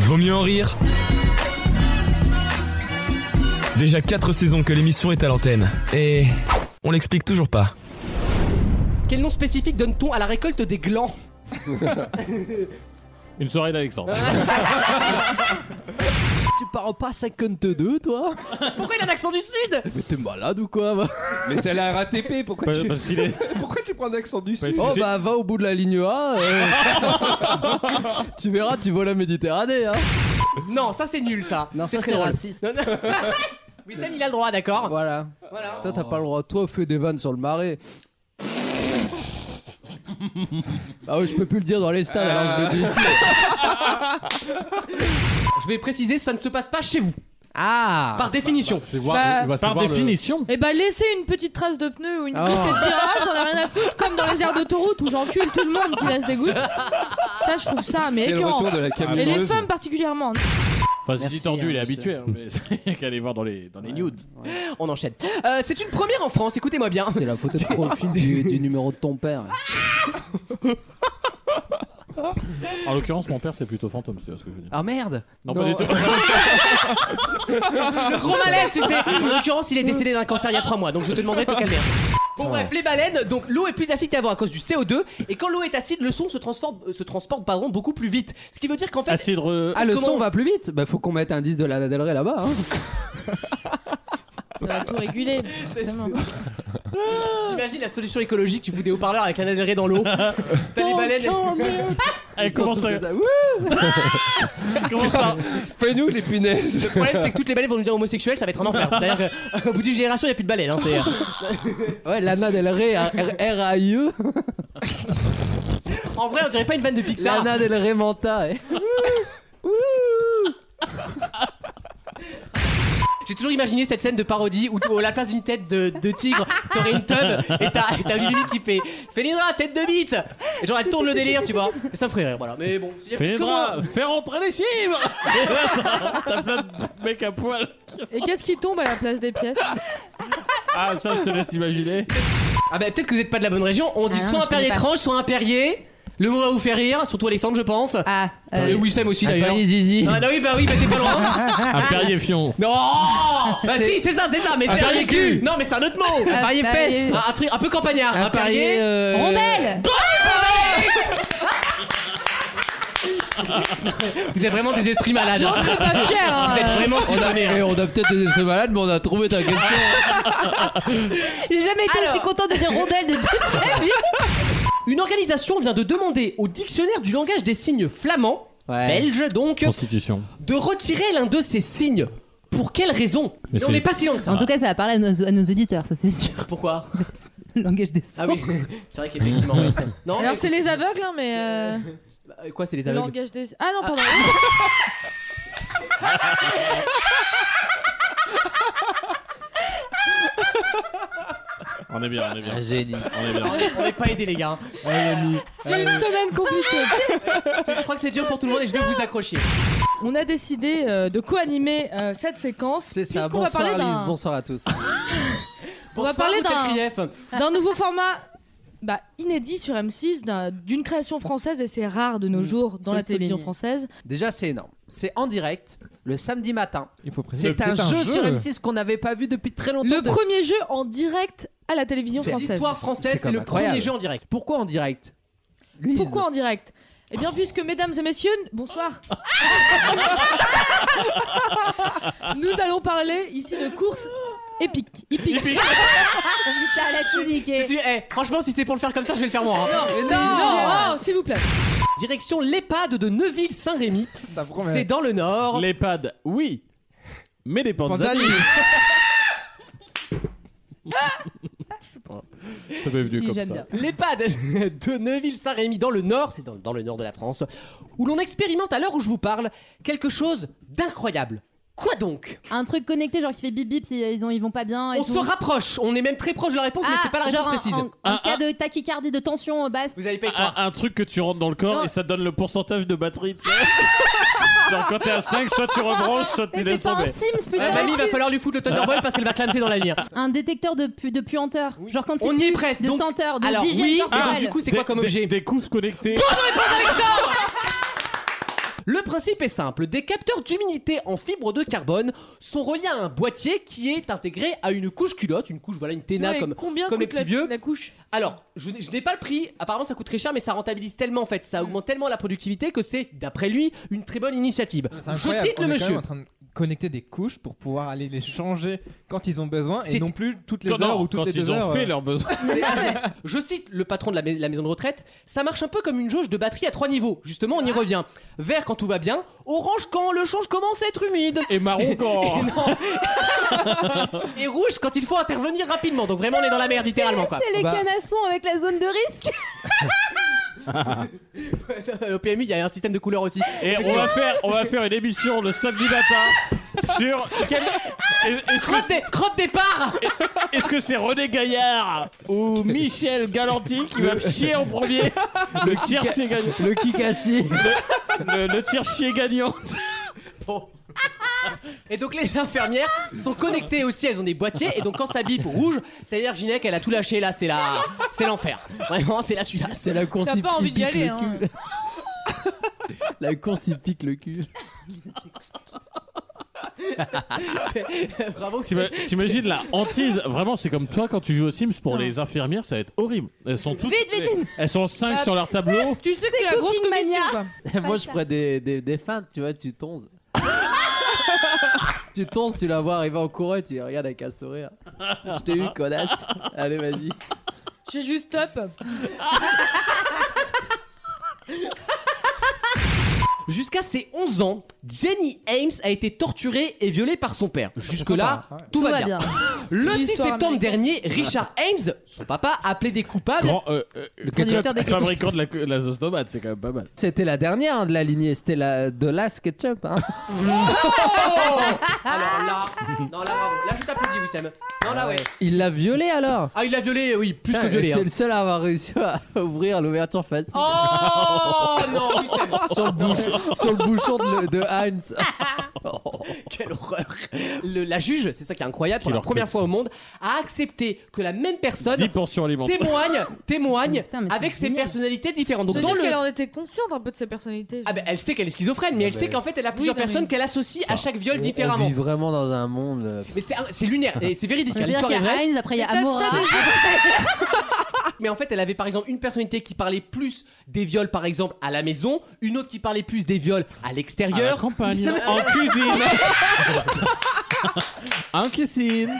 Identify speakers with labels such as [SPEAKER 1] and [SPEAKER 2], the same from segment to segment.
[SPEAKER 1] Vaut mieux en rire. Déjà 4 saisons que l'émission est à l'antenne. Et on l'explique toujours pas.
[SPEAKER 2] Quel nom spécifique donne-t-on à la récolte des glands
[SPEAKER 3] Une soirée d'Alexandre.
[SPEAKER 4] Ah,
[SPEAKER 2] Tu parles pas 52, toi Pourquoi il a un accent du Sud
[SPEAKER 4] Mais t'es malade ou quoi bah
[SPEAKER 5] Mais c'est la RATP, pourquoi,
[SPEAKER 3] Parce
[SPEAKER 5] tu,
[SPEAKER 3] parce qu'il est.
[SPEAKER 5] pourquoi tu prends l'accent du
[SPEAKER 3] parce
[SPEAKER 5] sud
[SPEAKER 3] qu'il
[SPEAKER 4] Oh
[SPEAKER 3] s'est-
[SPEAKER 4] bah va au bout de la ligne A. euh. tu verras, tu vois la Méditerranée. Hein.
[SPEAKER 2] Non, ça c'est nul, ça.
[SPEAKER 4] Non, ça
[SPEAKER 2] très
[SPEAKER 4] c'est
[SPEAKER 2] drôle.
[SPEAKER 4] raciste.
[SPEAKER 2] Non, non. Oui, Sam, il a le droit, d'accord
[SPEAKER 4] Voilà.
[SPEAKER 2] Voilà.
[SPEAKER 4] Toi, t'as pas le droit. Toi, fais des vannes sur le marais. ah oui, je peux plus le dire dans les stades, alors je le dis ici.
[SPEAKER 2] Je vais préciser, ça ne se passe pas chez vous,
[SPEAKER 4] Ah
[SPEAKER 2] par définition.
[SPEAKER 6] C'est voir,
[SPEAKER 4] Bah,
[SPEAKER 6] il va
[SPEAKER 3] Par
[SPEAKER 6] savoir le-
[SPEAKER 3] définition.
[SPEAKER 7] Et bah laissez une petite trace de pneu ou une
[SPEAKER 4] Oh.
[SPEAKER 7] goutte de tirage, j'en ai rien à foutre, comme dans les aires d'autoroute où j'encule tout le monde qui laisse des gouttes. Ça, je trouve ça, mais
[SPEAKER 5] C'est le
[SPEAKER 7] écœurant.
[SPEAKER 5] retour de la
[SPEAKER 7] Et les
[SPEAKER 5] camionneuse.
[SPEAKER 7] femmes particulièrement. hein.
[SPEAKER 3] Enfin, si
[SPEAKER 4] Merci,
[SPEAKER 3] dit tendu,
[SPEAKER 4] hein,
[SPEAKER 3] il est
[SPEAKER 4] monsieur.
[SPEAKER 3] habitué. hein, mais il n'y a qu'à aller voir dans les, dans les nudes.
[SPEAKER 2] On enchaîne. Euh, c'est une première en France, écoutez-moi bien.
[SPEAKER 4] C'est la photo de profil du, du numéro de ton père.
[SPEAKER 3] En l'occurrence, mon père, c'est plutôt fantôme, c'est ce que je veux dire.
[SPEAKER 4] Ah merde
[SPEAKER 3] Non, pas du tout.
[SPEAKER 2] Le gros malaise, tu sais. En l'occurrence, il est décédé d'un cancer il y a 3 mois, donc je te demanderai de te calmer. Bon bref, les baleines, donc l'eau est plus acide qu'avant à cause du CO2, et quand l'eau est acide, le son se, transforme, euh, se transporte pardon, beaucoup plus vite. Ce qui veut dire qu'en fait,
[SPEAKER 3] Acide. re-
[SPEAKER 4] Ah, le
[SPEAKER 2] Comment-
[SPEAKER 4] son va plus vite Bah, faut qu'on mette un disque de Lana Del Rey là-bas. hein.
[SPEAKER 7] Ça va tout réguler. forcément.
[SPEAKER 2] t'imagines la solution écologique, tu fous des haut-parleurs avec un adhéré dans l'eau. T'as les baleines.
[SPEAKER 4] Oh,
[SPEAKER 3] Elle commence à. Elle commence à-
[SPEAKER 5] Fais-nous les punaises
[SPEAKER 2] Le problème, c'est que toutes les baleines vont nous dire homosexuels, ça va être un enfer. C'est-à-dire qu'au bout d'une génération, il n'y a plus de baleines. Hein, c'est-
[SPEAKER 4] Ouais, Lana Del Rey, R- R- E. R-A-I-E.
[SPEAKER 2] En vrai, on dirait pas une vanne de Pixar.
[SPEAKER 4] Lana Del Rey Manta. eh.
[SPEAKER 2] J'ai toujours imaginé cette scène de parodie où, à la place d'une tête de, de tigre, t'aurais une tub et t'as et t'as Lulu qui fait Félindra, tête de bite Et genre elle tourne le délire, tu vois. Et ça me ferait rire, voilà. Mais bon, il y a plus que moi.
[SPEAKER 3] Fais faire entrer les chiffres Et là, t'as- T'as plein de mecs à poil.
[SPEAKER 7] Et qu'est-ce qui tombe à la place des pièces
[SPEAKER 3] Ah, ça, je te laisse imaginer.
[SPEAKER 2] Ah bah peut-être que vous êtes pas de la bonne région. On dit
[SPEAKER 7] Ah
[SPEAKER 2] soit un
[SPEAKER 7] non, je connais
[SPEAKER 2] perrier
[SPEAKER 7] pas.
[SPEAKER 2] étrange, soit un perrier. Le mot va vous faire rire, surtout Alexandre, je pense.
[SPEAKER 7] Ah,
[SPEAKER 8] euh,
[SPEAKER 2] Et Wissem aussi d'ailleurs.
[SPEAKER 4] zizi.
[SPEAKER 2] Ah, bah oui, bah oui, bah t'es pas loin.
[SPEAKER 4] Ah,
[SPEAKER 3] Un perrier fion.
[SPEAKER 2] Non Bah
[SPEAKER 4] C'est-
[SPEAKER 2] si, c'est ça, c'est ça, mais c'est
[SPEAKER 4] perrier cul.
[SPEAKER 2] Non, mais c'est un autre mot
[SPEAKER 7] Un perrier fesse.
[SPEAKER 2] Un, tri- un peu campagnard
[SPEAKER 7] Ah,
[SPEAKER 2] Un, perrier
[SPEAKER 4] euh,
[SPEAKER 7] rondelle
[SPEAKER 2] Vous êtes vraiment des esprits malades hein.
[SPEAKER 7] J'entre sa pierre hein.
[SPEAKER 2] Vous êtes vraiment
[SPEAKER 4] On a,
[SPEAKER 2] siphonnés hein.
[SPEAKER 4] eh, on a peut-être des esprits malades, mais on a trouvé ta question.
[SPEAKER 7] J'ai jamais été
[SPEAKER 2] Alors.
[SPEAKER 7] aussi content de dire rondelle de toute ma vie
[SPEAKER 2] Une organisation vient de demander au dictionnaire du langage des signes flamands,
[SPEAKER 4] Ouais.
[SPEAKER 2] belge donc,
[SPEAKER 3] Constitution.
[SPEAKER 2] de retirer l'un de ces signes. Pour quelle raison
[SPEAKER 3] Mais
[SPEAKER 2] Mais, on
[SPEAKER 3] c'est-
[SPEAKER 2] n'est pas si loin que ça.
[SPEAKER 8] En tout cas, ça va parler à nos, à nos auditeurs, ça c'est sûr.
[SPEAKER 2] Pourquoi
[SPEAKER 8] Le langage des sons.
[SPEAKER 2] Ah oui, c'est vrai qu'effectivement. oui. Non,
[SPEAKER 7] Alors
[SPEAKER 2] mais-
[SPEAKER 7] c'est les aveugles hein, mais euh,
[SPEAKER 2] Bah, quoi, c'est les
[SPEAKER 7] le
[SPEAKER 2] aveugles
[SPEAKER 7] langage des... Ah non pardon
[SPEAKER 3] On est bien, on est bien.
[SPEAKER 4] Génie.
[SPEAKER 3] On est bien.
[SPEAKER 2] On n'est pas aidé les gars.
[SPEAKER 8] Ah.
[SPEAKER 7] J'ai une semaine compliquée
[SPEAKER 2] C'est- Je crois que c'est dur pour tout le monde et je vais vous accrocher.
[SPEAKER 7] On a décidé euh, de co-animer euh, cette séquence
[SPEAKER 4] C'est ça.
[SPEAKER 7] puisqu'on va
[SPEAKER 4] Bonsoir,
[SPEAKER 7] parler
[SPEAKER 4] Alice.
[SPEAKER 7] d'un
[SPEAKER 4] Bonsoir à tous.
[SPEAKER 7] On va
[SPEAKER 2] Bonsoir,
[SPEAKER 7] parler
[SPEAKER 2] Hôtel
[SPEAKER 7] d'un-
[SPEAKER 2] Krief.
[SPEAKER 7] d'un nouveau format bah, inédit sur M6 d'un- d'une création française et c'est rare de
[SPEAKER 4] Mm.
[SPEAKER 7] nos jours dans
[SPEAKER 8] Faut
[SPEAKER 7] la
[SPEAKER 8] le
[SPEAKER 7] télévision
[SPEAKER 8] souligner.
[SPEAKER 7] française.
[SPEAKER 4] Déjà, c'est énorme. C'est en direct, le samedi matin.
[SPEAKER 6] Il faut préciser.
[SPEAKER 4] C'est un, jeu, sur M6 qu'on n'avait pas vu depuis très longtemps.
[SPEAKER 7] Le
[SPEAKER 4] de-
[SPEAKER 7] premier jeu en direct à la télévision
[SPEAKER 4] C'est
[SPEAKER 7] française.
[SPEAKER 2] L'histoire française,
[SPEAKER 4] C'est
[SPEAKER 2] c'est
[SPEAKER 4] comme
[SPEAKER 2] le
[SPEAKER 4] incroyable.
[SPEAKER 2] premier jeu en direct.
[SPEAKER 4] Pourquoi en direct Lise.
[SPEAKER 7] Pourquoi en direct Eh bien, puisque mesdames et messieurs, bonsoir. Nous allons parler ici de courses épiques. Hippiques.
[SPEAKER 8] Putain, elle a tout niqué.
[SPEAKER 2] C'est du- eh, franchement, si c'est pour le faire comme ça, je vais le faire moi. hein.
[SPEAKER 7] Non, oh, s'il vous plaît.
[SPEAKER 2] Direction l'EHPAD de Neuville-Saint-Rémy.
[SPEAKER 6] Ta promesse.
[SPEAKER 2] C'est dans le Nord.
[SPEAKER 3] L'EHPAD, oui. Mais les panzani. Ça m'est venu
[SPEAKER 7] Si,
[SPEAKER 3] comme
[SPEAKER 7] j'aime
[SPEAKER 3] ça.
[SPEAKER 7] bien.
[SPEAKER 2] L'EHPAD de Neuville-Saint-Rémy dans le Nord, c'est dans, dans le Nord de la France, où l'on expérimente à l'heure où je vous parle quelque chose d'incroyable. Quoi donc
[SPEAKER 8] Un truc connecté, genre qui fait bip bip si ils, ont, ils vont pas
[SPEAKER 7] Ah,
[SPEAKER 8] bien. Et
[SPEAKER 2] On
[SPEAKER 8] tout.
[SPEAKER 2] se rapproche, on est même très proche de la réponse, mais
[SPEAKER 8] Ah,
[SPEAKER 2] c'est pas la réponse
[SPEAKER 8] genre en-
[SPEAKER 2] précise.
[SPEAKER 8] En, en cas de tachycardie, de tension euh, basse.
[SPEAKER 2] Vous allez pas
[SPEAKER 9] Ah,
[SPEAKER 2] y croire.
[SPEAKER 3] Un, un truc que tu rentres dans le corps
[SPEAKER 8] Genre-
[SPEAKER 3] et ça te donne le pourcentage de batterie. tu sais. Genre quand t'es à 5, soit tu rebranches, soit tu
[SPEAKER 8] Mais c'est
[SPEAKER 3] laisses
[SPEAKER 8] pas un
[SPEAKER 3] tomber.
[SPEAKER 8] Sims,
[SPEAKER 2] Ah,
[SPEAKER 8] putain.
[SPEAKER 2] mamie, il va falloir lui foutre le Thunderbolt parce qu'elle va clamser dans la nuit. hein.
[SPEAKER 8] Un détecteur de, pu- de puanteur. Genre quand il
[SPEAKER 2] On y est presque.
[SPEAKER 8] de
[SPEAKER 2] donc-
[SPEAKER 8] senteur, de
[SPEAKER 2] Alors
[SPEAKER 3] Ah,
[SPEAKER 8] d'hygiène
[SPEAKER 2] oui,
[SPEAKER 8] corporelle.
[SPEAKER 2] donc du coup, c'est quoi
[SPEAKER 3] Des-
[SPEAKER 2] comme
[SPEAKER 3] des-
[SPEAKER 2] objet
[SPEAKER 3] Des couches connectées.
[SPEAKER 2] Alexandre Le principe est simple. Des capteurs d'humidité en fibre de carbone sont reliés à un boîtier qui est intégré à une couche culotte, une couche, voilà, une téna
[SPEAKER 7] Ouais,
[SPEAKER 2] comme...
[SPEAKER 7] combien
[SPEAKER 2] comme les
[SPEAKER 7] coûte la-
[SPEAKER 2] petits vieux.
[SPEAKER 7] La couche.
[SPEAKER 2] Alors, je, n'ai- je n'ai pas le prix, apparemment ça coûte très cher, mais ça rentabilise tellement en fait, ça augmente tellement la productivité que c'est, d'après lui, une très bonne initiative.
[SPEAKER 6] C'est
[SPEAKER 2] Je
[SPEAKER 6] incroyable,
[SPEAKER 2] cite le
[SPEAKER 6] on est quand même
[SPEAKER 2] monsieur.
[SPEAKER 6] en train de connecter des couches pour pouvoir aller les changer quand ils ont besoin
[SPEAKER 2] C'est-
[SPEAKER 6] et non plus toutes les
[SPEAKER 3] Quand,
[SPEAKER 6] heures
[SPEAKER 3] non,
[SPEAKER 6] ou toutes
[SPEAKER 3] quand
[SPEAKER 6] les deux
[SPEAKER 3] ils ont
[SPEAKER 6] heures.
[SPEAKER 3] fait
[SPEAKER 6] euh,
[SPEAKER 3] leurs besoins.
[SPEAKER 2] C'est- Je cite le patron de la, mais- la maison de retraite, ça marche un peu comme une jauge de batterie à trois niveaux. Justement, on y revient. Vert quand tout va bien, orange quand le change commence à être humide.
[SPEAKER 3] Et marron
[SPEAKER 2] Et,
[SPEAKER 3] quand.
[SPEAKER 2] non. Et rouge quand il faut intervenir rapidement. Donc vraiment, on est dans la merde littéralement quoi.
[SPEAKER 8] C'est les
[SPEAKER 5] Bah.
[SPEAKER 8] canassons avec la zone de risque.
[SPEAKER 2] Euh, Au PMU, il y a un système de couleurs aussi.
[SPEAKER 3] Et on va faire, on va faire une émission le samedi matin sur. quel- Est-ce que
[SPEAKER 2] Crotte, des, crotte départ
[SPEAKER 3] Est-ce que c'est René Gaillard ou Michel Galanti qui va chier en premier Le tir c'est gagnant.
[SPEAKER 4] Le Kikashi.
[SPEAKER 3] Le, le tir chier gagnant.
[SPEAKER 2] Bon. Et donc les infirmières sont connectées aussi, elles ont des boîtiers et donc quand ça bip rouge, ça veut dire que Ginec elle a tout lâché là, c'est la c'est l'enfer. Vraiment, c'est la celui-là.
[SPEAKER 4] C'est la course
[SPEAKER 7] T'as
[SPEAKER 4] qui
[SPEAKER 7] pas envie
[SPEAKER 4] pique
[SPEAKER 7] d'y aller,
[SPEAKER 4] le
[SPEAKER 7] hein.
[SPEAKER 4] cul. La course il pique le cul.
[SPEAKER 2] C'est- Bravo.
[SPEAKER 3] T'ima- T'imagines la hantise Vraiment, c'est comme toi quand tu joues aux Sims pour les infirmières, ça va être horrible. Elles sont toutes.
[SPEAKER 8] Vite, vite, vite.
[SPEAKER 3] Elles sont 5 sur leur tableau.
[SPEAKER 7] Tu sais que c'est la grosse
[SPEAKER 8] Cooking
[SPEAKER 7] commission,
[SPEAKER 8] Mania.
[SPEAKER 7] quoi.
[SPEAKER 4] Moi je ferais des, des, des feintes, tu vois, tu tonzes. tu tonzes, tu la vois arriver en courant et tu dis, regarde avec un sourire. Je t'ai eu, connasse. Allez, vas-y.
[SPEAKER 7] J'ai juste top.
[SPEAKER 2] Jusqu'à ses 11 ans, Jenny Ames a été torturée et violée par son père.
[SPEAKER 3] hein.
[SPEAKER 2] Jusque-là,
[SPEAKER 6] sympa, ouais.
[SPEAKER 2] tout, va bien. Le
[SPEAKER 7] Une
[SPEAKER 2] 6
[SPEAKER 7] histoire
[SPEAKER 2] septembre
[SPEAKER 7] américaine.
[SPEAKER 2] dernier, Richard Ames, son papa, a plaidé coupable.
[SPEAKER 3] Grand, euh, euh,
[SPEAKER 4] Le
[SPEAKER 3] ketchup,
[SPEAKER 8] producteur des ketchup.
[SPEAKER 3] fabricant de la, de la sauce tomate, c'est quand même pas mal.
[SPEAKER 4] C'était la dernière hein, de la lignée, c'était la de la SketchUp. Hein.
[SPEAKER 2] Alors là, non, là, bravo. là je t'applaudis, Wissam. Non, là, ouais.
[SPEAKER 4] Il l'a violée alors
[SPEAKER 2] Ah, il l'a violée, oui, plus que
[SPEAKER 4] Putain,
[SPEAKER 2] violée.
[SPEAKER 4] C'est
[SPEAKER 2] hein.
[SPEAKER 4] le seul à avoir réussi à ouvrir l'ouverture facile
[SPEAKER 2] Oh non, Ah, Wissam.
[SPEAKER 4] sur, le bouchon- sur le bouchon de, de Heinz.
[SPEAKER 2] Quelle horreur Le- La juge, c'est ça qui est incroyable, pour
[SPEAKER 3] Qui
[SPEAKER 2] la
[SPEAKER 3] leur
[SPEAKER 2] première
[SPEAKER 3] coûte.
[SPEAKER 2] fois au monde, a accepté que la même personne
[SPEAKER 3] 10 portions alimentaires.
[SPEAKER 2] témoigne, témoigne
[SPEAKER 8] Putain, mais c'est
[SPEAKER 2] avec ses
[SPEAKER 8] génial.
[SPEAKER 2] personnalités différentes. Donc
[SPEAKER 7] Ça veut
[SPEAKER 2] dans
[SPEAKER 7] dire
[SPEAKER 2] le
[SPEAKER 7] qu'elle en était consciente un peu de sa personnalité.
[SPEAKER 2] Ah ben, elle sait qu'elle est schizophrène, mais elle sait qu'en fait elle a plusieurs
[SPEAKER 7] non, mais-
[SPEAKER 2] personnes qu'elle associe à chaque viol
[SPEAKER 4] On
[SPEAKER 2] différemment.
[SPEAKER 4] vit vraiment dans un monde. euh,
[SPEAKER 2] Mais c'est c'est lunaire, et c'est véridique, hein,
[SPEAKER 8] C'est-à-dire
[SPEAKER 2] l'histoire
[SPEAKER 8] qu'il
[SPEAKER 2] est
[SPEAKER 8] y a
[SPEAKER 2] vraie.
[SPEAKER 8] Heinz, après il y a
[SPEAKER 7] Mais t'as-
[SPEAKER 8] Amora.
[SPEAKER 7] t'as déjà-
[SPEAKER 2] Mais en fait, elle avait par exemple une personnalité qui parlait plus des viols, par exemple, à la maison, une autre qui parlait plus des
[SPEAKER 3] À
[SPEAKER 2] viols à
[SPEAKER 3] la
[SPEAKER 4] Ah, bah,
[SPEAKER 2] l'extérieur.
[SPEAKER 3] campagne, en cuisine. en cuisine.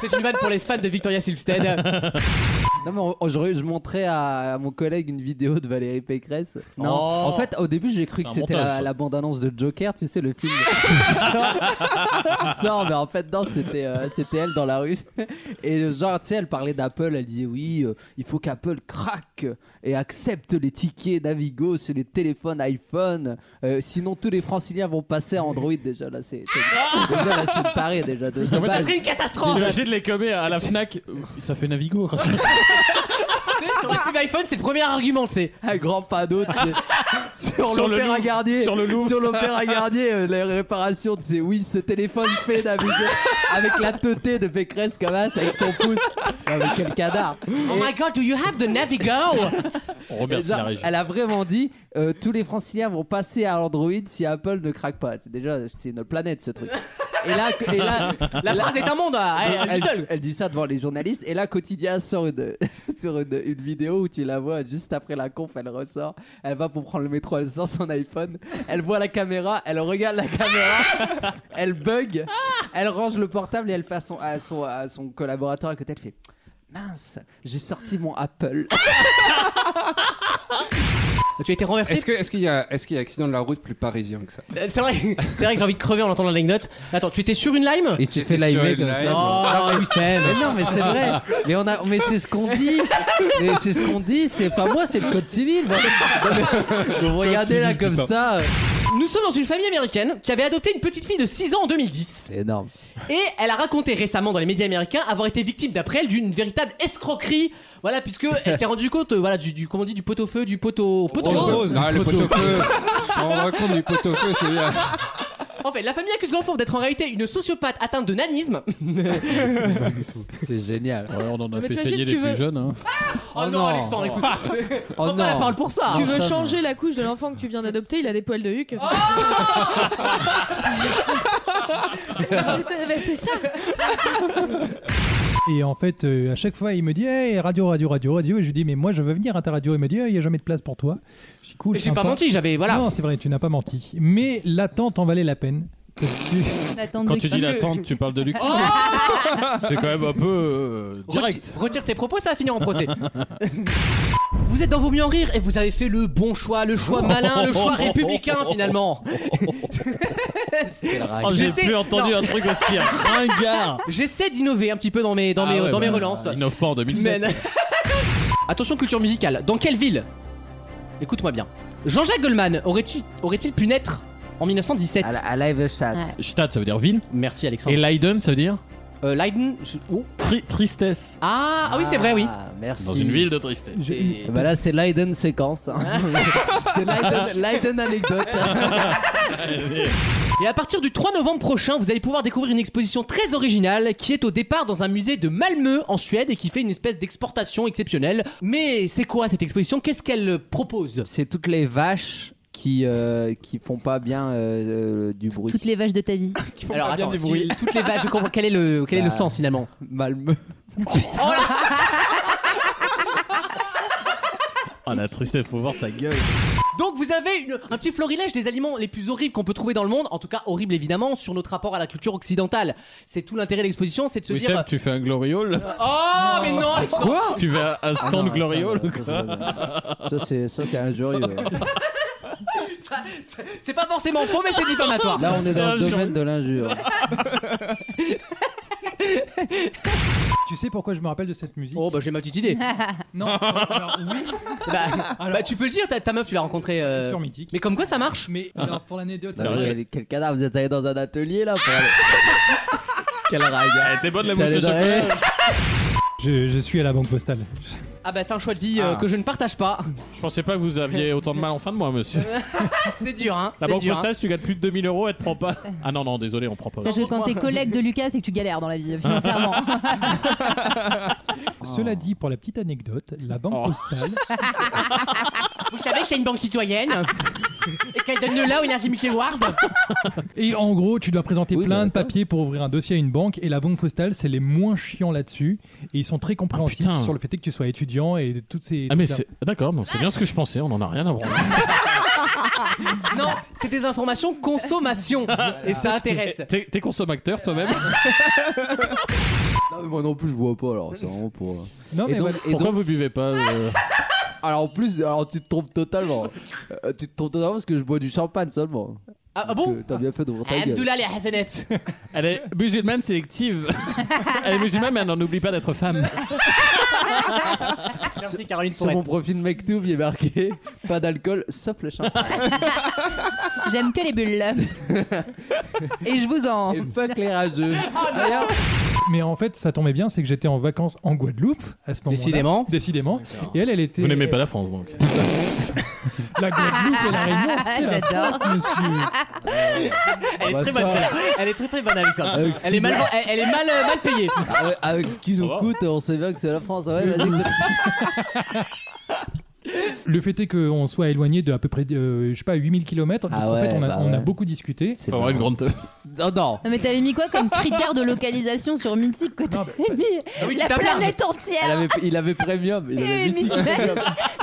[SPEAKER 2] C'est une vanne pour les fans de Victoria Silvstedt.
[SPEAKER 4] Non, mais on- on- je, je montrais à, à mon collègue une vidéo de Valérie Pécresse. Non.
[SPEAKER 2] Oh.
[SPEAKER 4] En fait, au début, j'ai cru
[SPEAKER 3] C'est
[SPEAKER 4] que
[SPEAKER 3] un
[SPEAKER 4] c'était
[SPEAKER 3] montage,
[SPEAKER 4] la,
[SPEAKER 3] ça.
[SPEAKER 4] la bande-annonce de Joker, tu sais, le film. qui sort, qui sort, mais en fait, non, c'était euh, c'était elle dans la rue. Et genre, tu sais, elle parlait d'Apple, elle disait oui, euh, il faut qu'Apple craque et accepte les tickets Navigo sur les téléphones iPhone. Euh, sinon, tous les franciliens vont passer à Android. Déjà, là, c'est c'est- déjà, là, c'est taré, déjà. De, de
[SPEAKER 2] Ça
[SPEAKER 4] base.
[SPEAKER 2] serait une catastrophe!
[SPEAKER 3] J'ai de les commer à la Fnac. Ça fait Navigo.
[SPEAKER 2] Tu sais, Sur la team iPhone, c'est le premier argument, tu sais.
[SPEAKER 4] un grand panneau tu sais, sur,
[SPEAKER 3] Sur le
[SPEAKER 4] l'opéra
[SPEAKER 3] Louvre.
[SPEAKER 4] Garnier
[SPEAKER 3] Sur le Louvre.
[SPEAKER 4] sur l'opéra Garnier euh, les réparations tu sais oui ce téléphone fait naviguer avec la teuté de Pécresse comme ça avec son pouce non mais quel cadavre
[SPEAKER 2] Oh my god, do you have the Navigo?
[SPEAKER 3] On remercie la
[SPEAKER 4] Genre,
[SPEAKER 3] région.
[SPEAKER 4] elle a vraiment dit euh, tous les franciliens vont passer à Android si Apple ne craque pas C'est déjà c'est une planète ce truc et là, et là
[SPEAKER 2] La phrase est un monde à Ah, elle, elle
[SPEAKER 4] elle,
[SPEAKER 2] seule.
[SPEAKER 4] elle dit ça devant les journalistes et là quotidien sort une, sur une, une vidéo où tu la vois juste après la conf elle ressort elle va pour prendre le métro elle sort son iPhone elle voit la caméra elle regarde la caméra elle bug elle range le portable et elle fait à son, à son, à son collaborateur à côté elle fait mince j'ai sorti mon Apple
[SPEAKER 2] Tu as été renversé.
[SPEAKER 5] Est-ce que- est-ce qu'il y a est-ce qu'il y a accident de la route plus parisien que ça
[SPEAKER 2] Euh, C'est vrai, c'est vrai que j'ai envie de crever en entendant l'anecdote. Attends, tu étais sur une lime?
[SPEAKER 4] il s'est
[SPEAKER 5] fait
[SPEAKER 4] fait
[SPEAKER 5] limer
[SPEAKER 4] live
[SPEAKER 5] comme
[SPEAKER 4] comme
[SPEAKER 5] ça.
[SPEAKER 4] ça Ah
[SPEAKER 2] Oh,
[SPEAKER 4] Mais
[SPEAKER 2] Wissem.
[SPEAKER 4] non, mais c'est vrai. Mais on a, mais c'est ce qu'on dit. Mais c'est ce qu'on dit. C'est pas moi, c'est le code civil. Moi. Vous regardez là comme ça.
[SPEAKER 2] Nous sommes dans une famille américaine qui avait adopté une petite fille de 6 ans en 2010.
[SPEAKER 4] C'est énorme.
[SPEAKER 2] Et elle a raconté récemment dans les médias américains avoir été victime, d'après elle, d'une véritable escroquerie. Voilà, puisque elle s'est rendue compte, euh, voilà, du, du comment on dit, du pot au feu, du pot au pot au
[SPEAKER 5] Rose.
[SPEAKER 2] rose.
[SPEAKER 5] Ah, le pot-au-feu. On rend compte du pot-au-feu, celui-là.
[SPEAKER 2] En fait, la famille accuse l'enfant d'être en réalité une sociopathe atteinte de nanisme.
[SPEAKER 5] Oh
[SPEAKER 4] C'est génial.
[SPEAKER 9] Ouais, on en a
[SPEAKER 7] Mais
[SPEAKER 9] fait
[SPEAKER 7] t'imagines,
[SPEAKER 9] saigner
[SPEAKER 7] tu
[SPEAKER 9] les
[SPEAKER 7] veux-
[SPEAKER 9] plus jeunes. hein.
[SPEAKER 2] Oh, non,
[SPEAKER 4] non.
[SPEAKER 2] Alexandre, écoute.
[SPEAKER 4] Oh
[SPEAKER 2] Prends pas la
[SPEAKER 4] non.
[SPEAKER 2] parole pour ça.
[SPEAKER 7] Tu
[SPEAKER 2] hein.
[SPEAKER 7] veux
[SPEAKER 4] ça,
[SPEAKER 7] changer la couche de l'enfant que tu viens d'adopter, il a des poils de huc. C'est mais bah, c'est ça.
[SPEAKER 10] Et en fait, euh, à chaque fois, il me dit Hey, radio, radio, radio, radio. Et je lui dis Mais moi, je veux venir à ta radio. Il me dit Hey, Il n'y a jamais de place pour toi. Je dis Cool.
[SPEAKER 2] J'ai
[SPEAKER 10] sympa.
[SPEAKER 2] pas menti, j'avais. Voilà.
[SPEAKER 10] Non, c'est vrai, tu n'as pas menti. Mais l'attente en valait la peine. Parce que-
[SPEAKER 9] Quand tu dis la tante, tu parles de Luc. c'est quand même un peu euh, direct.
[SPEAKER 2] Reti- Retire tes propos, ça va finir en procès. Vous êtes dans vos mieux en rire et vous avez fait le bon choix, le choix malin, le choix républicain finalement.
[SPEAKER 3] Oh, J'ai
[SPEAKER 2] Je sais-
[SPEAKER 3] plus entendu
[SPEAKER 2] non.
[SPEAKER 3] un truc aussi ringard.
[SPEAKER 2] J'essaie d'innover un petit peu dans mes, dans
[SPEAKER 9] Ah
[SPEAKER 2] mes,
[SPEAKER 9] ouais,
[SPEAKER 2] dans mes
[SPEAKER 9] bah,
[SPEAKER 2] relances.
[SPEAKER 9] Il innove pas en 2007.
[SPEAKER 2] Mais- Attention culture musicale. Dans quelle ville Écoute-moi bien. Jean-Jacques Goldman aurait-il aurait pu naître en 1917
[SPEAKER 4] À, la- à live chat.
[SPEAKER 7] Ouais.
[SPEAKER 9] Stadt, ça veut dire ville.
[SPEAKER 2] Merci
[SPEAKER 9] Ah Et
[SPEAKER 2] Alexandre.
[SPEAKER 9] Leiden, ça veut dire
[SPEAKER 2] Euh, Leiden je- oh.
[SPEAKER 9] tri- tristesse.
[SPEAKER 2] ah, ah oui, c'est vrai, oui.
[SPEAKER 4] Ah, merci.
[SPEAKER 9] Dans une ville de tristesse.
[SPEAKER 2] C'est-
[SPEAKER 4] Bah là, c'est Leiden séquence. hein. c'est Leiden, Leiden anecdote.
[SPEAKER 2] Et à partir du 3 novembre prochain, vous allez pouvoir découvrir une exposition très originale qui est au départ dans un musée de Malmö en Suède et qui fait une espèce d'exportation exceptionnelle. Mais c'est quoi cette exposition Qu'est-ce qu'elle propose
[SPEAKER 4] C'est toutes les vaches qui, euh, qui font pas bien euh, euh, du bruit.
[SPEAKER 8] Toutes les vaches de ta vie.
[SPEAKER 2] Alors attends, tu- toutes les vaches, je comprends quel est le, quel est le
[SPEAKER 4] Bah.
[SPEAKER 2] sens finalement
[SPEAKER 4] Malmö.
[SPEAKER 2] Oh là
[SPEAKER 9] Ah, la tristesse, faut voir sa gueule.
[SPEAKER 2] Donc vous avez une- un petit florilège des aliments les plus horribles qu'on peut trouver dans le monde, en tout cas horribles évidemment sur notre rapport à la culture occidentale. C'est tout l'intérêt de l'exposition, c'est de se
[SPEAKER 9] Oui,
[SPEAKER 2] dire
[SPEAKER 9] Seb, tu fais un gloriole
[SPEAKER 2] Oh mais non Alexandre.
[SPEAKER 9] Tu fais un- un
[SPEAKER 4] Ah
[SPEAKER 9] stand
[SPEAKER 4] non,
[SPEAKER 9] gloriole
[SPEAKER 4] ça, ça, ça, Ça, c'est- ça, c'est injurieux.
[SPEAKER 2] Ça- ça- C'est pas forcément faux mais c'est diffamatoire.
[SPEAKER 4] Là, on est
[SPEAKER 9] C'est
[SPEAKER 4] dans le
[SPEAKER 9] injurieux.
[SPEAKER 4] domaine de l'injure.
[SPEAKER 10] tu sais pourquoi je me rappelle de cette musique
[SPEAKER 2] Oh bah j'ai ma petite idée.
[SPEAKER 10] Non, alors oui,
[SPEAKER 2] Bah,
[SPEAKER 10] alors,
[SPEAKER 2] bah, tu peux le dire, ta, ta meuf tu l'as rencontrée. euh,
[SPEAKER 10] sur Mythique.
[SPEAKER 2] Mais comme quoi ça marche
[SPEAKER 10] Mais alors, pour l'anecdote,
[SPEAKER 4] Non, mais
[SPEAKER 10] euh,
[SPEAKER 4] quel, quel cadavre Vous êtes allé dans un atelier là pour aller- Quel regard.
[SPEAKER 9] Eh, T'es bonne la
[SPEAKER 4] T'es
[SPEAKER 9] mousse
[SPEAKER 4] allé
[SPEAKER 9] au
[SPEAKER 4] dans-
[SPEAKER 9] chocolat
[SPEAKER 10] je, je suis à la banque postale.
[SPEAKER 2] Ah bah c'est un choix de vie euh, que je ne partage pas.
[SPEAKER 9] Je pensais pas que vous aviez autant de mal en fin de mois, monsieur.
[SPEAKER 2] c'est dur hein.
[SPEAKER 9] La
[SPEAKER 2] c'est
[SPEAKER 9] banque
[SPEAKER 2] dur, hein.
[SPEAKER 9] postale, tu gagnes plus de 2000 euros, elle te prend pas. Ah non, non, désolé, on prend pas.
[SPEAKER 8] Sache que quand t'es collègue de Lucas, c'est que tu galères dans la vie, financièrement.
[SPEAKER 10] Cela dit, pour la petite anecdote, la banque
[SPEAKER 9] Oh.
[SPEAKER 10] postale,
[SPEAKER 2] hein. Vous savez qu'il y a une banque citoyenne et qu'elle donne de là où il y a Mickey Ward.
[SPEAKER 10] Et en gros, tu dois présenter
[SPEAKER 4] Oui,
[SPEAKER 10] plein
[SPEAKER 4] bah,
[SPEAKER 10] de papiers pour ouvrir un dossier à une banque. Et la banque postale, c'est les moins chiants là-dessus. Et ils sont très compréhensifs
[SPEAKER 9] Ah, putain.
[SPEAKER 10] sur le fait que tu sois étudiant et de toutes ces.
[SPEAKER 9] Ah mais
[SPEAKER 10] toutes
[SPEAKER 9] c'est d'accord, non, c'est bien ce que je pensais, on en a rien à voir.
[SPEAKER 2] Non, c'est des informations consommation et ça intéresse.
[SPEAKER 9] T'es t'es consommateur toi-même
[SPEAKER 4] Non, mais moi non plus, je vois pas alors. C'est vraiment pour. euh.
[SPEAKER 10] ces- Non,
[SPEAKER 4] Et
[SPEAKER 10] mais
[SPEAKER 4] donc,
[SPEAKER 10] voilà.
[SPEAKER 4] et
[SPEAKER 9] bah, Pourquoi
[SPEAKER 4] donc-
[SPEAKER 9] vous buvez pas euh,
[SPEAKER 4] alors en plus, alors tu te trompes totalement. Euh, tu te trompes totalement parce que je bois du champagne seulement.
[SPEAKER 2] Ah, ah bon
[SPEAKER 4] Que T'as bien fait d'ouvrir ta gueule.
[SPEAKER 2] Abdullah les Hassanettes.
[SPEAKER 9] Elle est musulmane sélective. Elle est musulmane mais elle n'en oublie pas d'être femme.
[SPEAKER 2] Merci Caroline
[SPEAKER 4] Sur mon
[SPEAKER 2] Forest.
[SPEAKER 4] profil Mektoub, il est marqué pas d'alcool sauf le champagne.
[SPEAKER 8] J'aime que les bulles. Et je vous en.
[SPEAKER 4] et fuck les rageux. D'ailleurs,
[SPEAKER 10] mais en fait, ça tombait bien, c'est que j'étais en vacances en Guadeloupe à ce moment-là.
[SPEAKER 2] Décidément.
[SPEAKER 10] Décidément. Et elle, elle était.
[SPEAKER 9] Vous n'aimez pas la France donc.
[SPEAKER 10] La Guadeloupe et la Réunion, c'est la
[SPEAKER 8] J'adore.
[SPEAKER 10] France, monsieur.
[SPEAKER 2] Elle est
[SPEAKER 4] bah
[SPEAKER 2] très
[SPEAKER 4] ça.
[SPEAKER 2] bonne celle-là. Elle est très très bonne Alexandre.
[SPEAKER 4] Avec
[SPEAKER 2] Elle est mal elle, elle est mal euh, mal payée.
[SPEAKER 4] avec, avec ce qu'ils nous
[SPEAKER 9] Ça va.
[SPEAKER 4] ah, coûte, on sait bien que c'est la France. Ouais, vas-y.
[SPEAKER 10] Le fait est qu'on soit éloigné de à peu près, euh, je sais pas, 8000 km. Donc
[SPEAKER 4] Ah
[SPEAKER 10] en fait,
[SPEAKER 4] ouais,
[SPEAKER 10] on a,
[SPEAKER 4] bah
[SPEAKER 10] on a
[SPEAKER 4] ouais.
[SPEAKER 10] beaucoup discuté.
[SPEAKER 4] C'est
[SPEAKER 9] Faut avoir une
[SPEAKER 4] marrant.
[SPEAKER 9] grande teuf.
[SPEAKER 4] Non, non.
[SPEAKER 8] Non, mais t'avais mis quoi comme critère de localisation sur Mythique quoi
[SPEAKER 10] Non,
[SPEAKER 8] T'avais mis
[SPEAKER 2] Ah oui, tu
[SPEAKER 8] La
[SPEAKER 2] tapes large.
[SPEAKER 8] planète entière
[SPEAKER 4] Elle avait- il avait premium. Il
[SPEAKER 8] Et
[SPEAKER 4] avait mis-
[SPEAKER 8] Miss,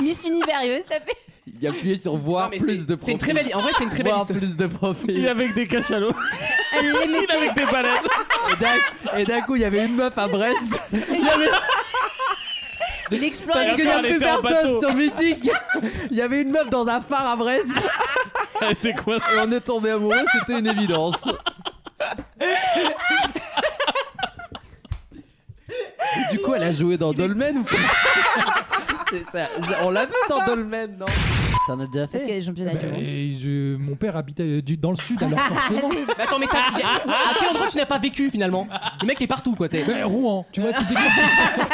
[SPEAKER 8] Miss Univers, il veut se taper.
[SPEAKER 4] Il appuyait sur
[SPEAKER 2] Non,
[SPEAKER 4] voir
[SPEAKER 2] mais
[SPEAKER 4] plus
[SPEAKER 2] c'est-
[SPEAKER 4] de profil.
[SPEAKER 2] C'est une très belle. En vrai, c'est une très belle
[SPEAKER 4] Voir
[SPEAKER 2] histoire.
[SPEAKER 4] plus de profil.
[SPEAKER 9] avec des cachalots,
[SPEAKER 8] Elle les met-
[SPEAKER 9] avec des baleines.
[SPEAKER 4] Et d'un- Et d'un coup, il y avait une meuf à Brest.
[SPEAKER 8] Il explore
[SPEAKER 4] Parce
[SPEAKER 9] Elle
[SPEAKER 4] qu'il n'y a
[SPEAKER 9] elle
[SPEAKER 4] plus
[SPEAKER 9] était en
[SPEAKER 4] personne
[SPEAKER 9] bateau.
[SPEAKER 4] sur Mythique. Il y avait une meuf dans un phare à Brest.
[SPEAKER 9] Elle était coincée.
[SPEAKER 4] Et on est tombé amoureux, c'était une évidence. Et du coup, elle a joué dans Dolmen ou pas C'est ça, ça- On l'a vu dans Dolmen, non T'en as déjà
[SPEAKER 8] Parce qu'il y a des championnats
[SPEAKER 10] Bah,
[SPEAKER 8] du monde.
[SPEAKER 10] et je- mon père
[SPEAKER 1] euh,
[SPEAKER 10] habitait du- dans le sud, alors forcément.
[SPEAKER 2] Mais attends, mais t'as- y a- à quel endroit tu n'as pas vécu finalement Le mec est partout quoi. c'est-
[SPEAKER 10] Ouais, Rouen, tu vois, tu découvres-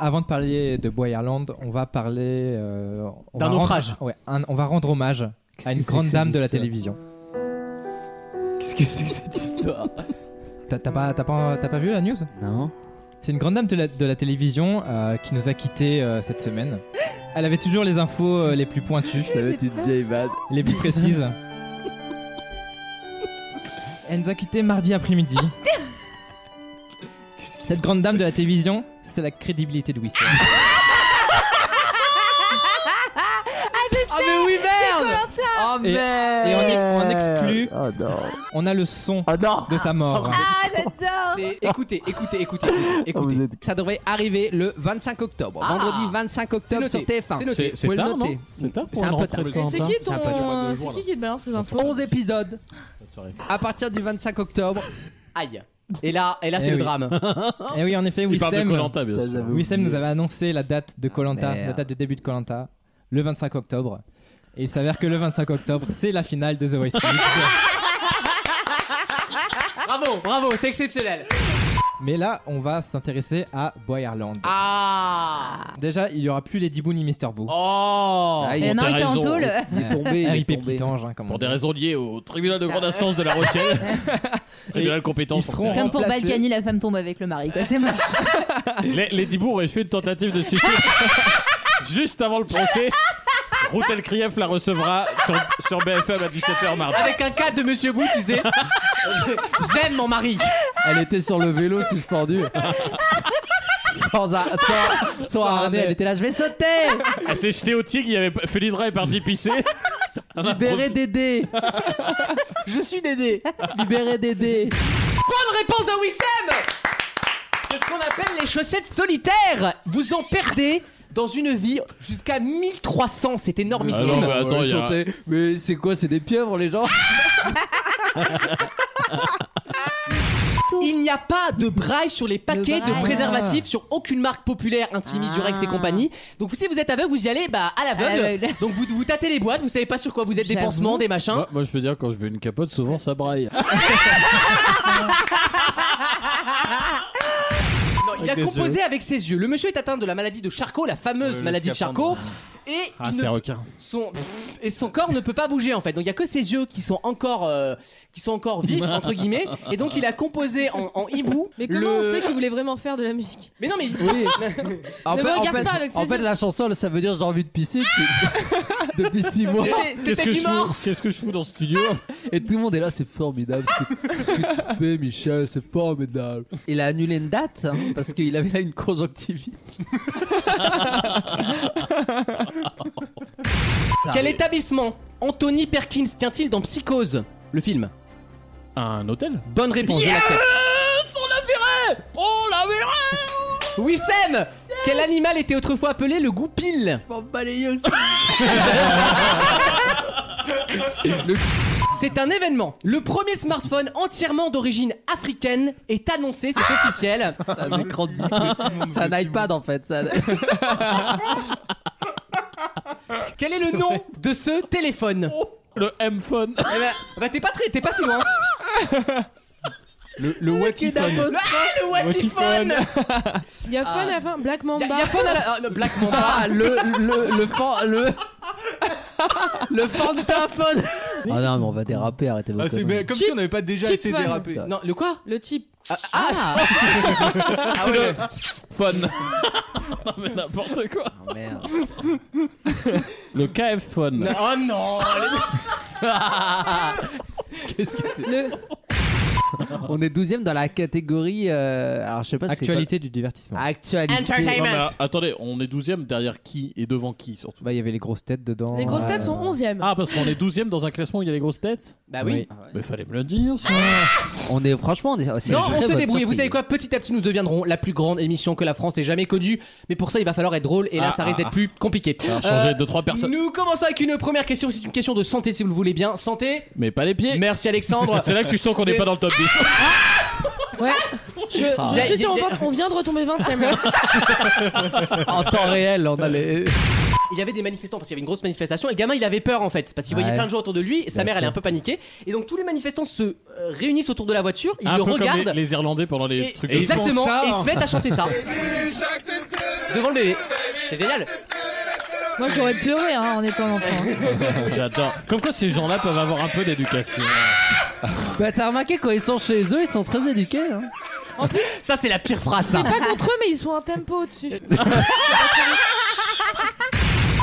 [SPEAKER 6] Avant de parler de Boyerland, on va parler euh, on
[SPEAKER 2] D'un
[SPEAKER 6] va rendre-
[SPEAKER 2] naufrage.
[SPEAKER 6] ouais, un- on va rendre hommage à une
[SPEAKER 4] Qu'est-ce que
[SPEAKER 6] grande
[SPEAKER 4] c'est que
[SPEAKER 6] dame
[SPEAKER 4] cette
[SPEAKER 6] de la
[SPEAKER 4] histoire
[SPEAKER 6] télévision.
[SPEAKER 4] Qu'est-ce que c'est que cette histoire
[SPEAKER 6] T'as t'as pas, t'as pas, t'as pas vu la news
[SPEAKER 4] Non.
[SPEAKER 6] C'est une grande dame de la, de la télévision euh, qui nous a quittés euh, cette semaine. Elle avait toujours les infos euh, les plus pointues,
[SPEAKER 4] Ça va être une vieille vanne.
[SPEAKER 6] les plus précises. Elle nous a quittés mardi après-midi. Cette grande dame de la télévision, c'est la crédibilité de Wissem.
[SPEAKER 2] Ah mais oui merde
[SPEAKER 4] Oh
[SPEAKER 6] Et-
[SPEAKER 4] merde
[SPEAKER 6] et on est- on exclut.
[SPEAKER 4] Oh non
[SPEAKER 6] On a le son
[SPEAKER 4] Oh non
[SPEAKER 6] de sa mort.
[SPEAKER 8] Ah, j'adore
[SPEAKER 2] C'est- Écoutez, écoutez, écoutez, écoutez, écoutez.
[SPEAKER 4] vous êtes-
[SPEAKER 2] Ça devrait arriver le 25 octobre.
[SPEAKER 4] Ah
[SPEAKER 2] vendredi 25 octobre
[SPEAKER 4] C'est
[SPEAKER 2] sur
[SPEAKER 4] noté.
[SPEAKER 2] TF1.
[SPEAKER 4] C'est
[SPEAKER 9] C'est c'est
[SPEAKER 2] Vous pouvez le
[SPEAKER 9] tard, non
[SPEAKER 2] noter.
[SPEAKER 9] C'est tard pour
[SPEAKER 2] C'est
[SPEAKER 9] une
[SPEAKER 2] un peu
[SPEAKER 9] rentrée
[SPEAKER 2] tard.
[SPEAKER 9] de
[SPEAKER 7] Mais c'est
[SPEAKER 9] Corentin.
[SPEAKER 7] qui
[SPEAKER 2] Ça
[SPEAKER 7] ton.
[SPEAKER 2] va pas durer
[SPEAKER 7] euh, C'est qui qui te balance ces infos
[SPEAKER 2] 11 épisodes
[SPEAKER 9] Bonne soirée.
[SPEAKER 2] à partir du 25 octobre. Aïe. Et là, et là c'est
[SPEAKER 6] Eh
[SPEAKER 2] le
[SPEAKER 6] oui.
[SPEAKER 2] drame.
[SPEAKER 6] Et oui, en effet,
[SPEAKER 9] Il parle de
[SPEAKER 6] Wissem.
[SPEAKER 9] Colanta, bien
[SPEAKER 4] Ça,
[SPEAKER 9] sûr.
[SPEAKER 4] Ah. j'avoue. Ah,
[SPEAKER 6] Wissem nous avait annoncé la date de Colanta,
[SPEAKER 4] merde.
[SPEAKER 6] la date de début de Colanta, le 25 octobre. Et il s'avère que le 25 octobre, c'est la finale de The Voice Kids.
[SPEAKER 2] Bravo, bravo, c'est exceptionnel.
[SPEAKER 6] Mais là, on va s'intéresser à Boyerland.
[SPEAKER 2] Ah
[SPEAKER 6] Déjà, il y aura plus les Diboun ni Mr. Boo.
[SPEAKER 2] Oh
[SPEAKER 4] Ah,
[SPEAKER 8] Il
[SPEAKER 4] il
[SPEAKER 8] y
[SPEAKER 4] est
[SPEAKER 8] en a un qui est en
[SPEAKER 9] raison.
[SPEAKER 8] tôle.
[SPEAKER 4] il est tombé, il est
[SPEAKER 6] RIP
[SPEAKER 4] tombé.
[SPEAKER 6] Petit Ange, hein, comme on
[SPEAKER 9] Pour des
[SPEAKER 6] dit.
[SPEAKER 9] raisons liées au tribunal de grande instance de la Rochelle. tribunal compétent.
[SPEAKER 6] Ils
[SPEAKER 9] sur
[SPEAKER 6] seront-
[SPEAKER 9] terre.
[SPEAKER 8] Comme pour
[SPEAKER 6] remplacer.
[SPEAKER 8] Balkany, la femme tombe avec le mari, quoi. C'est moche.
[SPEAKER 9] Les, les Dibourg auraient fait une tentative de suicide juste avant le procès. Routel Krief la recevra sur, sur BFM à 17h mardi.
[SPEAKER 2] Avec un cadre de Monsieur Bou, tu sais. J'aime mon mari.
[SPEAKER 4] Elle était sur le vélo suspendu. sans, a- sans, sans harnais, elle était là, je vais sauter
[SPEAKER 9] Elle s'est jetée au tigre, il y avait pas- Felidra est parti pisser. Un
[SPEAKER 4] Libérez Dédé Je suis Dédé Libérez Dédé
[SPEAKER 2] Bonne réponse de Wissem C'est ce qu'on appelle les chaussettes solitaires. Vous en perdez dans une vie jusqu'à 1300, c'est
[SPEAKER 9] Ah non,
[SPEAKER 2] énormissime.
[SPEAKER 9] mais attends, il y a-
[SPEAKER 4] Sauter. Mais c'est quoi, c'est des pieuvres les gens
[SPEAKER 2] Il n'y a pas de braille sur les paquets de
[SPEAKER 8] braille.
[SPEAKER 2] préservatifs sur aucune marque populaire, Intimi,
[SPEAKER 8] Ah.
[SPEAKER 2] Durex et compagnie. Donc si vous êtes aveugle, vous y allez bah, à l'aveugle.
[SPEAKER 8] À l'aveugle.
[SPEAKER 2] Donc vous, vous tâtez les boîtes, vous savez pas sur quoi vous êtes, des
[SPEAKER 8] J'avoue.
[SPEAKER 2] pansements, des machins.
[SPEAKER 9] Moi, moi, je peux dire, quand je mets une capote, souvent ça braille.
[SPEAKER 2] Non, il a
[SPEAKER 9] Avec les
[SPEAKER 2] composé avec ses yeux. Le monsieur est atteint de la maladie de Charcot, la fameuse maladie de Charcot. Et,
[SPEAKER 9] Ah,
[SPEAKER 2] il
[SPEAKER 9] c'est
[SPEAKER 2] ne-
[SPEAKER 9] requin.
[SPEAKER 2] son, et son corps ne peut pas bouger en fait. Donc il y a que ses yeux qui sont encore, euh, qui sont encore vifs, entre guillemets. Et donc il a composé en, en hibou.
[SPEAKER 7] Mais comment
[SPEAKER 2] le-
[SPEAKER 7] on sait qu'il voulait vraiment faire de la musique
[SPEAKER 2] Mais non, mais.
[SPEAKER 4] Oui En
[SPEAKER 7] Ne
[SPEAKER 4] fait,
[SPEAKER 7] me
[SPEAKER 4] en
[SPEAKER 7] regarde
[SPEAKER 4] fait-
[SPEAKER 7] pas avec
[SPEAKER 4] en
[SPEAKER 7] ses
[SPEAKER 4] fait,
[SPEAKER 7] yeux.
[SPEAKER 4] la chanson, ça veut dire j'ai envie de pisser depuis- depuis 6 mois.
[SPEAKER 2] C'était-
[SPEAKER 9] Qu'est-ce que,
[SPEAKER 2] C'était
[SPEAKER 9] je
[SPEAKER 2] du
[SPEAKER 9] fous,
[SPEAKER 2] morse
[SPEAKER 9] qu'est-ce que je fous dans ce studio
[SPEAKER 4] Et tout le monde est là, c'est formidable ce que, ce que tu fais, Michel, c'est formidable. Il a annulé une date hein, parce qu'il avait là une conjonctivite.
[SPEAKER 2] Quel établissement Anthony Perkins tient-il dans Psychose Le film.
[SPEAKER 9] Un hôtel
[SPEAKER 2] Bonne réponse, je l'accepte. On l'a verrait On l'a verrait Wissem Quel animal était autrefois appelé le goupil Le- C'est un événement. Le premier smartphone entièrement d'origine africaine est annoncé, c'est officiel.
[SPEAKER 4] C'est un écran de Ah C'est un iPad en fait. ça-
[SPEAKER 2] Quel est le nom de ce téléphone
[SPEAKER 9] Oh. Le M-Phone.
[SPEAKER 2] Eh ben, bah t'es pas très, t'es pas si loin.
[SPEAKER 5] Le, le Watiphone.
[SPEAKER 2] Ah, le Watiphone
[SPEAKER 7] Il y a Fun à la fin, Black
[SPEAKER 2] Ah. Y a-
[SPEAKER 7] Mamba.
[SPEAKER 2] y a phone à la- ah, le Black Mamba.
[SPEAKER 4] Ah, le. Le. Le. fan- le...
[SPEAKER 2] Le phone de ta phone.
[SPEAKER 4] Ah non, mais on va déraper, arrêtez vos
[SPEAKER 5] Ah, c'est mais
[SPEAKER 4] conneries.
[SPEAKER 5] comme si on n'avait pas déjà
[SPEAKER 7] Cheap
[SPEAKER 5] essayé de
[SPEAKER 7] fan.
[SPEAKER 5] déraper.
[SPEAKER 4] Ça.
[SPEAKER 2] Non, le quoi
[SPEAKER 7] Le chip.
[SPEAKER 2] Ah,
[SPEAKER 9] C'est le Phone. non, mais n'importe quoi.
[SPEAKER 4] Ah, merde.
[SPEAKER 9] Le KF-Phone.
[SPEAKER 2] Non, Oh non
[SPEAKER 9] Ah.
[SPEAKER 7] Le...
[SPEAKER 4] On est 12ème dans la catégorie. euh, Alors je sais pas Ah. si c'est quoi-
[SPEAKER 6] Actualité du divertissement.
[SPEAKER 4] Actualité.
[SPEAKER 2] Entertainment.
[SPEAKER 9] Non, mais, ah, attendez, on est 12ème derrière qui et devant qui surtout
[SPEAKER 6] Bah, il y avait les grosses têtes dedans.
[SPEAKER 7] Les grosses têtes
[SPEAKER 6] Euh,
[SPEAKER 7] sont 11 e
[SPEAKER 9] Ah, parce qu'on est 12ème dans un classement où il y a les grosses têtes
[SPEAKER 2] Bah oui.
[SPEAKER 9] Mais fallait me le dire, ça.
[SPEAKER 4] On est. Franchement, on est. oh, c'est
[SPEAKER 2] Non,
[SPEAKER 4] une
[SPEAKER 2] on
[SPEAKER 4] très
[SPEAKER 2] se
[SPEAKER 4] bonne
[SPEAKER 2] débrouille. Vous
[SPEAKER 4] surprise.
[SPEAKER 2] savez quoi Petit à petit, nous deviendrons la plus grande émission que la France ait jamais connue. Mais pour ça, il va falloir être drôle. Et là,
[SPEAKER 9] Ah,
[SPEAKER 2] ça
[SPEAKER 9] ah,
[SPEAKER 2] risque d'être
[SPEAKER 9] ah.
[SPEAKER 2] plus compliqué.
[SPEAKER 9] Alors, changer
[SPEAKER 2] Euh,
[SPEAKER 9] de trois personnes.
[SPEAKER 2] Nous commençons avec une première question. C'est une question de santé, si vous le voulez bien. Santé.
[SPEAKER 9] Mais pas les pieds.
[SPEAKER 2] Merci Alexandre.
[SPEAKER 9] C'est là que tu sens qu'on n'est pas dans le top 10.
[SPEAKER 7] Ouais. Je, je
[SPEAKER 4] Ah.
[SPEAKER 2] Y a-
[SPEAKER 7] suis sûr, on,
[SPEAKER 2] y a-
[SPEAKER 7] vient- on vient de retomber 20 e
[SPEAKER 4] En temps réel, on a les.
[SPEAKER 2] Il y avait des manifestants parce qu'il y avait une grosse manifestation. Et le gamin, il avait peur en fait parce qu'il voyait
[SPEAKER 4] Ouais.
[SPEAKER 2] plein de gens autour de lui. Et sa
[SPEAKER 4] Bien
[SPEAKER 2] mère, elle est
[SPEAKER 4] sûr.
[SPEAKER 2] un peu paniquée. Et donc tous les manifestants se euh, réunissent autour de la voiture. Ils
[SPEAKER 9] un
[SPEAKER 2] le
[SPEAKER 9] peu
[SPEAKER 2] regardent.
[SPEAKER 9] comme les, les Irlandais pendant les
[SPEAKER 2] Et-
[SPEAKER 9] trucs de
[SPEAKER 2] exactement,
[SPEAKER 9] France.
[SPEAKER 2] et ils se mettent à chanter ça devant le bébé. C'est génial.
[SPEAKER 7] Moi, j'aurais pleuré hein, en étant l'enfant.
[SPEAKER 9] J'adore. Comme quoi ces gens-là peuvent avoir un peu d'éducation.
[SPEAKER 4] Bah, t'as remarqué, quand ils sont chez eux, ils sont très éduqués. Hein.
[SPEAKER 2] Ça, c'est la pire phrase, ça.
[SPEAKER 7] C'est pas contre eux, mais ils sont un tempo au-dessus.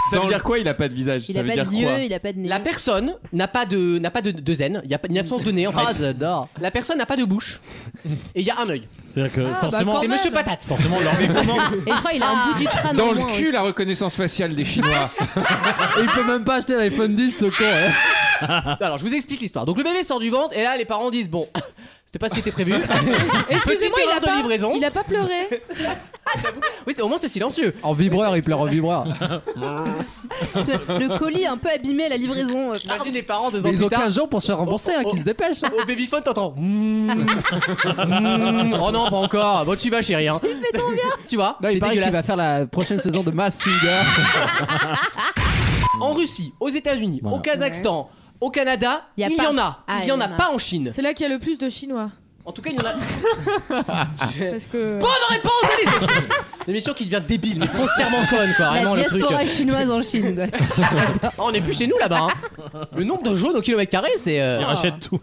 [SPEAKER 11] Ça veut dire quoi Il a pas de visage.
[SPEAKER 8] Il
[SPEAKER 11] ça
[SPEAKER 8] a
[SPEAKER 11] veut
[SPEAKER 8] pas
[SPEAKER 11] dire
[SPEAKER 8] de yeux,
[SPEAKER 11] quoi
[SPEAKER 8] il a pas de nez.
[SPEAKER 2] La personne n'a pas de n'a pas de, de zen, il y a pas- une absence de nez en
[SPEAKER 4] Ah,
[SPEAKER 2] fait.
[SPEAKER 4] j'adore.
[SPEAKER 2] La personne n'a pas de bouche et il y a un œil.
[SPEAKER 9] C'est-à-dire que
[SPEAKER 7] bah,
[SPEAKER 9] forcément,
[SPEAKER 7] quand
[SPEAKER 2] C'est
[SPEAKER 7] même.
[SPEAKER 2] Monsieur Patate.
[SPEAKER 9] forcément leur mais comment
[SPEAKER 8] Et je crois qu'il a un bout du crâne
[SPEAKER 5] Dans
[SPEAKER 8] en
[SPEAKER 5] le
[SPEAKER 8] moins
[SPEAKER 5] cul, la reconnaissance faciale des Chinois.
[SPEAKER 4] Et il peut même pas acheter un iPhone 10, ce con. hein.
[SPEAKER 2] Alors je vous explique l'histoire. Donc le bébé sort du ventre et là les parents disent bon c'était pas ce qui était prévu.
[SPEAKER 7] Excusez-moi, il,
[SPEAKER 2] erreur
[SPEAKER 7] a
[SPEAKER 2] de
[SPEAKER 7] pas-
[SPEAKER 2] livraison.
[SPEAKER 7] il a pas pleuré.
[SPEAKER 2] Oui c'est- au moins c'est silencieux.
[SPEAKER 4] En vibreur, il pleure en vibreur.
[SPEAKER 8] Le colis un peu abîmé à la livraison. euh,
[SPEAKER 2] Imagine les parents deux ans
[SPEAKER 4] Mais ils
[SPEAKER 2] plus
[SPEAKER 4] ont
[SPEAKER 2] tard.
[SPEAKER 4] 15 jours pour se faire rembourser, hein,
[SPEAKER 2] Oh, oh,
[SPEAKER 4] qu'ils se dépêchent. hein.
[SPEAKER 2] Au babyphone t'entends. Mm. Mm. Oh non pas encore. Bon tu vas chérie. Hein.
[SPEAKER 8] fais ton
[SPEAKER 2] Tu vois
[SPEAKER 4] Là,
[SPEAKER 2] c'est
[SPEAKER 4] il paraît qu'il
[SPEAKER 2] dégueulasse.
[SPEAKER 4] va faire la prochaine saison de Mass Singer.
[SPEAKER 2] En Russie, aux États-Unis, au Kazakhstan. Au Canada,
[SPEAKER 8] Y a
[SPEAKER 2] il y
[SPEAKER 8] pas-
[SPEAKER 2] en a.
[SPEAKER 8] Ah,
[SPEAKER 2] il y en a pas en Chine.
[SPEAKER 7] C'est là qu'il y a le plus de Chinois.
[SPEAKER 2] En tout cas, il y en a.
[SPEAKER 7] Parce que.
[SPEAKER 2] Bonne réponse, Alice Smith L'émission qui devient débile, mais foncièrement conne, quoi.
[SPEAKER 8] La
[SPEAKER 2] Vraiment, le truc.
[SPEAKER 8] diaspora chinoise en Chine. quoi.
[SPEAKER 2] Ah, on n'est plus chez nous là-bas. hein. Le nombre de jaunes au kilomètre carré, c'est. euh,
[SPEAKER 9] Ils rachètent tout.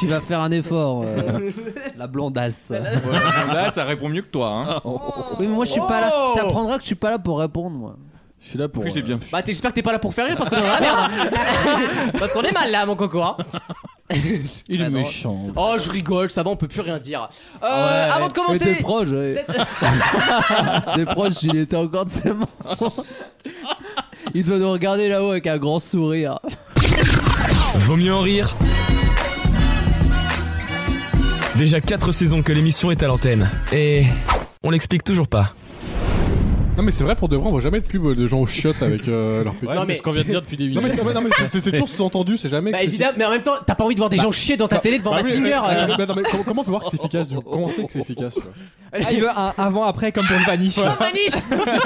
[SPEAKER 4] tu vas faire un effort, euh, la blondasse. Oh.
[SPEAKER 11] Là, ça répond mieux que toi. Hein.
[SPEAKER 2] Oh.
[SPEAKER 4] Oui, mais moi, je suis pas là. T'apprendras que je suis pas là pour répondre, moi.
[SPEAKER 9] Je suis là pour.
[SPEAKER 11] Après, j'ai
[SPEAKER 9] euh,
[SPEAKER 11] bien fait.
[SPEAKER 2] Bah, t'es- j'espère que t'es pas là pour faire rire parce qu'on est dans la merde. hein. parce qu'on est mal là, mon coco. hein.
[SPEAKER 9] Il
[SPEAKER 4] Ah,
[SPEAKER 9] est
[SPEAKER 4] non.
[SPEAKER 9] méchant.
[SPEAKER 2] Oh, je rigole, ça va, on peut plus rien dire. Euh,
[SPEAKER 4] Ouais,
[SPEAKER 2] avant de
[SPEAKER 4] et Des
[SPEAKER 2] commencer.
[SPEAKER 4] proches, ouais.
[SPEAKER 2] cette-
[SPEAKER 4] des proches, il était encore de ses mains. Il doit nous regarder là-haut avec un grand sourire.
[SPEAKER 1] Vaut mieux en rire. Déjà 4 saisons que l'émission est à l'antenne. Et on l'explique toujours pas.
[SPEAKER 12] Non mais c'est vrai pour de vrai on voit jamais de pub de gens aux chiottes avec euh, leur
[SPEAKER 9] Ouais,
[SPEAKER 12] putain.
[SPEAKER 2] Non,
[SPEAKER 9] c'est
[SPEAKER 2] mais-
[SPEAKER 9] ce qu'on vient de dire depuis des
[SPEAKER 12] Non mais,
[SPEAKER 9] minutes.
[SPEAKER 12] non, mais- non, mais c'est c'est toujours sous-entendu, c'est jamais.
[SPEAKER 2] Bah,
[SPEAKER 12] que c'est-
[SPEAKER 2] évidemment, mais en même temps, t'as pas envie de voir des gens chier dans ta télé devant
[SPEAKER 12] Bah
[SPEAKER 2] ma
[SPEAKER 12] oui, mais-
[SPEAKER 2] singer. euh.
[SPEAKER 12] mais- mais- non, mais comment, comment on peut voir que c'est efficace du coup Comment on sait que c'est efficace quoi
[SPEAKER 6] Ah, il veut un avant-après comme pour le vanish.
[SPEAKER 2] Oh, Maniche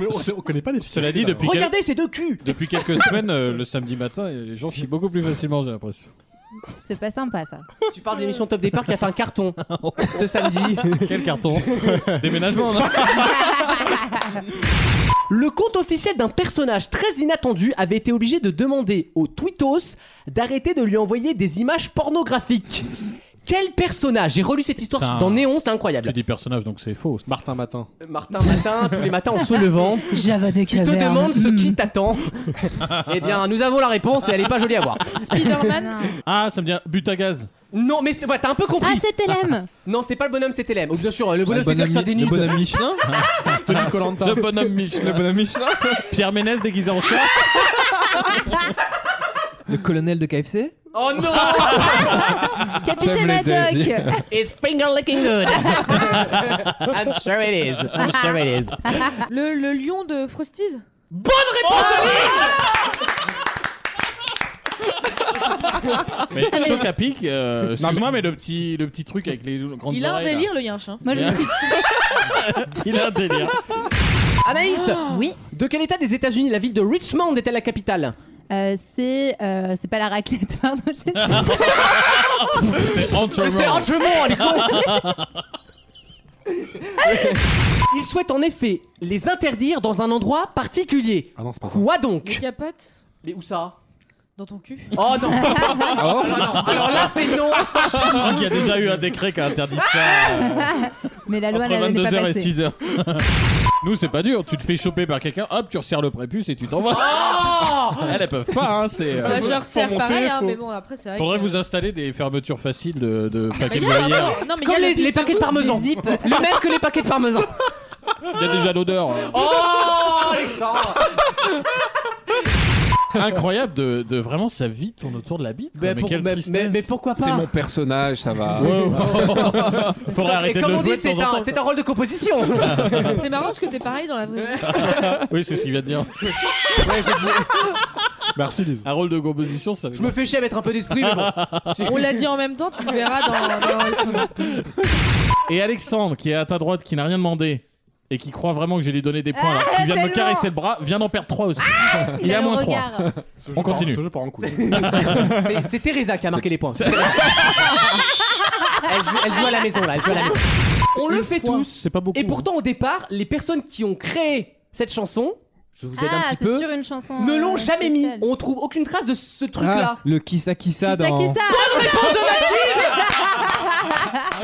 [SPEAKER 12] Mais on, sait- on connaît pas les.
[SPEAKER 9] Cela dit, depuis, quel-
[SPEAKER 2] Regardez ces deux culs
[SPEAKER 9] depuis quelques semaines, euh, le samedi matin, les gens chient beaucoup plus facilement, j'ai l'impression.
[SPEAKER 8] C'est pas sympa ça.
[SPEAKER 2] Tu parles de l'émission Top Départ qui a fait un carton ce samedi.
[SPEAKER 9] Quel carton Déménagement, hein. non
[SPEAKER 2] Le compte officiel d'un personnage très inattendu avait été obligé de demander au Twittos d'arrêter de lui envoyer des images pornographiques. Quel personnage J'ai relu cette histoire
[SPEAKER 9] C'est un-
[SPEAKER 2] dans Néon, c'est
[SPEAKER 9] Tu
[SPEAKER 2] incroyable.
[SPEAKER 9] dis personnage, donc c'est faux.
[SPEAKER 12] Martin Matin.
[SPEAKER 2] Euh, Martin Matin, tous les matins en se levant,
[SPEAKER 8] Java de
[SPEAKER 2] tu te demandes ce qui t'attend. eh bien, nous avons la réponse et elle est pas jolie à voir.
[SPEAKER 7] Spider-Man.
[SPEAKER 9] Ah, ça me dit but à gaz.
[SPEAKER 2] Non, mais c'est- ouais, t'as un peu
[SPEAKER 8] Ah,
[SPEAKER 2] compris.
[SPEAKER 8] c'était l'aime
[SPEAKER 2] non, c'est pas le bonhomme, c'était l'aime. Ou bien sûr, le bonhomme, c'est Dirk des
[SPEAKER 12] Le bonhomme Michelin Tony Colanta.
[SPEAKER 9] Le bonhomme Michelin.
[SPEAKER 12] bonhomme Michelin
[SPEAKER 9] Pierre Ménès déguisé en chat.
[SPEAKER 6] Le colonel de KFC
[SPEAKER 2] Oh non
[SPEAKER 8] Capitaine Haddock
[SPEAKER 2] It's finger looking good. I'm sure it is. I'm sure it is.
[SPEAKER 7] Le, le lion de Frosties.
[SPEAKER 2] Bonne réponse de Nick
[SPEAKER 9] Mais choc à pic, euh, excuse-moi, mais le petit, le petit truc avec les grandes
[SPEAKER 7] Il a un
[SPEAKER 9] oreilles, là.
[SPEAKER 7] délire, le yinche. hein.
[SPEAKER 8] Moi je me suis.
[SPEAKER 9] Il a un délire.
[SPEAKER 2] Anaïs
[SPEAKER 8] Oui,
[SPEAKER 2] De quel état des États-Unis la ville de Richmond est-elle la capitale
[SPEAKER 8] euh, c'est. euh, c'est pas la raclette, pardon. j'ai-
[SPEAKER 9] C'est Hunter
[SPEAKER 2] C'est
[SPEAKER 9] Roll.
[SPEAKER 2] Richmond, elle est con. Il souhaite en effet les interdire dans un endroit particulier.
[SPEAKER 12] Ah non, c'est pas ça.
[SPEAKER 2] Quoi
[SPEAKER 7] Les
[SPEAKER 2] donc
[SPEAKER 7] capotes.
[SPEAKER 2] Mais où ça
[SPEAKER 7] Dans ton cul.
[SPEAKER 2] Oh non Alors, non. Alors là, c'est non
[SPEAKER 9] Je crois qu'il y a déjà eu un décret qui a interdit ça euh,
[SPEAKER 8] Mais la loi
[SPEAKER 9] entre
[SPEAKER 8] n'est pas
[SPEAKER 9] 22h et
[SPEAKER 8] passée.
[SPEAKER 9] 6h. Nous, c'est pas dur. Tu te fais choper par quelqu'un, hop, tu resserres le prépuce et tu t'en vas.
[SPEAKER 7] Oh
[SPEAKER 9] Elles, elles peuvent pas, hein. C'est. euh,
[SPEAKER 7] Bah, je leur sers
[SPEAKER 12] monter,
[SPEAKER 7] pareil, hein,
[SPEAKER 12] faut-
[SPEAKER 7] mais bon, après, c'est vrai.
[SPEAKER 9] Faudrait
[SPEAKER 7] que-
[SPEAKER 9] vous installer des fermetures faciles de, de hein.
[SPEAKER 7] Bah,
[SPEAKER 9] paquets
[SPEAKER 7] il
[SPEAKER 9] de
[SPEAKER 7] y a un
[SPEAKER 9] gruyère.
[SPEAKER 7] rapport- Non, mais il y a
[SPEAKER 2] Comme
[SPEAKER 7] le
[SPEAKER 2] les, les
[SPEAKER 7] piste
[SPEAKER 2] paquets de
[SPEAKER 7] route.
[SPEAKER 2] parmesan. Les mêmes que les paquets de parmesan.
[SPEAKER 9] Il y a déjà l'odeur. euh.
[SPEAKER 2] Oh, Alexandre
[SPEAKER 9] Incroyable de, de vraiment sa vie tourne autour de la bite. quoi. Mais,
[SPEAKER 2] pour-
[SPEAKER 9] quelle
[SPEAKER 2] mais-
[SPEAKER 9] tristesse.
[SPEAKER 2] mais- mais pourquoi
[SPEAKER 5] C'est
[SPEAKER 2] pas
[SPEAKER 5] mon personnage, ça va.
[SPEAKER 9] Faudrait
[SPEAKER 2] Et
[SPEAKER 9] arrêter de
[SPEAKER 2] comme
[SPEAKER 9] le
[SPEAKER 2] on
[SPEAKER 9] jouer
[SPEAKER 2] dit,
[SPEAKER 9] de temps
[SPEAKER 2] c'est
[SPEAKER 9] en
[SPEAKER 2] un,
[SPEAKER 9] temps.
[SPEAKER 2] c'est un rôle de composition.
[SPEAKER 7] C'est marrant parce que t'es pareil dans la vraie vie.
[SPEAKER 9] Oui, c'est ce qu'il vient de dire.
[SPEAKER 12] Merci Lise.
[SPEAKER 9] Un rôle de composition, ça.
[SPEAKER 2] Je me fais chier à mettre un peu d'esprit, mais bon.
[SPEAKER 7] On l'a dit en même temps, tu le verras dans. dans...
[SPEAKER 9] Et Alexandre, qui est à ta droite, qui n'a rien demandé et qui croit vraiment que je vais lui donner des points, alors
[SPEAKER 2] Ah,
[SPEAKER 9] qu'il vient de me
[SPEAKER 8] tellement.
[SPEAKER 9] caresser le bras, vient d'en perdre 3 aussi. Il est
[SPEAKER 8] a
[SPEAKER 9] à
[SPEAKER 8] le
[SPEAKER 9] moins
[SPEAKER 8] regard.
[SPEAKER 12] Ce jeu
[SPEAKER 9] On
[SPEAKER 12] part-
[SPEAKER 9] continue.
[SPEAKER 12] Ce jeu part en couille.
[SPEAKER 2] C'est- C'est Teresa qui a marqué les points. Elle joue, elle joue à la maison là, elle joue à la maison. On on le fait tous.
[SPEAKER 9] C'est pas beaucoup.
[SPEAKER 2] Et pourtant, au départ, les personnes qui ont créé cette chanson, je vous aide
[SPEAKER 8] ah,
[SPEAKER 2] un petit
[SPEAKER 8] c'est
[SPEAKER 2] peu,
[SPEAKER 8] sur une chanson.
[SPEAKER 2] ne l'ont
[SPEAKER 8] euh,
[SPEAKER 2] jamais mis.
[SPEAKER 8] spéciale.
[SPEAKER 2] On trouve aucune trace de ce truc-là.
[SPEAKER 6] Ah, le Kissa Kissa dans.
[SPEAKER 8] Qui ça Bonne
[SPEAKER 2] réponse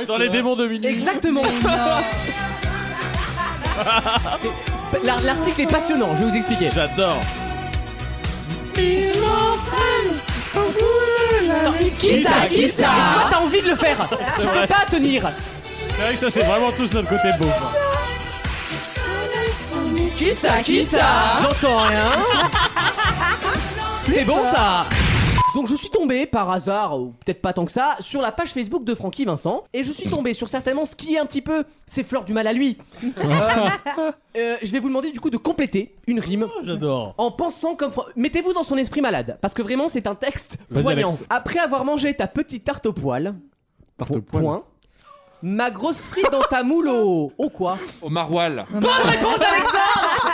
[SPEAKER 2] de
[SPEAKER 9] Dans les démons de minuit.
[SPEAKER 2] Exactement. C'est- l'ar- L'article est passionnant, je vais vous expliquer.
[SPEAKER 9] J'adore.
[SPEAKER 2] Qui ça Qui ça Et Tu vois, t'as envie de le faire.
[SPEAKER 9] C'est
[SPEAKER 2] tu
[SPEAKER 9] vrai.
[SPEAKER 2] peux pas tenir.
[SPEAKER 9] C'est vrai que ça, c'est vraiment tous notre côté beau.
[SPEAKER 2] Qui ça Qui ça J'entends rien. C'est bon ça donc je suis tombé par hasard, ou peut-être pas tant que ça, sur la page Facebook de Francky Vincent, et je suis tombé sur certainement ce qui est un petit peu ses fleurs du mal à lui. Euh, euh, je vais vous demander du coup de compléter une rime.
[SPEAKER 9] J'adore.
[SPEAKER 2] En pensant comme Fran- mettez-vous dans son esprit malade, parce que vraiment c'est un texte
[SPEAKER 9] Vas-y,
[SPEAKER 2] poignant.
[SPEAKER 9] Alex.
[SPEAKER 2] Après avoir mangé ta petite tarte au poil,
[SPEAKER 12] Tarte au poil.
[SPEAKER 2] point. Ma grosse frite dans ta moule au, au quoi
[SPEAKER 5] Au maroilles.
[SPEAKER 2] Bonne réponse Alexandre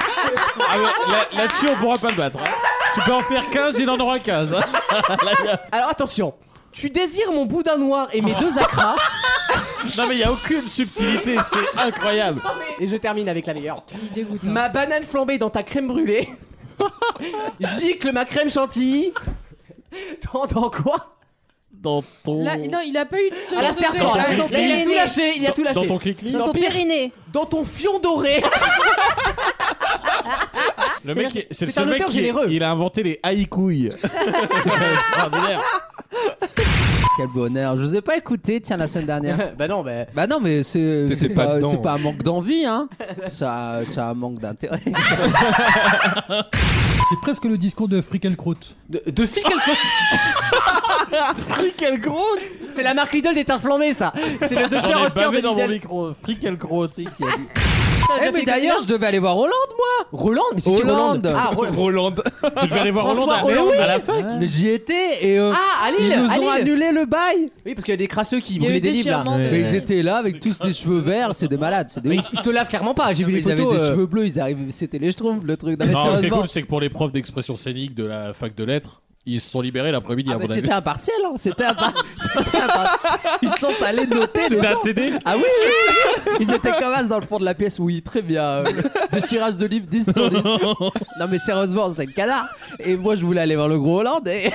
[SPEAKER 9] Ah ouais, là- Là-dessus, on pourra pas le battre. hein. Tu peux en faire 15, il en aura 15. hein. Là, y a-
[SPEAKER 2] Alors attention, tu désires mon boudin noir et mes deux acras.
[SPEAKER 9] non, mais il n'y a aucune subtilité, c'est incroyable.
[SPEAKER 2] Et je termine avec la meilleure.
[SPEAKER 7] hein.
[SPEAKER 2] Ma banane flambée dans ta crème brûlée. Gicle ma crème chantilly. T'entends quoi
[SPEAKER 9] Dans ton.
[SPEAKER 7] Là, non, il a pas eu de seconde
[SPEAKER 2] À Ah, la
[SPEAKER 7] de
[SPEAKER 2] serpente.
[SPEAKER 7] paix.
[SPEAKER 2] Là,
[SPEAKER 7] Dans ton
[SPEAKER 2] il a
[SPEAKER 7] périnée.
[SPEAKER 2] tout lâché, il a
[SPEAKER 9] Dans-
[SPEAKER 2] tout lâché.
[SPEAKER 9] dans ton clic-clic
[SPEAKER 2] Dans
[SPEAKER 8] Dans ton
[SPEAKER 2] pire-
[SPEAKER 8] périnée.
[SPEAKER 2] Dans ton fion doré.
[SPEAKER 9] Le mec,
[SPEAKER 2] C'est-à-dire
[SPEAKER 9] qui- c'est
[SPEAKER 2] que
[SPEAKER 9] le
[SPEAKER 2] c'est un
[SPEAKER 9] seul mec
[SPEAKER 2] auteur
[SPEAKER 9] qui est-
[SPEAKER 2] généreux.
[SPEAKER 9] il a inventé les haïkouilles. c'est extraordinaire.
[SPEAKER 4] Quel bonheur. Je vous ai pas écouté, tiens, la semaine dernière.
[SPEAKER 2] bah non, bah.
[SPEAKER 4] Bah non, mais c'est
[SPEAKER 5] T'étais
[SPEAKER 4] c'est
[SPEAKER 5] pas
[SPEAKER 4] pas,
[SPEAKER 5] dedans.
[SPEAKER 4] c'est pas un manque d'envie, hein. Ça, ça a un manque d'intérêt.
[SPEAKER 10] C'est presque le discours de Frickelkraut.
[SPEAKER 2] De, de fille quelle
[SPEAKER 9] Fric elle grotte
[SPEAKER 2] C'est la marque Lidl des inflammé ça. C'est le docteur
[SPEAKER 9] J'en ai
[SPEAKER 2] Oetker de
[SPEAKER 9] bavé dans mon
[SPEAKER 2] Lidl.
[SPEAKER 9] micro. Fric elle grotte.
[SPEAKER 2] T'as déjà
[SPEAKER 4] Eh,
[SPEAKER 2] fait
[SPEAKER 4] mais d'ailleurs, je devais aller voir Hollande, moi.
[SPEAKER 2] Roland, mais c'est qui Roland
[SPEAKER 4] Hollande.
[SPEAKER 2] Ah, Roland.
[SPEAKER 9] Roland. Tu devais aller voir Roland
[SPEAKER 2] François
[SPEAKER 9] à,
[SPEAKER 2] Hollande.
[SPEAKER 9] à la fac
[SPEAKER 4] Mais j'y étais et euh,
[SPEAKER 2] Ah, à Lille,
[SPEAKER 4] ils nous
[SPEAKER 2] à
[SPEAKER 4] ont
[SPEAKER 2] Lille.
[SPEAKER 4] annulé le bail.
[SPEAKER 2] Oui, parce qu'il y a des crasseux qui
[SPEAKER 7] Il y a
[SPEAKER 2] brûlaient
[SPEAKER 7] eu
[SPEAKER 2] des livres là.
[SPEAKER 7] déchirement de- Ah,
[SPEAKER 4] Mais ils étaient là avec tous des cheveux verts, c'est des malades, c'est des
[SPEAKER 2] Mais
[SPEAKER 4] ouf.
[SPEAKER 2] ils, ils se lavent clairement pas, j'ai vu les
[SPEAKER 4] Ils avaient
[SPEAKER 2] photos.
[SPEAKER 4] des
[SPEAKER 2] euh,
[SPEAKER 4] cheveux bleus, ils arrivaient, c'était les schtroumpfs, le truc. Non, mais
[SPEAKER 9] Non, ce qui est
[SPEAKER 4] sérieusement.
[SPEAKER 9] cool, c'est que pour les profs d'expression scénique de la fac de lettres, ils se sont libérés l'après-midi,
[SPEAKER 4] Ah,
[SPEAKER 9] à
[SPEAKER 4] mais
[SPEAKER 9] mon avis.
[SPEAKER 4] c'était un partiel, hein. c'était un, par- c'était un par- Ils sont allés noter les
[SPEAKER 9] C'était un
[SPEAKER 4] gens.
[SPEAKER 9] TD
[SPEAKER 4] Ah oui, oui, oui. Ils étaient comme as dans le fond de la pièce, oui, très bien. euh, Déchirage de livres, 10 sur 10. Non mais sérieusement, c'était le canard. Et moi, je voulais aller voir le gros Hollande et...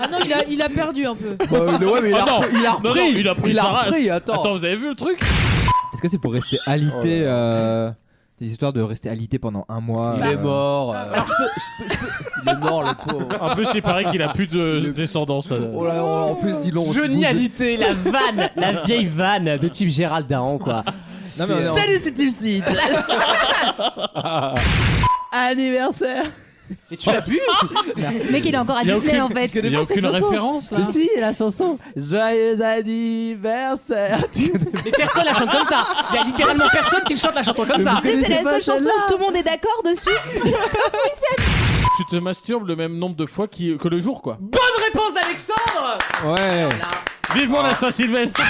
[SPEAKER 7] Ah non, il a, il a perdu un peu.
[SPEAKER 4] Bah, euh, ouais, mais il,
[SPEAKER 9] Ah
[SPEAKER 4] a
[SPEAKER 9] non,
[SPEAKER 4] repris, il a
[SPEAKER 9] non,
[SPEAKER 4] repris.
[SPEAKER 9] non, il a pris
[SPEAKER 4] il
[SPEAKER 9] sa
[SPEAKER 4] a
[SPEAKER 9] race.
[SPEAKER 4] repris, attends.
[SPEAKER 9] vous avez vu le truc
[SPEAKER 6] Est-ce que c'est pour rester alité euh, Des histoires de rester alité pendant un mois
[SPEAKER 4] Il est
[SPEAKER 6] euh,
[SPEAKER 4] mort. euh, Il est mort, le pauvre.
[SPEAKER 9] En plus, il paraît qu'il a plus de descendance. euh.
[SPEAKER 4] Oh là là, en plus, ils l'ont.
[SPEAKER 2] Génialité, la vanne, la vieille vanne de type Gérald Dahan, quoi.
[SPEAKER 6] Non, mais on est en-
[SPEAKER 4] Salut, c'est Tipsy. Anniversaire.
[SPEAKER 2] Et tu l'as bu
[SPEAKER 8] Le mec, il est encore à
[SPEAKER 9] Il y a
[SPEAKER 8] Disney
[SPEAKER 9] aucune-
[SPEAKER 8] en fait.
[SPEAKER 9] il y a aucune référence là.
[SPEAKER 4] Mais si, la chanson Joyeux anniversaire. Tu connais
[SPEAKER 2] Mais personne la chante comme ça. Il y a littéralement personne qui le chante la chantant comme ça.
[SPEAKER 9] Ah,
[SPEAKER 8] Tu sais,
[SPEAKER 4] connaissez
[SPEAKER 8] c'est
[SPEAKER 4] pas
[SPEAKER 8] la seule chanson
[SPEAKER 4] celle-là
[SPEAKER 8] où tout le monde est d'accord dessus.
[SPEAKER 9] Tu te masturbes le même nombre de fois qui- que le jour, quoi.
[SPEAKER 2] Bonne réponse d'Alexandre
[SPEAKER 5] Ouais.
[SPEAKER 9] Vivement la Saint-Sylvestre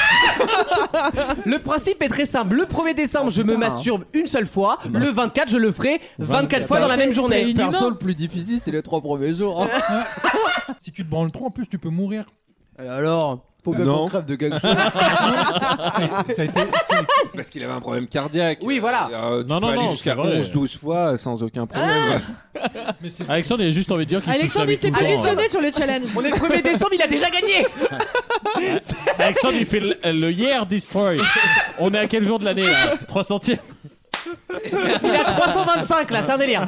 [SPEAKER 2] Le principe est très simple. Le 1er décembre, je me
[SPEAKER 4] putain,
[SPEAKER 2] masturbe une seule fois. Le 24, je le ferai 24 fois dans la même
[SPEAKER 4] C'est
[SPEAKER 2] journée.
[SPEAKER 4] perso, le plus difficile, c'est les trois premiers jours. hein.
[SPEAKER 10] Si tu te branles trop, en plus, tu peux mourir.
[SPEAKER 4] Et alors faut bien
[SPEAKER 12] Non.
[SPEAKER 4] qu'on crève de quelque chose.
[SPEAKER 5] C'est parce qu'il avait un problème cardiaque.
[SPEAKER 2] Oui, voilà.
[SPEAKER 5] Euh, tu
[SPEAKER 9] Non,
[SPEAKER 5] peux
[SPEAKER 9] non,
[SPEAKER 5] aller
[SPEAKER 9] non,
[SPEAKER 5] jusqu'à
[SPEAKER 9] c'est vrai.
[SPEAKER 5] 11-12 fois sans aucun problème.
[SPEAKER 2] Ah
[SPEAKER 9] Alexandre, il a juste envie de dire qu'il se touche la
[SPEAKER 7] Alexandre,
[SPEAKER 9] vie
[SPEAKER 7] il
[SPEAKER 9] tout
[SPEAKER 7] s'est
[SPEAKER 9] le temps.
[SPEAKER 7] positionné sur le challenge.
[SPEAKER 2] On est le 1er décembre, il a déjà gagné.
[SPEAKER 9] euh. Alexandre, il fait le, euh, le Year Destroy. On est à quel jour de l'année là 300 e
[SPEAKER 2] Il a 325 là, c'est un délire.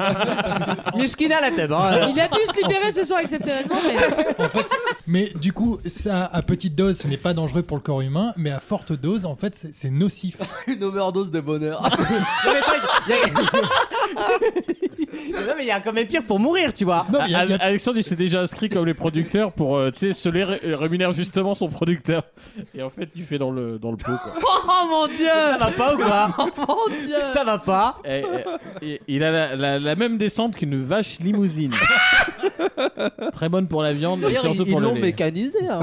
[SPEAKER 2] Mishkina la teub. hein.
[SPEAKER 7] Il a pu se libérer ce soir exceptionnellement, mais
[SPEAKER 10] En fait, mais du coup, ça, à petite dose, ce n'est pas dangereux pour le corps humain, mais à forte dose, en fait, c'est c'est nocif.
[SPEAKER 4] Une overdose de bonheur.
[SPEAKER 2] Non, mais c'est vrai qu'il y a- Non, mais il y a quand même pire pour
[SPEAKER 4] Ah,
[SPEAKER 2] mourir, tu vois.
[SPEAKER 10] Non, mais il y a- il y a-
[SPEAKER 9] Alexandre, il s'est déjà inscrit comme les producteurs pour, euh, tu sais, se rémunère justement son producteur. Et en fait, il fait dans le, dans le pot, quoi.
[SPEAKER 2] Oh mon dieu Ça va pas ou quoi Ça va pas
[SPEAKER 9] Eh, eh, eh, il a la, la- la même descente qu'une vache limousine. Très bonne pour la viande, mais
[SPEAKER 4] D'ailleurs,
[SPEAKER 9] surtout
[SPEAKER 4] ils ils
[SPEAKER 9] pour le
[SPEAKER 4] l'ont
[SPEAKER 9] lait.
[SPEAKER 4] mécanisé. hein.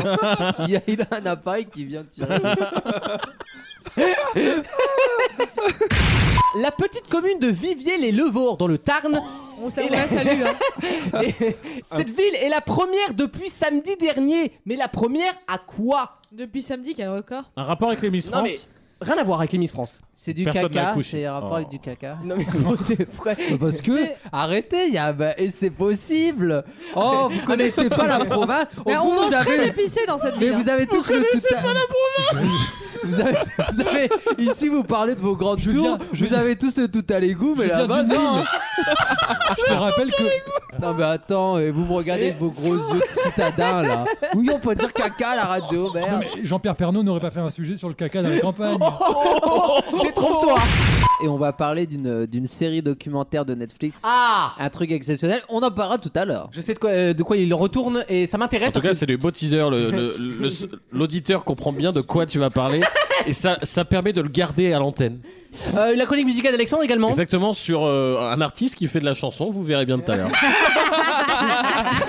[SPEAKER 4] Il, y a, il a un appareil qui vient tirer.
[SPEAKER 2] La petite commune de Viviers-les-Levaurs dans le Tarn.
[SPEAKER 7] on s'a- on la salue. hein.
[SPEAKER 2] Et- Cette ville est la première depuis samedi dernier. Mais la première à quoi
[SPEAKER 7] Depuis samedi, quel record
[SPEAKER 9] Un rapport avec les Miss
[SPEAKER 2] Non,
[SPEAKER 9] France
[SPEAKER 2] mais- Rien à voir avec les Miss France.
[SPEAKER 4] C'est du caca, c'est un rapport avec
[SPEAKER 9] Oh.
[SPEAKER 4] du caca. pourquoi Parce que
[SPEAKER 2] C'est-
[SPEAKER 4] arrêtez, il y a bah, et c'est possible. Oh, vous connaissez pas la province
[SPEAKER 7] Mais
[SPEAKER 4] Au
[SPEAKER 7] on
[SPEAKER 4] bout,
[SPEAKER 7] mange
[SPEAKER 4] vous avez-
[SPEAKER 7] très épicé dans cette
[SPEAKER 4] Mais
[SPEAKER 7] ville. hein.
[SPEAKER 4] vous avez tous le tout à- vous avez, vous avez- ici vous parlez de vos grandes tours, vous avez tous le tout à l'égout, mais
[SPEAKER 10] viens
[SPEAKER 4] là-bas
[SPEAKER 10] du Nil.
[SPEAKER 4] non.
[SPEAKER 10] Je te rappelle que.
[SPEAKER 4] Non mais attends, et vous me regardez avec vos gros yeux de citadin là. Oui, on peut dire caca à la radio,
[SPEAKER 10] Non,
[SPEAKER 4] merde.
[SPEAKER 10] mais Jean-Pierre Pernaud n'aurait pas fait un sujet sur le caca dans les campagnes.
[SPEAKER 4] Détrompe-toi Et on va parler d'une d'une série documentaire de Netflix.
[SPEAKER 2] Ah
[SPEAKER 4] Un truc exceptionnel, on en parlera tout à l'heure.
[SPEAKER 2] Je sais de quoi, euh, de quoi il retourne et ça m'intéresse.
[SPEAKER 9] En tout
[SPEAKER 2] parce
[SPEAKER 9] cas,
[SPEAKER 2] que-
[SPEAKER 9] c'est du beau teaser. le- le- le- L'auditeur comprend bien de quoi tu vas parler. Et ça, ça permet de le garder à l'antenne.
[SPEAKER 2] Euh, la chronique musicale d'Alexandre également.
[SPEAKER 9] Exactement sur euh, un artiste qui fait de la chanson, vous verrez bien tout à l'heure.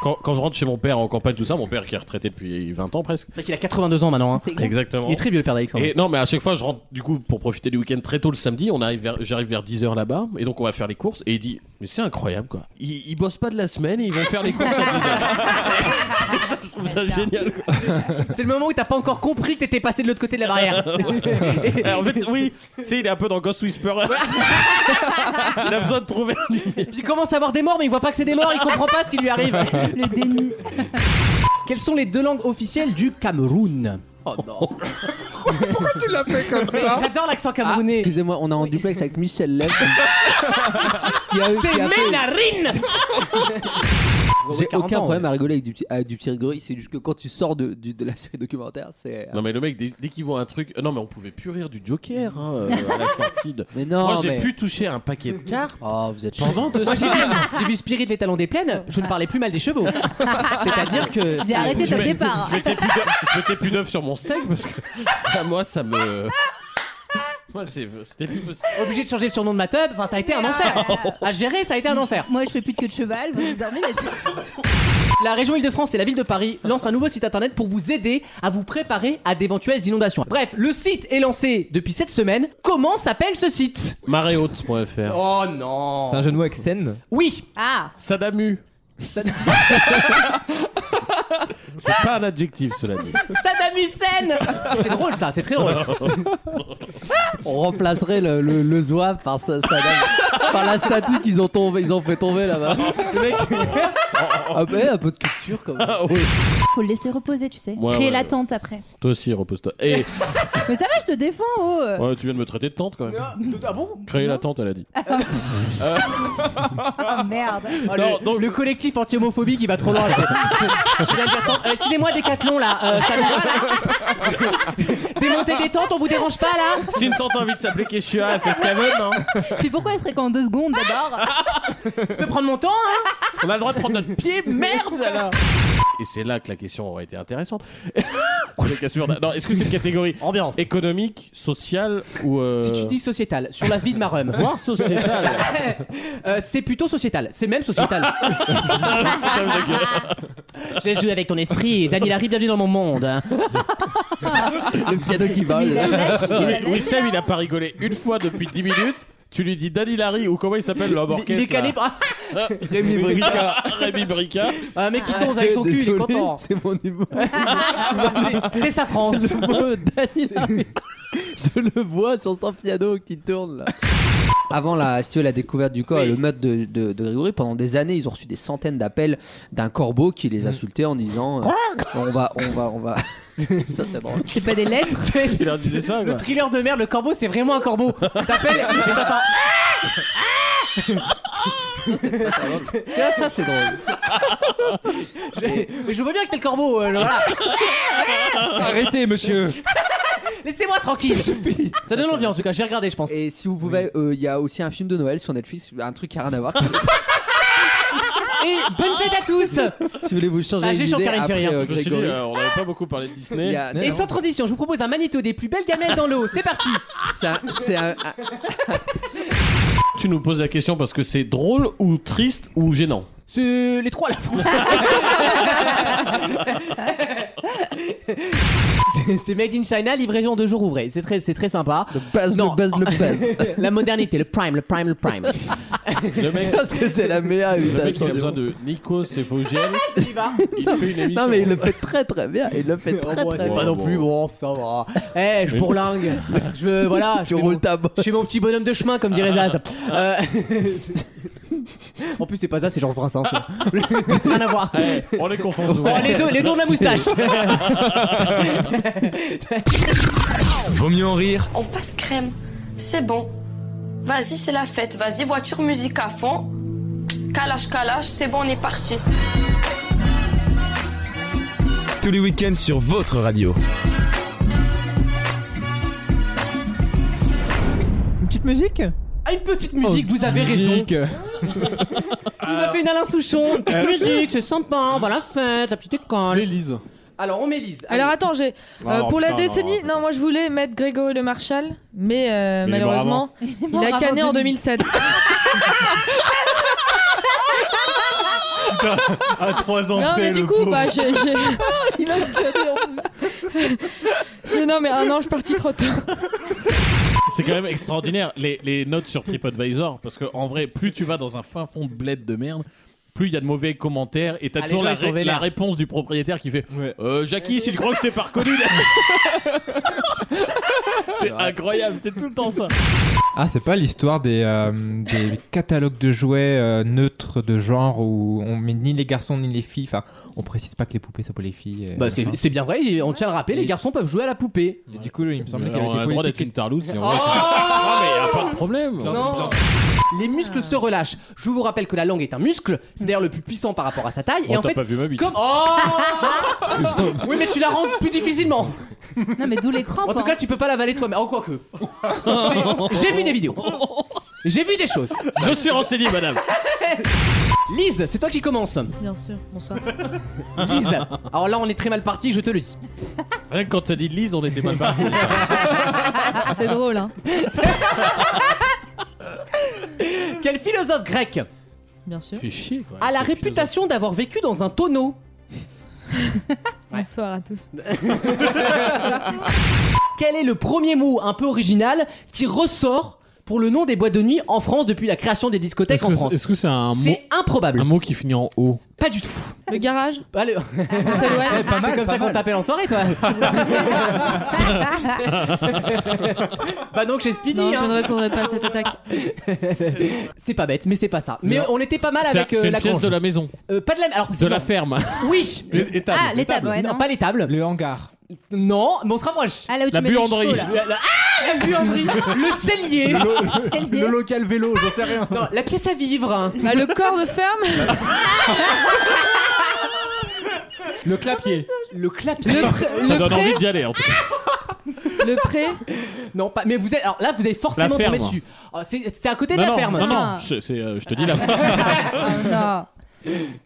[SPEAKER 9] Quand, quand je rentre chez mon père en campagne, tout ça, mon père qui est retraité depuis 20 ans presque.
[SPEAKER 2] C'est vrai qu'il a 82 ans maintenant. hein.
[SPEAKER 9] Exactement.
[SPEAKER 2] Il est très vieux le père d'Alexandre.
[SPEAKER 9] Et non, mais à chaque fois, je rentre du coup pour profiter du week-end très tôt le samedi. On arrive, vers- j'arrive vers 10 h là-bas, et donc on va faire les courses. Et il dit, mais c'est incroyable quoi. Ils, ils bossent pas de la semaine et ils vont faire les courses. à 10 heures. ça, je trouve ça génial. quoi.
[SPEAKER 2] C'est le moment où t'as pas encore compris que t'étais passé de l'autre côté de la barrière.
[SPEAKER 9] Ouais. en fait, oui, tu sais, il est un peu dans Ghost Whisperer. il a besoin de trouver un
[SPEAKER 2] Il commence à voir des morts, mais il voit pas que c'est des morts, il comprend pas ce qui lui arrive. Le déni. Quelles sont les deux langues officielles du Cameroun Oh non.
[SPEAKER 4] Pourquoi tu l'as fait
[SPEAKER 2] comme ça J'adore l'accent camerounais.
[SPEAKER 9] Ah.
[SPEAKER 4] Excusez-moi, on est en duplex avec Michel Lev. Qui a- qui
[SPEAKER 2] C'est
[SPEAKER 4] a fait-
[SPEAKER 2] mes narines
[SPEAKER 4] J'ai
[SPEAKER 2] 40
[SPEAKER 4] aucun
[SPEAKER 2] ans,
[SPEAKER 4] problème
[SPEAKER 2] ouais.
[SPEAKER 4] à rigoler avec du petit, avec du petit rigoris, c'est juste que quand tu sors de, du- de la série documentaire, c'est. euh,
[SPEAKER 9] Non mais le mec dès, dès qu'il voit un truc, Euh, non mais on pouvait plus rire du Joker hein, euh, à la sortie. De...
[SPEAKER 4] Mais non,
[SPEAKER 9] Moi j'ai
[SPEAKER 4] mais-
[SPEAKER 9] pu toucher un paquet de cartes.
[SPEAKER 4] Oh, vous êtes
[SPEAKER 9] Pendant deux
[SPEAKER 2] Moi, j'ai vu,
[SPEAKER 9] semaines.
[SPEAKER 2] j'ai vu Spirit les talons des plaines, je ne parlais plus mal des chevaux. C'est-à-dire que.
[SPEAKER 8] J'ai arrêté
[SPEAKER 9] Je
[SPEAKER 8] dès le
[SPEAKER 9] mets-
[SPEAKER 8] départ.
[SPEAKER 9] Je mettais plus d'œufs- je mettais plus d'œufs sur mon steak parce que ça moi ça me. Moi c'est- c'était plus possible.
[SPEAKER 2] Obligé de changer le surnom de ma teub, enfin ça a été
[SPEAKER 8] Ah.
[SPEAKER 2] un enfer. À gérer, ça a été un enfer.
[SPEAKER 8] Moi, je fais plus de queue de cheval. Vous dormez là-dessus.
[SPEAKER 2] La région Île-de-France et la ville de Paris lancent un nouveau site internet pour vous aider à vous préparer à d'éventuelles inondations. Bref, le site est lancé depuis cette semaine. Comment s'appelle ce site
[SPEAKER 9] Maréhaute.fr.
[SPEAKER 2] Oh non
[SPEAKER 9] C'est un jeu de mots avec scène.
[SPEAKER 2] Oui
[SPEAKER 8] Ah
[SPEAKER 9] Sadamu. C'est pas un adjectif cela dit.
[SPEAKER 2] Saddam Hussein C'est drôle ça, c'est très drôle.
[SPEAKER 4] On remplacerait le, le, le zouave par, sa, sa- par la statue qu'ils ont, tombé, ils ont fait tomber là-bas. Le mec. Ah, ben, un peu de culture quand même.
[SPEAKER 8] Faut le laisser reposer, tu sais.
[SPEAKER 9] Ouais,
[SPEAKER 8] Créer
[SPEAKER 9] ouais.
[SPEAKER 8] l'attente après.
[SPEAKER 9] Toi aussi repose-toi. Et
[SPEAKER 8] Mais ça va, je te défends, oh. euh.
[SPEAKER 9] ouais, tu viens de me traiter de tante quand même.
[SPEAKER 2] Ah bon Ah.
[SPEAKER 9] Créer la tante elle a dit. Euh,
[SPEAKER 8] Ah merde.
[SPEAKER 2] Oh, le, le collectif anti-homophobie qui va trop loin. c'est- Je viens de dire, attends, euh, Excusez-moi, Décathlon là, euh, ça vous va là Démonter des tentes, on vous dérange pas là
[SPEAKER 9] si une tante a envie de s'appeler Keshia, elle fait ce qu'elle veut, non
[SPEAKER 8] Puis pourquoi être qu'en deux secondes d'abord
[SPEAKER 2] Je peux prendre mon temps hein
[SPEAKER 9] On a le droit de prendre notre pied,
[SPEAKER 2] Merde alors
[SPEAKER 9] Et c'est là que la question aurait été intéressante. On est quasiment- non, est-ce que c'est une catégorie
[SPEAKER 2] Ambiance.
[SPEAKER 9] économique, sociale ou euh,
[SPEAKER 2] Si tu dis sociétal, sur la vie de ma rhum.
[SPEAKER 9] voire sociétale
[SPEAKER 2] Euh, c'est plutôt sociétal, c'est même sociétal.
[SPEAKER 9] Ah,
[SPEAKER 2] J'ai joué avec ton esprit, Daniel Harry, bienvenue dans mon monde.
[SPEAKER 4] Le piano qui vole.
[SPEAKER 2] Ah,
[SPEAKER 9] Oui, Wissem, il a pas rigolé une fois depuis 10 minutes. Tu lui dis Danny Larry ou comment il s'appelle l'homme
[SPEAKER 2] Il
[SPEAKER 9] orchestre
[SPEAKER 2] est cané par
[SPEAKER 9] là
[SPEAKER 4] Rémi Brica.
[SPEAKER 9] Rémi Brica.
[SPEAKER 2] un mec qui tombe avec son cul, il est
[SPEAKER 4] Désolé,
[SPEAKER 2] content.
[SPEAKER 4] C'est mon niveau.
[SPEAKER 2] Ah, C'est- C'est sa France.
[SPEAKER 4] Le Daniel, Je le vois sur son piano qui tourne là. Avant la, si tu veux, la découverte du corps et le meurtre de, de, de Grégory, pendant des années, ils ont reçu des centaines d'appels d'un corbeau qui les insultait en disant euh, On va, on va, on va. ça, c'est drôle.
[SPEAKER 8] C'est pas des lettres
[SPEAKER 9] Il leur disait ça,
[SPEAKER 2] Le
[SPEAKER 9] quoi.
[SPEAKER 2] thriller de merde, le corbeau, c'est vraiment un corbeau. T'appelles et t'entends.
[SPEAKER 4] Tu vois, ça, c'est drôle.
[SPEAKER 2] Mais mais je vois bien que t'es le corbeau. euh, voilà.
[SPEAKER 11] Arrêtez, monsieur.
[SPEAKER 2] Laissez-moi tranquille. Ça suffit. Ça donne envie en tout cas, je vais regarder, je pense.
[SPEAKER 4] Et si vous pouvez, euh, il y a aussi un film de Noël sur Netflix, un truc qui a rien à voir.
[SPEAKER 2] Et bonne fête à tous.
[SPEAKER 4] si vous voulez vous changer
[SPEAKER 2] Ça, j'ai
[SPEAKER 4] les idées
[SPEAKER 2] Jean-Pierre
[SPEAKER 4] après,
[SPEAKER 2] Inférieur.
[SPEAKER 4] euh,
[SPEAKER 9] Je me suis dit,
[SPEAKER 4] Grégory.
[SPEAKER 9] euh, on n'avait pas beaucoup parlé de Disney.
[SPEAKER 4] Il y a-
[SPEAKER 2] Et sans transition, je vous propose un magnéto des plus belles gamelles dans l'eau. C'est parti.
[SPEAKER 4] c'est un- c'est un- un-
[SPEAKER 9] Tu nous poses la question parce que c'est drôle ou triste ou gênant
[SPEAKER 2] C'est les trois à la fois. C'est- c'est Made in China, livraison de jours ouvrés. C'est très, c'est très sympa.
[SPEAKER 4] buzz,
[SPEAKER 2] Non.
[SPEAKER 4] le buzz, le buzz.
[SPEAKER 2] La modernité, le prime, le prime, le prime.
[SPEAKER 9] Le mec-
[SPEAKER 4] Parce que c'est la meilleure
[SPEAKER 9] Le mec, il
[SPEAKER 4] imitation
[SPEAKER 9] a
[SPEAKER 4] du
[SPEAKER 9] besoin
[SPEAKER 4] monde.
[SPEAKER 9] de Nikos Sefogel. Il fait une émission.
[SPEAKER 4] Non mais il le fait très très bien, il le fait
[SPEAKER 2] Oh,
[SPEAKER 4] très
[SPEAKER 2] bon,
[SPEAKER 4] très
[SPEAKER 2] c'est pas
[SPEAKER 4] bien.
[SPEAKER 2] non plus bon, ça va. Eh, je bourlingue. Je voilà, je
[SPEAKER 4] Tu
[SPEAKER 2] fais
[SPEAKER 4] roules
[SPEAKER 2] mon-
[SPEAKER 4] ta
[SPEAKER 2] Je suis mon petit bonhomme de chemin comme dirait Zaz. Euh, en plus c'est pas ça, c'est Georges Brassens. ça. Rien à voir.
[SPEAKER 9] Eh, on les confond
[SPEAKER 2] Bon,
[SPEAKER 9] souvent.
[SPEAKER 2] Oh, les deux, les deux ont la moustache.
[SPEAKER 1] Vaut mieux en rire
[SPEAKER 13] On passe crème. C'est bon. Vas-y, c'est la fête. Vas-y, voiture, musique à fond. Kalash, kalash, c'est bon, on est parti.
[SPEAKER 1] tous les week-ends sur votre radio.
[SPEAKER 6] Une petite musique
[SPEAKER 2] Ah, une petite musique, vous avez raison.
[SPEAKER 6] Musique.
[SPEAKER 2] Il m'a fait une Alain Souchon, une
[SPEAKER 9] Euh.
[SPEAKER 2] petite musique, c'est sympa, on va la fête, la petite école.
[SPEAKER 12] Élise.
[SPEAKER 2] Alors on m'élise.
[SPEAKER 7] Ah, Alors attends, j'ai euh,
[SPEAKER 2] Non,
[SPEAKER 7] pour la
[SPEAKER 2] putain, non,
[SPEAKER 7] décennie. Non, moi je voulais mettre Grégory Le Marchal,
[SPEAKER 2] Il
[SPEAKER 7] mais euh,
[SPEAKER 2] est mort
[SPEAKER 7] malheureusement,
[SPEAKER 2] avant.
[SPEAKER 7] il
[SPEAKER 8] mort
[SPEAKER 7] a
[SPEAKER 8] avant
[SPEAKER 7] canné en
[SPEAKER 8] 2000.
[SPEAKER 7] 2007.
[SPEAKER 14] Putain, à 3 ans
[SPEAKER 7] non
[SPEAKER 14] près,
[SPEAKER 7] mais du
[SPEAKER 14] le
[SPEAKER 7] coup,
[SPEAKER 14] pauvre.
[SPEAKER 7] bah j'ai. il a Non mais un an, je suis partie trop tôt.
[SPEAKER 9] C'est quand même extraordinaire les, les notes sur TripAdvisor parce que en vrai, plus tu vas dans un fin fond de bled de merde. Plus il y a de mauvais commentaires et t'as
[SPEAKER 2] Ah, les
[SPEAKER 9] toujours
[SPEAKER 2] gens,
[SPEAKER 9] la,
[SPEAKER 2] ils sont
[SPEAKER 9] ré-
[SPEAKER 2] vénères.
[SPEAKER 9] la réponse du propriétaire qui fait euh, Jackie, si tu crois que je t'ai pas reconnu, c'est incroyable, c'est tout le temps ça.
[SPEAKER 6] Ah, c'est pas l'histoire des, euh, des catalogues de jouets euh, neutres de genre où on met ni les garçons ni les filles. Enfin, on précise pas que les poupées, ça pour les filles. euh,
[SPEAKER 2] Bah c'est
[SPEAKER 6] enfin.
[SPEAKER 2] c'est bien vrai, et on tient à le rappeler, les garçons peuvent jouer à la poupée.
[SPEAKER 6] Et Du coup, il me semblait
[SPEAKER 9] Mais
[SPEAKER 6] qu'il y
[SPEAKER 9] on
[SPEAKER 6] avait
[SPEAKER 9] a
[SPEAKER 6] des
[SPEAKER 9] le droit d'être
[SPEAKER 6] politiques-
[SPEAKER 9] une tarlouse. si on
[SPEAKER 2] Oh
[SPEAKER 9] veut. Non, mais y a pas de problème.
[SPEAKER 2] Non. Les muscles se relâchent. Je vous rappelle que la langue est un muscle, c'est d'ailleurs le plus puissant par rapport à sa taille.
[SPEAKER 9] Oh,
[SPEAKER 2] et en
[SPEAKER 9] t'as
[SPEAKER 2] fait,
[SPEAKER 9] pas vu ma bite.
[SPEAKER 2] comme oh, oui mais tu la rends plus difficilement.
[SPEAKER 8] Non, mais d'où les crampes.
[SPEAKER 2] En tout
[SPEAKER 8] hein.
[SPEAKER 2] cas, tu peux pas l'avaler toi, mais en Oh, quoi que. J'ai- J'ai vu des vidéos. J'ai vu des choses.
[SPEAKER 9] Je suis renseigné, madame.
[SPEAKER 2] Lise, c'est toi qui commence.
[SPEAKER 7] Bien sûr, bonsoir.
[SPEAKER 2] Lise. Alors là, on est très mal parti, je te le dis.
[SPEAKER 9] Rien que quand t'as dit Lise, on était mal parti.
[SPEAKER 7] C'est drôle, hein.
[SPEAKER 2] Quel philosophe grec
[SPEAKER 7] Bien sûr.
[SPEAKER 9] Fais chier, quoi.
[SPEAKER 2] a la réputation d'avoir vécu dans un tonneau
[SPEAKER 7] Bonsoir à tous.
[SPEAKER 2] Quel est le premier mot un peu original qui ressort pour le nom des boîtes de nuit en France depuis la création des discothèques
[SPEAKER 9] Est-ce
[SPEAKER 2] en
[SPEAKER 9] que-
[SPEAKER 2] France
[SPEAKER 9] est-ce que c'est un mot-
[SPEAKER 2] C'est improbable.
[SPEAKER 9] Un mot qui finit en O.
[SPEAKER 2] Pas du tout.
[SPEAKER 7] Le garage
[SPEAKER 2] Pas le-
[SPEAKER 7] s'éloigne.
[SPEAKER 2] Ah, C'est comme Ah, ça qu'on t'appelle en soirée, toi. bah donc chez Speedy.
[SPEAKER 7] Non, je
[SPEAKER 2] hein.
[SPEAKER 7] ne répondrai pas à cette attaque.
[SPEAKER 2] C'est pas bête, mais c'est pas ça. Mais
[SPEAKER 9] Non.
[SPEAKER 2] on était pas mal
[SPEAKER 9] C'est-
[SPEAKER 2] avec euh,
[SPEAKER 9] C'est une
[SPEAKER 2] la
[SPEAKER 9] pièce
[SPEAKER 2] grange.
[SPEAKER 9] de la maison.
[SPEAKER 2] Euh, pas de la. Alors,
[SPEAKER 9] De
[SPEAKER 2] c'est
[SPEAKER 9] la
[SPEAKER 2] bon.
[SPEAKER 9] ferme.
[SPEAKER 2] Oui.
[SPEAKER 8] Ah, les tables, ouais,
[SPEAKER 2] non,
[SPEAKER 8] non.
[SPEAKER 2] pas les tables.
[SPEAKER 6] Le hangar.
[SPEAKER 2] Non, mais on se rapproche.
[SPEAKER 8] Ah, là où tu mets les chevaux, là.
[SPEAKER 2] La- la- Ah, la buanderie. le cellier.
[SPEAKER 14] Le, lo-
[SPEAKER 8] Cellier.
[SPEAKER 14] le local vélo, j'en sais rien.
[SPEAKER 2] Non, la pièce à vivre. hein.
[SPEAKER 7] Bah, le corps de ferme
[SPEAKER 6] Le
[SPEAKER 2] Ah,
[SPEAKER 6] clapier.
[SPEAKER 2] Le clapier.
[SPEAKER 7] Le, pré-
[SPEAKER 9] Ça
[SPEAKER 7] le
[SPEAKER 9] donne
[SPEAKER 7] pré
[SPEAKER 9] envie d'y aller en tout cas.
[SPEAKER 7] Le pré
[SPEAKER 2] Non, pas. Mais vous êtes. Alors là, vous allez forcément
[SPEAKER 9] La ferme.
[SPEAKER 2] tomber dessus. Oh, c'est c'est à côté de
[SPEAKER 9] non,
[SPEAKER 2] la
[SPEAKER 9] non,
[SPEAKER 2] ferme.
[SPEAKER 9] Non,
[SPEAKER 2] ça.
[SPEAKER 9] non, je, c'est, euh, je te dis la
[SPEAKER 8] Non.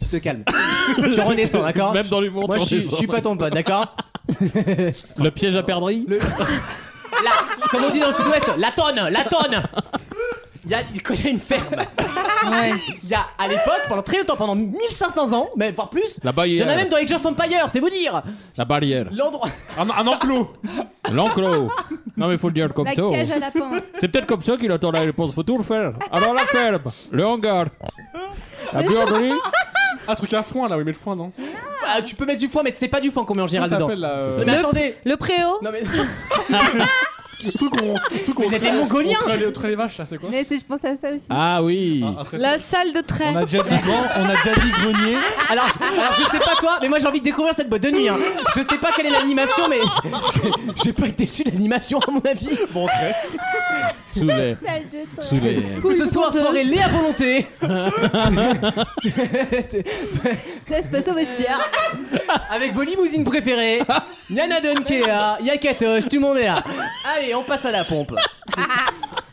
[SPEAKER 2] Tu te calmes. tu redescends, d'accord
[SPEAKER 9] Même dans l'humour,
[SPEAKER 2] Moi,
[SPEAKER 9] tu
[SPEAKER 2] je suis- je
[SPEAKER 9] redescends.
[SPEAKER 2] suis pas ton pote, d'accord
[SPEAKER 9] Le piège à perdrix
[SPEAKER 2] La- Comme on dit dans le sud-ouest, la tonne, la tonne il y a, quand il y a une ferme,
[SPEAKER 7] Ouais.
[SPEAKER 2] il y a à l'époque, pendant très longtemps, pendant 1500 ans, mais voire plus, il
[SPEAKER 9] La
[SPEAKER 2] y
[SPEAKER 9] barrière.
[SPEAKER 2] en a même dans Age of Empire, c'est vous dire
[SPEAKER 9] La barrière.
[SPEAKER 2] L'endroit.
[SPEAKER 9] Un, enclos. L'enclos. Non mais faut le dire comme
[SPEAKER 8] La
[SPEAKER 9] ça.
[SPEAKER 8] cage à lapin.
[SPEAKER 9] C'est peut-être comme ça qu'il attend la réponse. Faut tout le faire. Alors la ferme, le hangar, la buanderie.
[SPEAKER 12] Un Ah, truc à foin là, oui, mais le foin non.
[SPEAKER 2] Ah, tu peux mettre du foin, mais c'est pas du foin qu'on met en général
[SPEAKER 12] Ça
[SPEAKER 2] dedans.
[SPEAKER 12] s'appelle la.
[SPEAKER 2] Mais
[SPEAKER 12] euh,
[SPEAKER 2] attendez
[SPEAKER 7] Le préau
[SPEAKER 2] Non mais.
[SPEAKER 12] Le truc qu'on. le truc qu'on
[SPEAKER 2] Vous êtes des
[SPEAKER 12] traîne-
[SPEAKER 2] Mongoliens.
[SPEAKER 12] On traîne les- on traîne les vaches là, c'est quoi
[SPEAKER 8] Mais c'est- je pense à ça aussi.
[SPEAKER 9] Ah oui.
[SPEAKER 7] La salle de trait.
[SPEAKER 14] On a déjà dit grand, on a déjà dit grenier.
[SPEAKER 2] Alors, alors, je sais pas toi, mais moi j'ai envie de découvrir cette boîte de nuit. hein. Je sais pas quelle est l'animation, mais j'ai- j'ai pas été déçu de l'animation à mon avis.
[SPEAKER 12] Bon, on traîne.
[SPEAKER 9] Sous les.
[SPEAKER 8] Salle de train.
[SPEAKER 9] Sous les.
[SPEAKER 2] Ce soir, soirée lait à volonté.
[SPEAKER 8] Ça se passe au vestiaire.
[SPEAKER 2] Avec vos limousines préférées, Nana Donkea, Yakatoche, tout le monde est là. Allez, on passe à la pompe.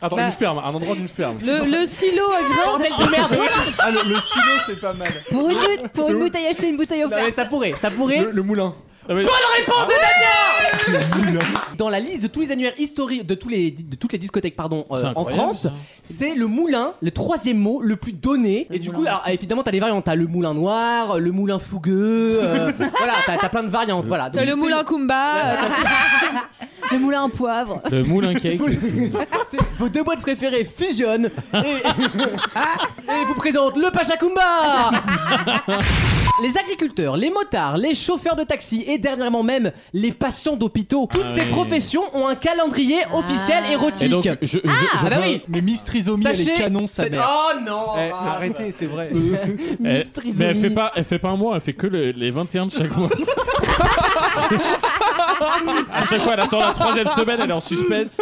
[SPEAKER 12] Attends,
[SPEAKER 7] Bah-
[SPEAKER 12] une ferme, un endroit d'une ferme.
[SPEAKER 7] Le, le silo à grains.
[SPEAKER 2] Bordel de merde
[SPEAKER 14] Ah, le, le silo, c'est pas mal.
[SPEAKER 8] Pour une, bouteille- pour une bouteille, acheter une bouteille
[SPEAKER 2] Non mais
[SPEAKER 8] offerte.
[SPEAKER 2] ça pourrait, ça pourrait.
[SPEAKER 12] Le, le moulin.
[SPEAKER 9] Ah,
[SPEAKER 2] Bonne réponse de Damien Dans la liste de tous les annuaires historiques, de, tous les, de toutes les discothèques pardon, euh,
[SPEAKER 9] C'est
[SPEAKER 2] en
[SPEAKER 9] incroyable,
[SPEAKER 2] France,
[SPEAKER 9] ça.
[SPEAKER 2] c'est le moulin, le troisième mot le plus donné. et du coup, alors, évidemment, t'as les variantes. T'as le moulin noir, le moulin fougueux. euh, voilà, t'as t'as plein de variantes. Voilà.
[SPEAKER 7] T'as
[SPEAKER 2] Donc,
[SPEAKER 7] le
[SPEAKER 2] c'est-
[SPEAKER 7] moulin Kumba. euh,
[SPEAKER 8] Le moulin à poivre.
[SPEAKER 9] Le moulin cake.
[SPEAKER 2] Vos deux boîtes préférées fusionnent et, et vous présente le Pachakumba Les agriculteurs, les motards, les chauffeurs de taxi et dernièrement même les patients d'hôpitaux, toutes
[SPEAKER 15] Ah
[SPEAKER 2] ces
[SPEAKER 15] oui.
[SPEAKER 2] professions ont un calendrier officiel érotique.
[SPEAKER 15] Et donc, je- je-
[SPEAKER 2] ah,
[SPEAKER 15] je
[SPEAKER 2] bah
[SPEAKER 15] peux-
[SPEAKER 2] oui
[SPEAKER 6] Mais Miss Trisomie, elle
[SPEAKER 2] Sachez,
[SPEAKER 6] est canon, sa
[SPEAKER 2] c'est-
[SPEAKER 6] mère.
[SPEAKER 2] Oh non
[SPEAKER 6] Eh, Arrêtez, c'est vrai.
[SPEAKER 9] Eh,
[SPEAKER 6] Trisomie.
[SPEAKER 9] mais elle fait pas, elle fait pas un mois, elle fait que le- les 21 de chaque mois. à chaque fois, elle attend la troisième semaine, elle est en suspense.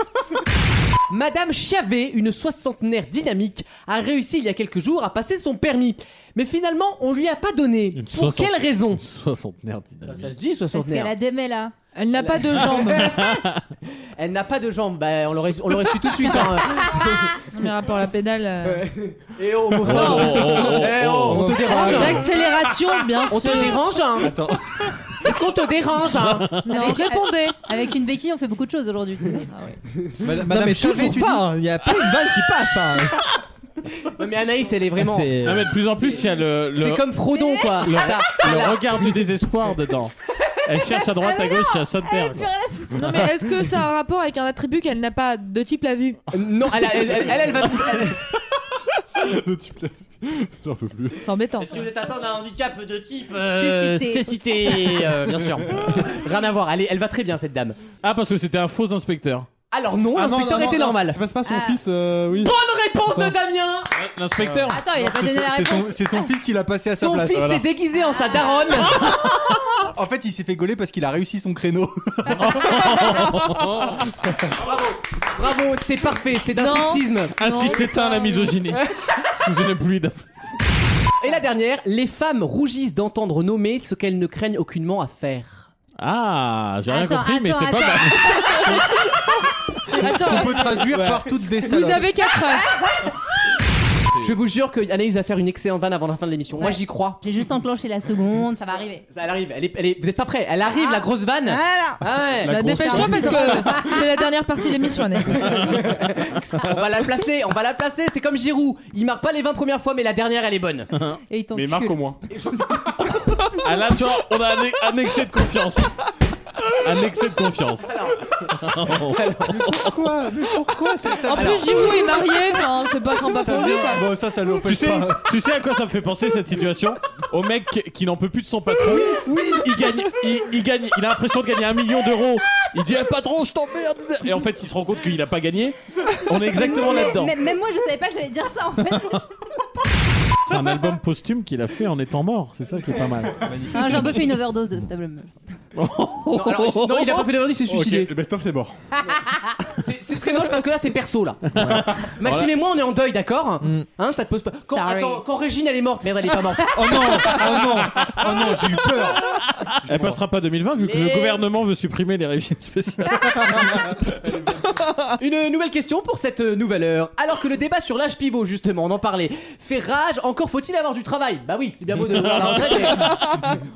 [SPEAKER 2] Madame Chavet, une soixantenaire dynamique, a réussi il y a quelques jours à passer son permis. Mais finalement, on lui a pas donné. Pour
[SPEAKER 15] soixante-
[SPEAKER 2] quelle raison
[SPEAKER 15] Soixantenaire dynamique.
[SPEAKER 2] Ça se dit
[SPEAKER 8] Parce qu'elle
[SPEAKER 2] soixantenaire.
[SPEAKER 8] a des mets là.
[SPEAKER 7] Elle n'a pas de jambes.
[SPEAKER 2] Elle n'a pas de jambes. Bah, on l'aurait on l'aurait su tout de suite. hein.
[SPEAKER 7] Non, mais rapport à la pédale. euh,
[SPEAKER 2] Eh oh, mon frère,
[SPEAKER 7] Oh, oh,
[SPEAKER 15] oh,
[SPEAKER 2] Eh oh, on te dérange. hein.
[SPEAKER 7] L'accélération, bien sûr.
[SPEAKER 2] On te dérange, hein Est-ce qu'on te dérange, hein
[SPEAKER 7] Non,
[SPEAKER 8] Avec-
[SPEAKER 7] répondez. Ah
[SPEAKER 8] Avec une béquille, on fait beaucoup de choses aujourd'hui. tu sais.
[SPEAKER 6] Madame, Madame Chauvet, tu pas. hein. Il y a pas une vanne qui passe. hein.
[SPEAKER 2] Non, mais Anaïs, elle est vraiment. C'est
[SPEAKER 9] Non, mais de plus en plus, il y a le. le-
[SPEAKER 2] comme Frodon, quoi. Ah,
[SPEAKER 9] le,
[SPEAKER 2] T'as- t'as la-
[SPEAKER 9] le regard du désespoir dedans. Elle cherche à droite, à gauche, il y a Sodberg.
[SPEAKER 7] Non, mais est-ce que ça a un rapport avec un attribut qu'elle n'a pas de type la vue
[SPEAKER 2] Non, elle, a- elle, elle, elle va.
[SPEAKER 12] Le type là, J'en peux plus.
[SPEAKER 7] C'est embêtant.
[SPEAKER 2] Est-ce que vous êtes atteint d'un handicap de type
[SPEAKER 7] Cécité.
[SPEAKER 2] cécité euh, Bien sûr. Rien à voir. Elle, est- elle va très bien, cette dame.
[SPEAKER 9] Ah, parce que c'était un faux inspecteur.
[SPEAKER 2] Alors, non,
[SPEAKER 6] Ah, non,
[SPEAKER 2] l'inspecteur
[SPEAKER 6] non, non,
[SPEAKER 2] était
[SPEAKER 6] non.
[SPEAKER 2] normal.
[SPEAKER 6] C'est pas, c'est pas son
[SPEAKER 8] Ah.
[SPEAKER 6] fils, euh, oui. Euh,
[SPEAKER 2] Bonne réponse de Damien
[SPEAKER 9] L'inspecteur
[SPEAKER 8] Attends, il a pas
[SPEAKER 6] C'est
[SPEAKER 8] donné
[SPEAKER 6] son-
[SPEAKER 8] la
[SPEAKER 6] c'est son,
[SPEAKER 8] réponse. Ah.
[SPEAKER 6] c'est son fils qui l'a passé à sa
[SPEAKER 2] Son
[SPEAKER 6] place.
[SPEAKER 2] fils
[SPEAKER 6] voilà. Ah
[SPEAKER 2] s'est déguisé en sa daronne.
[SPEAKER 6] En fait, il s'est fait gauler parce qu'il a réussi son créneau.
[SPEAKER 2] Bravo, c'est parfait, c'est d'un
[SPEAKER 8] Non.
[SPEAKER 2] sexisme.
[SPEAKER 9] Ainsi s'éteint la misogynie. Sous une pluie d'un-
[SPEAKER 2] Et la dernière, les femmes rougissent d'entendre nommer ce qu'elles ne craignent aucunement à faire.
[SPEAKER 9] Ah, j'ai rien
[SPEAKER 8] Attends,
[SPEAKER 9] compris, mais
[SPEAKER 8] attends,
[SPEAKER 9] c'est pas
[SPEAKER 8] attends.
[SPEAKER 9] mal.
[SPEAKER 7] Attends,
[SPEAKER 6] peut traduire par toutes des
[SPEAKER 7] vous avez 4 ans.
[SPEAKER 2] Je vous jure que Anaïs va faire une excellente vanne avant la fin de l'émission. Moi,
[SPEAKER 8] Ouais.
[SPEAKER 2] j'y crois.
[SPEAKER 8] J'ai juste enclenché la seconde, ça va arriver.
[SPEAKER 2] Ça, Elle arrive, elle est, elle est- vous êtes pas prêts Elle arrive, la grosse vanne
[SPEAKER 8] Voilà.
[SPEAKER 2] Ah ouais
[SPEAKER 7] Bah, Dépêche-toi parce que c'est la dernière partie de l'émission, Annette.
[SPEAKER 2] On va la placer, on va la placer, c'est comme Giroud. Il marque pas les 20 premières fois, mais la dernière, elle est bonne.
[SPEAKER 8] Et il tombe.
[SPEAKER 9] Mais marque au moins. ah là, tu vois, on a un, un excès de confiance. Un excès de confiance.
[SPEAKER 6] Pourquoi Mais pourquoi ça, ça-
[SPEAKER 7] En plus, Jimou est marié, enfin, c'est pas sympa
[SPEAKER 6] ça
[SPEAKER 7] pour lui. quoi.
[SPEAKER 6] Bon, ça, ça l'empêche
[SPEAKER 9] tu, sais,
[SPEAKER 6] pas.
[SPEAKER 9] tu sais à quoi ça me fait penser cette situation Au mec qui, qui n'en peut plus de son patron. Il gagne, il, il gagne, il a l'impression de gagner un million d'euros. Il dit Eh, patron, je t'emmerde. Et en fait, il se rend compte qu'il a pas gagné. On est exactement
[SPEAKER 8] Mais-
[SPEAKER 9] là-dedans.
[SPEAKER 8] mais- Même moi, je savais pas que j'allais dire ça en fait.
[SPEAKER 9] C'est un album posthume qu'il a fait en étant mort. C'est ça qui est pas mal.
[SPEAKER 8] Ah, J'ai un peu fait une overdose de cet album.
[SPEAKER 2] Non, alors, non, il a pas fait d'erreur, il s'est suicidé.
[SPEAKER 12] Ok, best-of, c'est mort.
[SPEAKER 2] C'est- C'est très moche parce que là, c'est perso là. Maxime et moi, on est en deuil, d'accord Hein, ça te pose pas. Quand,
[SPEAKER 8] Sorry.
[SPEAKER 2] attends, quand Régine, elle est morte, merde, elle est pas morte.
[SPEAKER 6] Oh non, oh non, oh non, j'ai eu peur.
[SPEAKER 9] Elle passera pas 2020 vu que
[SPEAKER 2] Les-
[SPEAKER 9] le gouvernement veut supprimer les régimes spéciales.
[SPEAKER 2] Une nouvelle question pour cette euh, nouvelle heure. Alors que le débat sur l'âge pivot, justement, on en parlait, fait rage, encore faut-il avoir du travail Bah oui, c'est bien beau de voir la retraite, mais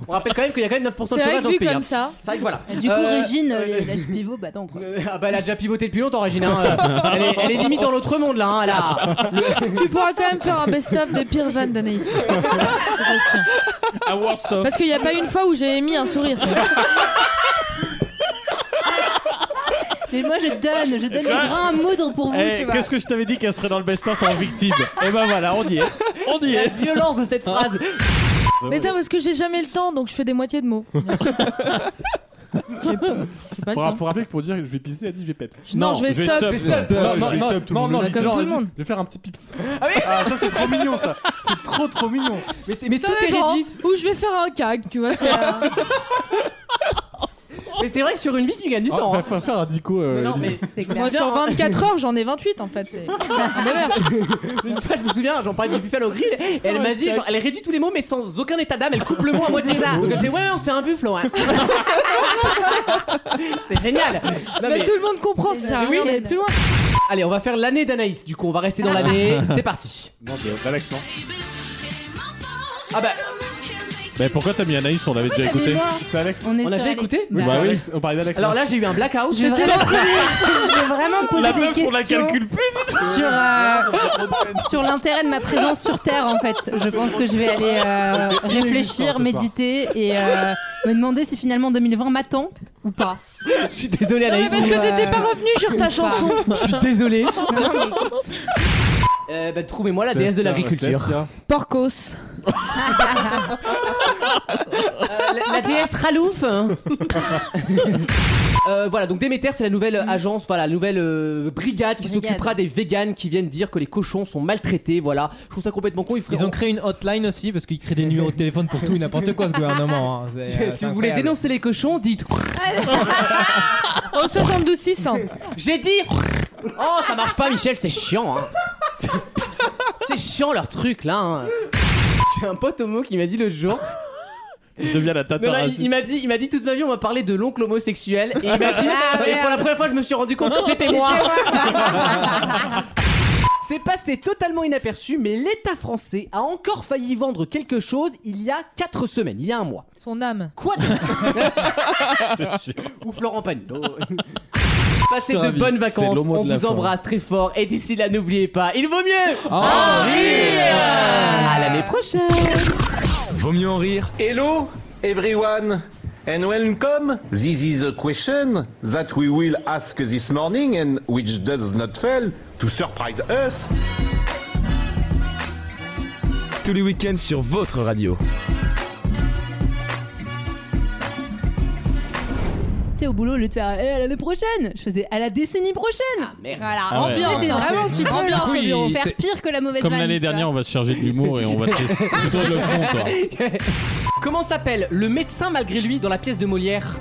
[SPEAKER 2] on rappelle quand même qu'il y a quand même 9% de
[SPEAKER 7] C'est vrai
[SPEAKER 2] chômage
[SPEAKER 7] que
[SPEAKER 2] dans ce
[SPEAKER 7] vu
[SPEAKER 2] pays. hein.
[SPEAKER 7] comme ça.
[SPEAKER 2] C'est vrai que voilà.
[SPEAKER 8] Du coup,
[SPEAKER 2] Euh,
[SPEAKER 8] Régine,
[SPEAKER 2] euh,
[SPEAKER 8] les lâches pivots, bah non quoi.
[SPEAKER 2] euh, Ah bah elle a déjà pivoté depuis longtemps, Régine. hein. Euh, elle, est, elle est limite dans l'autre monde là. hein, elle a-
[SPEAKER 7] Tu pourras quand même faire un best-of des pires vannes d'Anaïs. Sébastien.
[SPEAKER 9] Un worst of.
[SPEAKER 7] Parce qu'il n'y a pas une fois où j'ai émis un sourire.
[SPEAKER 8] Mais moi, je donne, je donne les
[SPEAKER 9] Ah.
[SPEAKER 8] grains à moudre pour vous,
[SPEAKER 9] Eh,
[SPEAKER 8] tu vois.
[SPEAKER 9] Qu'est-ce que je t'avais dit qu'elle serait dans le best-of en victime Et ben voilà, on y est. On y
[SPEAKER 2] La
[SPEAKER 9] est.
[SPEAKER 2] violence de cette phrase.
[SPEAKER 7] Mais ça, parce que j'ai jamais le temps, donc je fais des moitiés de mots. bien sûr. J'ai pas- j'ai pas le
[SPEAKER 12] Pour,
[SPEAKER 7] temps.
[SPEAKER 12] pour rappeler que pour dire je vais pisser, elle dit je vais peps.
[SPEAKER 7] Non, je vais sub.
[SPEAKER 6] Non, non,
[SPEAKER 12] je vais
[SPEAKER 6] non,
[SPEAKER 12] sub tout
[SPEAKER 6] non,
[SPEAKER 12] le monde.
[SPEAKER 6] non,
[SPEAKER 7] Bah, comme
[SPEAKER 6] genre,
[SPEAKER 7] tout le monde.
[SPEAKER 12] Je vais faire un petit pips.
[SPEAKER 6] Ah, ça, c'est trop mignon, ça. C'est trop, trop mignon.
[SPEAKER 2] Mais, mais
[SPEAKER 7] Ça
[SPEAKER 2] tout est
[SPEAKER 7] dépend.
[SPEAKER 2] réduit.
[SPEAKER 7] Ou je vais faire un cag, tu vois. c'est, euh,
[SPEAKER 2] Mais c'est vrai que sur une vie, tu gagnes du
[SPEAKER 9] Oh,
[SPEAKER 12] Ah,
[SPEAKER 2] temps.
[SPEAKER 12] va
[SPEAKER 2] hein.
[SPEAKER 12] faire faire un dico. euh,
[SPEAKER 2] Mais non,
[SPEAKER 12] Elise.
[SPEAKER 2] mais
[SPEAKER 8] C'est clair.
[SPEAKER 7] Moi, sur 24 heures, j'en ai 28 en fait. C'est
[SPEAKER 2] Une fois, je me souviens, j'en parlais du buffalo grill, et elle m'a dit, genre, elle réduit tous les mots, mais sans aucun état d'âme, elle coupe le mot à moitié.
[SPEAKER 8] C'est ça.
[SPEAKER 2] Donc elle fait, ouais, ouais, on se fait un buffalo, hein. C'est génial. Non, mais-
[SPEAKER 7] Mais tout le monde comprend, ça sert à
[SPEAKER 8] Oui,
[SPEAKER 7] rien
[SPEAKER 8] mais-
[SPEAKER 7] d'aller plus loin.
[SPEAKER 2] Allez, on va faire l'année d'Anaïs, du coup, on va rester dans l'année. C'est parti.
[SPEAKER 12] Non, c'est- Alex, non.
[SPEAKER 2] Ah bah.
[SPEAKER 9] Mais pourquoi t'as mis Anaïs On l'avait déjà
[SPEAKER 7] t'as mis
[SPEAKER 9] écouté.
[SPEAKER 7] moi
[SPEAKER 9] C'est Alex.
[SPEAKER 7] On est
[SPEAKER 2] On l'a
[SPEAKER 7] sur
[SPEAKER 2] déjà
[SPEAKER 7] Alex.
[SPEAKER 2] écouté Bah
[SPEAKER 9] Oui, bah
[SPEAKER 2] oui.
[SPEAKER 9] oui, on parlait d'Alex.
[SPEAKER 2] Alors là, j'ai eu un blackout.
[SPEAKER 7] Je vais
[SPEAKER 2] C'était-
[SPEAKER 7] vraiment- je vais vraiment poser
[SPEAKER 9] La
[SPEAKER 7] des
[SPEAKER 9] meuf, on la
[SPEAKER 7] questions
[SPEAKER 9] calcule plus du tout.
[SPEAKER 8] sur, euh, sur l'intérêt de ma présence sur Terre, en fait. Je pense que je vais aller euh, réfléchir, méditer et euh, me demander si finalement 2020 m'attend ou pas.
[SPEAKER 2] Je suis désolé,
[SPEAKER 8] Non, mais
[SPEAKER 2] Anaïs.
[SPEAKER 8] parce que t'étais pas revenue sur ta chanson.
[SPEAKER 2] Je suis désolé. bah, trouvez-moi la déesse de
[SPEAKER 9] Reste là,
[SPEAKER 2] l'agriculture.
[SPEAKER 9] reste là.
[SPEAKER 7] Porcos.
[SPEAKER 2] la, la déesse Ralouf. hein. Euh, voilà, donc Déméter, c'est la nouvelle euh, agence, voilà, la nouvelle euh, brigade qui s'occupera des véganes qui viennent dire que les cochons sont maltraités. Voilà, je trouve ça complètement con.
[SPEAKER 6] Ils ont créé une hotline aussi parce qu'ils créent des numéros de téléphone pour tout et n'importe quoi ce gouvernement. hein. C'est,
[SPEAKER 2] Si,
[SPEAKER 6] euh,
[SPEAKER 2] si
[SPEAKER 6] c'est
[SPEAKER 2] vous voulez
[SPEAKER 6] incroyable.
[SPEAKER 2] dénoncer les cochons, dites.
[SPEAKER 7] Au hein. 72 600.
[SPEAKER 2] J'ai dit. Oh, ça marche pas, Michel, c'est chiant. hein. C'est- C'est chiant leur truc là. hein. J'ai un pote homo qui m'a dit l'autre jour.
[SPEAKER 9] Il devient la
[SPEAKER 2] Non, non,
[SPEAKER 9] tatarasse.
[SPEAKER 2] il il m'a dit, il m'a dit toute ma vie on m'a parlé de l'oncle homosexuel et il m'a dit
[SPEAKER 7] Ah,
[SPEAKER 2] et
[SPEAKER 7] merde.
[SPEAKER 2] pour la première fois je me suis rendu compte que c'était moi. C'est passé totalement inaperçu, mais l'État français a encore failli vendre quelque chose il y a 4 semaines, il y a un mois.
[SPEAKER 7] Son âme.
[SPEAKER 2] Quoi de- Ou Florent Pagny. Passez
[SPEAKER 16] Ça va
[SPEAKER 2] de
[SPEAKER 16] bien.
[SPEAKER 2] bonnes
[SPEAKER 16] C'est
[SPEAKER 2] vacances,
[SPEAKER 16] l'homo de
[SPEAKER 2] on
[SPEAKER 16] la
[SPEAKER 2] vous
[SPEAKER 16] fin.
[SPEAKER 2] embrasse très fort et d'ici là n'oubliez pas, il vaut mieux
[SPEAKER 16] En rire
[SPEAKER 2] À l'année prochaine
[SPEAKER 1] Vaut mieux en rire.
[SPEAKER 12] Hello, everyone, and welcome. This is a question that we will ask this morning and which does not fail to surprise us.
[SPEAKER 1] Tous les week-ends sur votre radio.
[SPEAKER 8] Tu sais, au boulot, au lieu de faire eh, à l'année prochaine, je faisais à la décennie prochaine. Voilà,
[SPEAKER 9] Ah ouais.
[SPEAKER 8] ambiance,
[SPEAKER 7] hein.
[SPEAKER 8] c'est vraiment tu peux
[SPEAKER 7] Ambiance
[SPEAKER 8] le-
[SPEAKER 7] au bureau.
[SPEAKER 8] faire
[SPEAKER 9] t'es-
[SPEAKER 8] pire que la mauvaise
[SPEAKER 9] Comme
[SPEAKER 8] vanne,
[SPEAKER 9] l'année
[SPEAKER 8] tu vois.
[SPEAKER 9] dernière, on va se charger de l'humour et on va te laisser plutôt le fond, toi.
[SPEAKER 2] Comment s'appelle le médecin malgré lui dans la pièce de Molière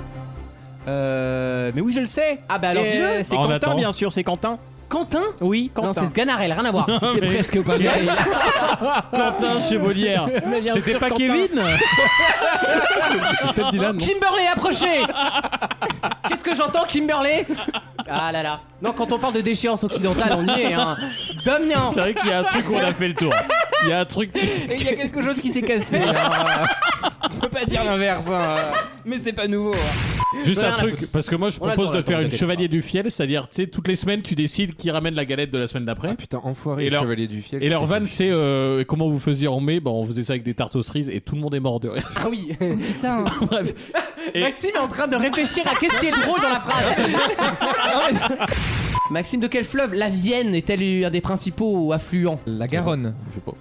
[SPEAKER 6] Euh, mais oui, je le sais.
[SPEAKER 2] Ah bah alors
[SPEAKER 6] Et,
[SPEAKER 2] dis-le.
[SPEAKER 6] euh, C'est
[SPEAKER 2] On
[SPEAKER 6] Quentin,
[SPEAKER 2] attend.
[SPEAKER 6] bien sûr, c'est Quentin.
[SPEAKER 2] Quentin
[SPEAKER 6] Oui, Quentin.
[SPEAKER 2] Non, c'est Sganarelle, rien à voir.
[SPEAKER 6] C'était
[SPEAKER 9] mais-
[SPEAKER 6] presque pas mal.
[SPEAKER 9] Quentin chez Molière.
[SPEAKER 6] Mais bien
[SPEAKER 9] C'était
[SPEAKER 6] sûr,
[SPEAKER 9] pas
[SPEAKER 6] Quentin.
[SPEAKER 9] Kevin
[SPEAKER 6] Peut-être Dylan, non
[SPEAKER 2] Kimberley, approchez Qu'est-ce que j'entends, Kimberley Ah là là. Non, quand on parle de déchéance occidentale, on y est, hein. Damien
[SPEAKER 9] C'est vrai qu'il y a un truc où on a fait le tour. Il y a un truc.
[SPEAKER 6] Et il y a quelque chose qui s'est cassé. euh, On peut pas dire l'inverse, hein. mais c'est pas nouveau. hein.
[SPEAKER 9] Juste
[SPEAKER 6] Rien
[SPEAKER 9] un
[SPEAKER 6] à
[SPEAKER 9] truc,
[SPEAKER 6] foutre.
[SPEAKER 9] parce que moi je
[SPEAKER 6] On l'attend,
[SPEAKER 9] propose
[SPEAKER 6] on
[SPEAKER 9] de
[SPEAKER 6] l'attend,
[SPEAKER 9] faire une
[SPEAKER 6] t'inquiète
[SPEAKER 9] chevalier du fiel, c'est-à-dire, tu sais, toutes les semaines tu décides qui ramène la galette de la semaine
[SPEAKER 2] Ah,
[SPEAKER 9] d'après.
[SPEAKER 17] Putain, enfoiré,
[SPEAKER 9] Et
[SPEAKER 17] le
[SPEAKER 9] leur-
[SPEAKER 17] chevalier du fiel.
[SPEAKER 9] Et leur van c'est euh, comment vous faisiez en mai Bah on faisait ça avec des tartes aux cerises et tout le monde est mort de rire.
[SPEAKER 2] Ah oui
[SPEAKER 8] Putain
[SPEAKER 9] Et-
[SPEAKER 2] Maxime est en train de réfléchir à qu'est-ce qui est drôle dans la phrase Maxime, de quel fleuve la Vienne est-elle un des principaux affluents
[SPEAKER 6] La Garonne.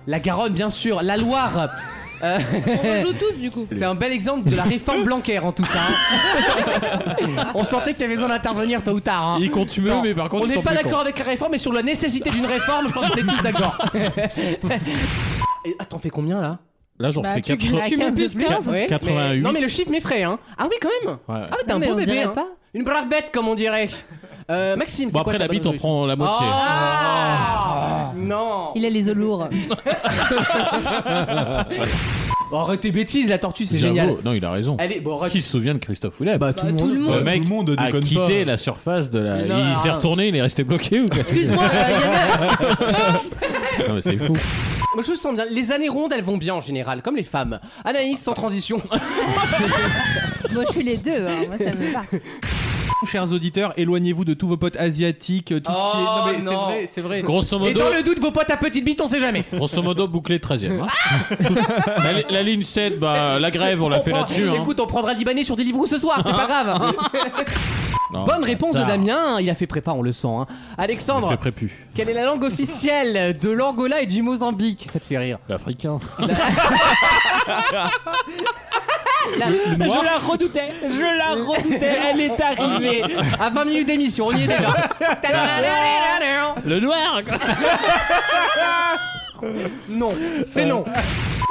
[SPEAKER 2] La Garonne, bien sûr, la Loire Euh,
[SPEAKER 7] On joue tous du coup.
[SPEAKER 2] C'est un bel exemple de la réforme Blanquer en tout ça. hein. On sentait qu'il y avait besoin d'intervenir tôt ou tard. hein.
[SPEAKER 9] Ils continuent,
[SPEAKER 2] Non,
[SPEAKER 9] mais par contre,
[SPEAKER 2] on
[SPEAKER 9] ils
[SPEAKER 2] n'est
[SPEAKER 9] sont
[SPEAKER 2] pas
[SPEAKER 9] plus
[SPEAKER 2] d'accord
[SPEAKER 9] cons.
[SPEAKER 2] avec la réforme, mais sur la nécessité d'une réforme, je pense qu'on est tous d'accord. Et, attends, fais combien là
[SPEAKER 9] Là j'en
[SPEAKER 2] Bah,
[SPEAKER 9] fais hein.
[SPEAKER 2] tu-
[SPEAKER 9] 80.
[SPEAKER 2] tu mets plus 15. Ouais, mais-
[SPEAKER 9] 88.
[SPEAKER 2] Non, mais le chiffre m'effraie, hein. Ah oui, quand même.
[SPEAKER 9] Ouais, ouais.
[SPEAKER 2] Ah, mais t'es
[SPEAKER 8] Non,
[SPEAKER 2] un
[SPEAKER 8] mais
[SPEAKER 2] beau
[SPEAKER 8] on
[SPEAKER 2] bébé.
[SPEAKER 8] dirait
[SPEAKER 2] hein.
[SPEAKER 8] pas.
[SPEAKER 2] Une brave bête, comme on dirait. Euh, Maxime, c'est
[SPEAKER 9] Bon
[SPEAKER 2] quoi
[SPEAKER 9] après
[SPEAKER 2] ta
[SPEAKER 9] la
[SPEAKER 2] bonne
[SPEAKER 9] bite on
[SPEAKER 2] résolution
[SPEAKER 9] prend la moitié.
[SPEAKER 2] Ah Non
[SPEAKER 8] Il a les os lourds.
[SPEAKER 2] Oh, Arrête tes bêtises, la tortue, c'est
[SPEAKER 9] J'avoue,
[SPEAKER 2] génial.
[SPEAKER 9] Non il a raison.
[SPEAKER 2] Allez, bon, arrête.
[SPEAKER 9] Qui se souvient de Christophe Houlet
[SPEAKER 2] Bah, tout le Tout monde. le monde.
[SPEAKER 9] Le mec
[SPEAKER 2] Tout le monde
[SPEAKER 9] a
[SPEAKER 2] déconne
[SPEAKER 9] quitté
[SPEAKER 2] pas.
[SPEAKER 9] la surface de la.
[SPEAKER 2] Non,
[SPEAKER 9] il s'est
[SPEAKER 2] non.
[SPEAKER 9] retourné, il est resté bloqué ou quoi
[SPEAKER 2] Excuse-moi,
[SPEAKER 7] euh,
[SPEAKER 9] Non mais c'est fou.
[SPEAKER 2] Moi, je sens bien. Les années rondes, elles vont bien en général, comme les femmes. Anaïs, sans transition.
[SPEAKER 8] Moi, je suis les deux, hein. moi, ça me va.
[SPEAKER 6] Chers auditeurs, éloignez-vous de tous vos potes asiatiques, tout ce qui est.
[SPEAKER 2] Oh,
[SPEAKER 6] mais c'est
[SPEAKER 2] non.
[SPEAKER 6] vrai, c'est vrai.
[SPEAKER 9] Grosso
[SPEAKER 2] Et
[SPEAKER 9] modo.
[SPEAKER 2] dans le doute, vos potes à petite bite, on sait jamais.
[SPEAKER 9] Grosso modo, bouclé 13 e la, la ligne 7, bah, la grève, Ah on l'a
[SPEAKER 2] On
[SPEAKER 9] fait
[SPEAKER 2] prend-
[SPEAKER 9] là-dessus. hein.
[SPEAKER 2] Écoute, on prendra le Libanais sur Deliveroo ce soir, c'est pas grave.
[SPEAKER 9] Non,
[SPEAKER 2] Bonne réponse de
[SPEAKER 9] Oh, bâtard.
[SPEAKER 2] Damien, il a fait prépa, on le sent. hein.
[SPEAKER 9] Il
[SPEAKER 2] Alexandre,
[SPEAKER 9] fait prépu.
[SPEAKER 2] quelle est la langue officielle de l'Angola et du Mozambique Ça te fait rire.
[SPEAKER 9] L'Africain.
[SPEAKER 2] La-
[SPEAKER 6] noir.
[SPEAKER 2] Je la redoutais, je la redoutais, elle est arrivée. À 20 minutes d'émission, on y est déjà.
[SPEAKER 9] Le noir quoi.
[SPEAKER 2] Non, c'est non.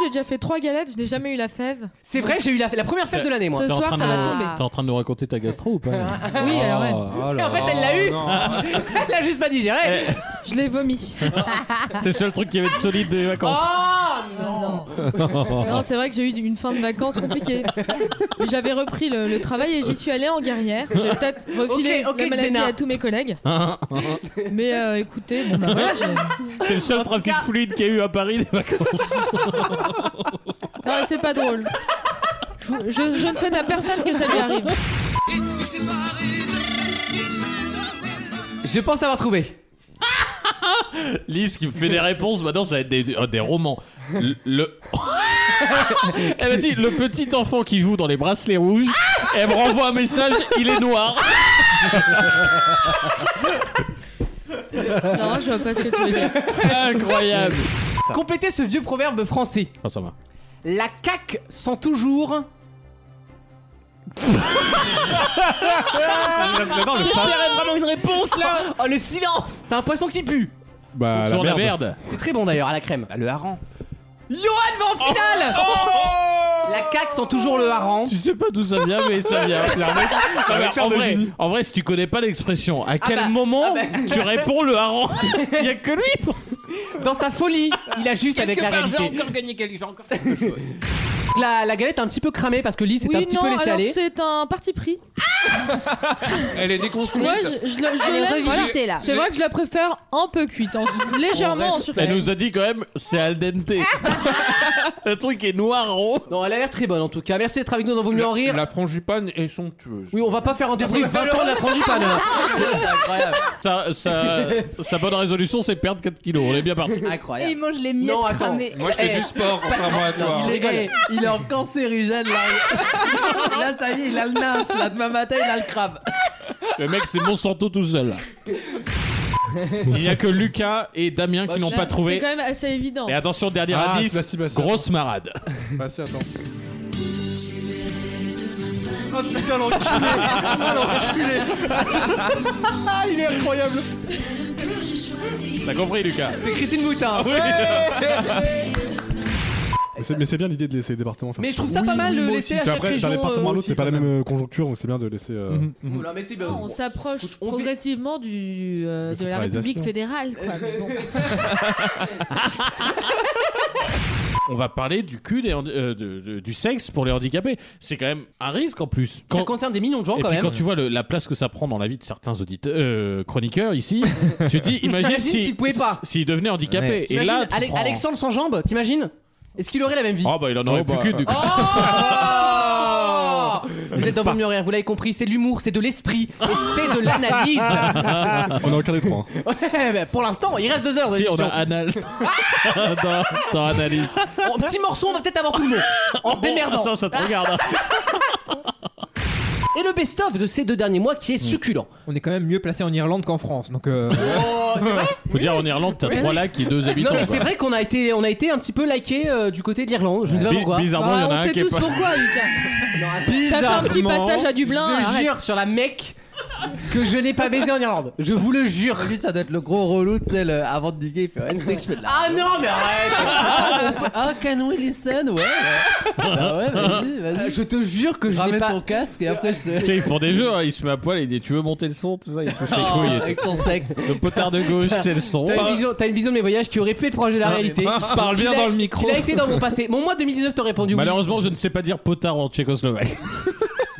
[SPEAKER 7] J'ai déjà fait trois galettes, je n'ai jamais eu la fève.
[SPEAKER 2] C'est vrai, j'ai eu la, la première fête de l'année, moi.
[SPEAKER 7] Ce
[SPEAKER 9] T'es en
[SPEAKER 7] soir,
[SPEAKER 9] train
[SPEAKER 7] ça
[SPEAKER 9] de-
[SPEAKER 7] va tomber.
[SPEAKER 9] T'es en train de nous raconter ta gastro ou pas
[SPEAKER 2] Ah.
[SPEAKER 7] Oui, alors ouais.
[SPEAKER 2] en fait, elle l'a eu. Elle l'a juste pas digéré.
[SPEAKER 7] Je l'ai vomi.
[SPEAKER 9] C'est le seul truc qui avait de solide des vacances.
[SPEAKER 2] Oh non
[SPEAKER 7] Non, c'est vrai que j'ai eu une fin de vacances compliquée. Mais J'avais repris le, le travail et j'y suis allée en guerrière. J'ai peut-être refilé
[SPEAKER 2] Ok, ok,
[SPEAKER 7] la maladie
[SPEAKER 2] Xena.
[SPEAKER 7] à tous mes collègues. Mais euh, écoutez, bon, bah, voilà, j'ai-
[SPEAKER 9] Hein C'est le seul trafic fluide qu'il y a eu à Paris des vacances.
[SPEAKER 7] non, c'est pas drôle. Je, je- je ne souhaite à personne que ça lui arrive.
[SPEAKER 2] Je pense avoir trouvé.
[SPEAKER 9] Lise qui me fait des réponses, maintenant ça va être des, euh, des romans. Le. le- elle m'a dit le petit enfant qui joue dans les bracelets rouges, elle me renvoie un message, il est noir.
[SPEAKER 7] Non, je vois pas ce que tu veux dire.
[SPEAKER 9] Incroyable.
[SPEAKER 2] Complétez ce vieux proverbe français.
[SPEAKER 9] Oh, ça va.
[SPEAKER 2] La caque sent toujours.
[SPEAKER 9] J'adore le
[SPEAKER 2] Il y
[SPEAKER 9] fa-
[SPEAKER 2] avait vraiment une réponse là Oh le silence C'est un poisson qui pue
[SPEAKER 12] Bah,
[SPEAKER 9] Sur Ah, la merde.
[SPEAKER 2] C'est très bon d'ailleurs à la
[SPEAKER 4] Bah,
[SPEAKER 2] crème.
[SPEAKER 14] le hareng.
[SPEAKER 2] Johan va en finale
[SPEAKER 14] Oh
[SPEAKER 2] La caque sent toujours le hareng.
[SPEAKER 9] Tu sais pas d'où ça vient, mais ça vient. C'est un mec- Non, mais en, vrai, en vrai, si tu connais pas l'expression, à quel
[SPEAKER 2] bah.
[SPEAKER 9] moment
[SPEAKER 2] Ah bah.
[SPEAKER 9] tu réponds le hareng Il y a que lui pour ça.
[SPEAKER 2] Dans sa folie, il a juste avec
[SPEAKER 14] Quelque
[SPEAKER 2] la
[SPEAKER 14] part, j'ai
[SPEAKER 2] réalité.
[SPEAKER 14] encore gagné quelque j'ai encore.
[SPEAKER 2] La, la galette est un petit peu cramée parce que Lise est un
[SPEAKER 7] Oui,
[SPEAKER 2] petit
[SPEAKER 7] non,
[SPEAKER 2] peu laissée
[SPEAKER 7] alors
[SPEAKER 2] aller.
[SPEAKER 7] c'est un parti pris.
[SPEAKER 5] Elle est déconstruite.
[SPEAKER 7] Moi, je, je, le- je
[SPEAKER 8] Elle est
[SPEAKER 7] l'aime,
[SPEAKER 8] revisitée,
[SPEAKER 7] voilà.
[SPEAKER 8] là.
[SPEAKER 7] C'est vrai que je la préfère un peu cuite, en- légèrement en surface.
[SPEAKER 9] Elle nous a dit quand même, c'est al dente. Le truc est noir rond.
[SPEAKER 2] Non, elle a l'air très bonne en tout cas. Merci d'être avec nous dans Vaut mieux en rire.
[SPEAKER 5] La frangipane est somptueuse.
[SPEAKER 2] Oui, on va pas faire un débrief 20 ans de la frangipane. hein. Incroyable.
[SPEAKER 9] Sa, sa- sa bonne résolution, c'est perdre 4 kilos. On est bien parti.
[SPEAKER 8] Et il mange les miettes
[SPEAKER 2] Non, attends.
[SPEAKER 8] cramées.
[SPEAKER 5] Moi, je fais
[SPEAKER 2] Eh,
[SPEAKER 5] du sport, contrairement à toi.
[SPEAKER 4] Il est, il est en cancérigène là. Là ça y est, il a le nas, là demain matin il a le crabe.
[SPEAKER 9] Le mec, c'est Monsanto tout seul. Il n'y a que Lucas et Damien
[SPEAKER 2] Bah,
[SPEAKER 9] qui n'ont
[SPEAKER 7] Là,
[SPEAKER 9] pas
[SPEAKER 7] C'est
[SPEAKER 9] trouvé.
[SPEAKER 7] quand même assez évident.
[SPEAKER 9] Et attention, dernier
[SPEAKER 12] Ah,
[SPEAKER 9] indice,
[SPEAKER 12] c'est la cible, c'est
[SPEAKER 9] grosse marade.
[SPEAKER 12] Vas-y, Bah, attends.
[SPEAKER 11] Oh putain, l'enculé l'enculé Il est incroyable
[SPEAKER 9] T'as compris, Lucas
[SPEAKER 2] C'est Christine Boutin.
[SPEAKER 12] Mais c'est- Mais c'est bien l'idée de laisser les départements faire
[SPEAKER 2] Mais je trouve
[SPEAKER 12] ça.
[SPEAKER 2] ça pas mal de
[SPEAKER 12] Moi
[SPEAKER 2] laisser à
[SPEAKER 12] aussi. Puis
[SPEAKER 2] chaque
[SPEAKER 12] après,
[SPEAKER 2] région.
[SPEAKER 12] D'un département à
[SPEAKER 2] euh, Mhm.
[SPEAKER 12] l'autre, c'est pas la même euh, conjoncture, donc c'est bien de laisser. euh,
[SPEAKER 9] Mmh.
[SPEAKER 2] Oula, mais c'est bien.
[SPEAKER 7] Non, on s'approche progressivement du, euh, de la
[SPEAKER 12] centralisation.
[SPEAKER 7] République fédérale.
[SPEAKER 6] Euh,
[SPEAKER 7] Quoi. Mais bon.
[SPEAKER 9] On va parler du cul des hand- euh, de- de- du sexe pour les handicapés. C'est quand même un risque en plus.
[SPEAKER 2] Ça concerne des millions de gens
[SPEAKER 9] et
[SPEAKER 2] quand
[SPEAKER 9] puis
[SPEAKER 2] même.
[SPEAKER 9] quand tu vois le- la place que ça prend dans la vie de certains auditeurs, euh, chroniqueurs ici, tu te dis, imagine
[SPEAKER 2] Imagine
[SPEAKER 9] si-
[SPEAKER 2] s'il pouvait pas.
[SPEAKER 9] si- s'il devenait handicapé. Et
[SPEAKER 2] T'imagines,
[SPEAKER 9] là, tu
[SPEAKER 2] Ale-
[SPEAKER 9] prends-
[SPEAKER 2] Alexandre sans jambes, t'imagines Est-ce qu'il aurait la même vie
[SPEAKER 9] Oh bah il en aurait
[SPEAKER 12] Oh
[SPEAKER 9] plus
[SPEAKER 12] bah.
[SPEAKER 9] qu'une du coup.
[SPEAKER 2] Oh Vous êtes dans Vaut mieux rien, vous l'avez compris, c'est de l'humour, c'est de l'esprit, et c'est de l'analyse.
[SPEAKER 12] On a aucun des trois. hein.
[SPEAKER 2] Ouais, bah, pour l'instant, il reste deux heures de
[SPEAKER 9] Si on a
[SPEAKER 2] l'émission.
[SPEAKER 9] anal dans, dans analyse. Ah,
[SPEAKER 2] En petit morceau, on va peut-être avoir tout le monde. En se démerdant.
[SPEAKER 9] Ça, ça te regarde. hein.
[SPEAKER 2] Et le best-of de ces deux derniers mois qui est succulent.
[SPEAKER 6] On est quand même mieux placé en Irlande qu'en France, donc. euh,
[SPEAKER 2] Oh, c'est vrai
[SPEAKER 9] Faut dire en Irlande, t'as trois lacs et deux habitants.
[SPEAKER 2] Non, mais
[SPEAKER 9] quoi.
[SPEAKER 2] c'est vrai qu'on a été, on a été un petit peu liké du côté de l'Irlande. Je ne sais pas
[SPEAKER 9] Bi-
[SPEAKER 2] pourquoi.
[SPEAKER 9] Bizarrement, il y en a
[SPEAKER 7] on
[SPEAKER 9] un
[SPEAKER 7] sait
[SPEAKER 9] qui est
[SPEAKER 7] tous
[SPEAKER 9] pas.
[SPEAKER 7] pourquoi, Lucas. T'as fait un petit
[SPEAKER 9] Bizarrement,
[SPEAKER 7] passage à Dublin.
[SPEAKER 2] je
[SPEAKER 7] arrête.
[SPEAKER 2] jure sur la mec que je n'ai pas baisé en Irlande.
[SPEAKER 4] Je vous le jure, lui ça doit être le gros relou, tu sais, le- avant de diguer, il fait ouais, tu sais que je fais de la.
[SPEAKER 2] Ah non, mais arrête
[SPEAKER 4] Ah, can we listen Ouais, ouais. Bah ouais, vas-y, vas-y.
[SPEAKER 2] Je te jure que je n'ai
[SPEAKER 4] Ramène
[SPEAKER 2] pas.
[SPEAKER 4] ton casque et après je
[SPEAKER 9] Tu
[SPEAKER 4] te.
[SPEAKER 9] sais, ils font des jeux, hein, ils se mettent à poil et ils disent Tu veux monter le son Tout ça, ils touchent les
[SPEAKER 18] Oh,
[SPEAKER 9] couilles et tout.
[SPEAKER 4] Avec ton sexe.
[SPEAKER 9] Le potard de gauche, c'est le
[SPEAKER 2] Oh,
[SPEAKER 9] son. Bah,
[SPEAKER 2] T'as une,
[SPEAKER 9] Par-
[SPEAKER 2] vision- t'as une vision de mes voyages, tu aurais pu être proche de la réalité.
[SPEAKER 9] parle bien
[SPEAKER 2] Il a-
[SPEAKER 9] dans le micro.
[SPEAKER 2] Il a été dans mon passé. Mon mois 2019, t'aurais répondu oui.
[SPEAKER 9] Malheureusement, je ne sais pas dire potard en tchécoslovaque.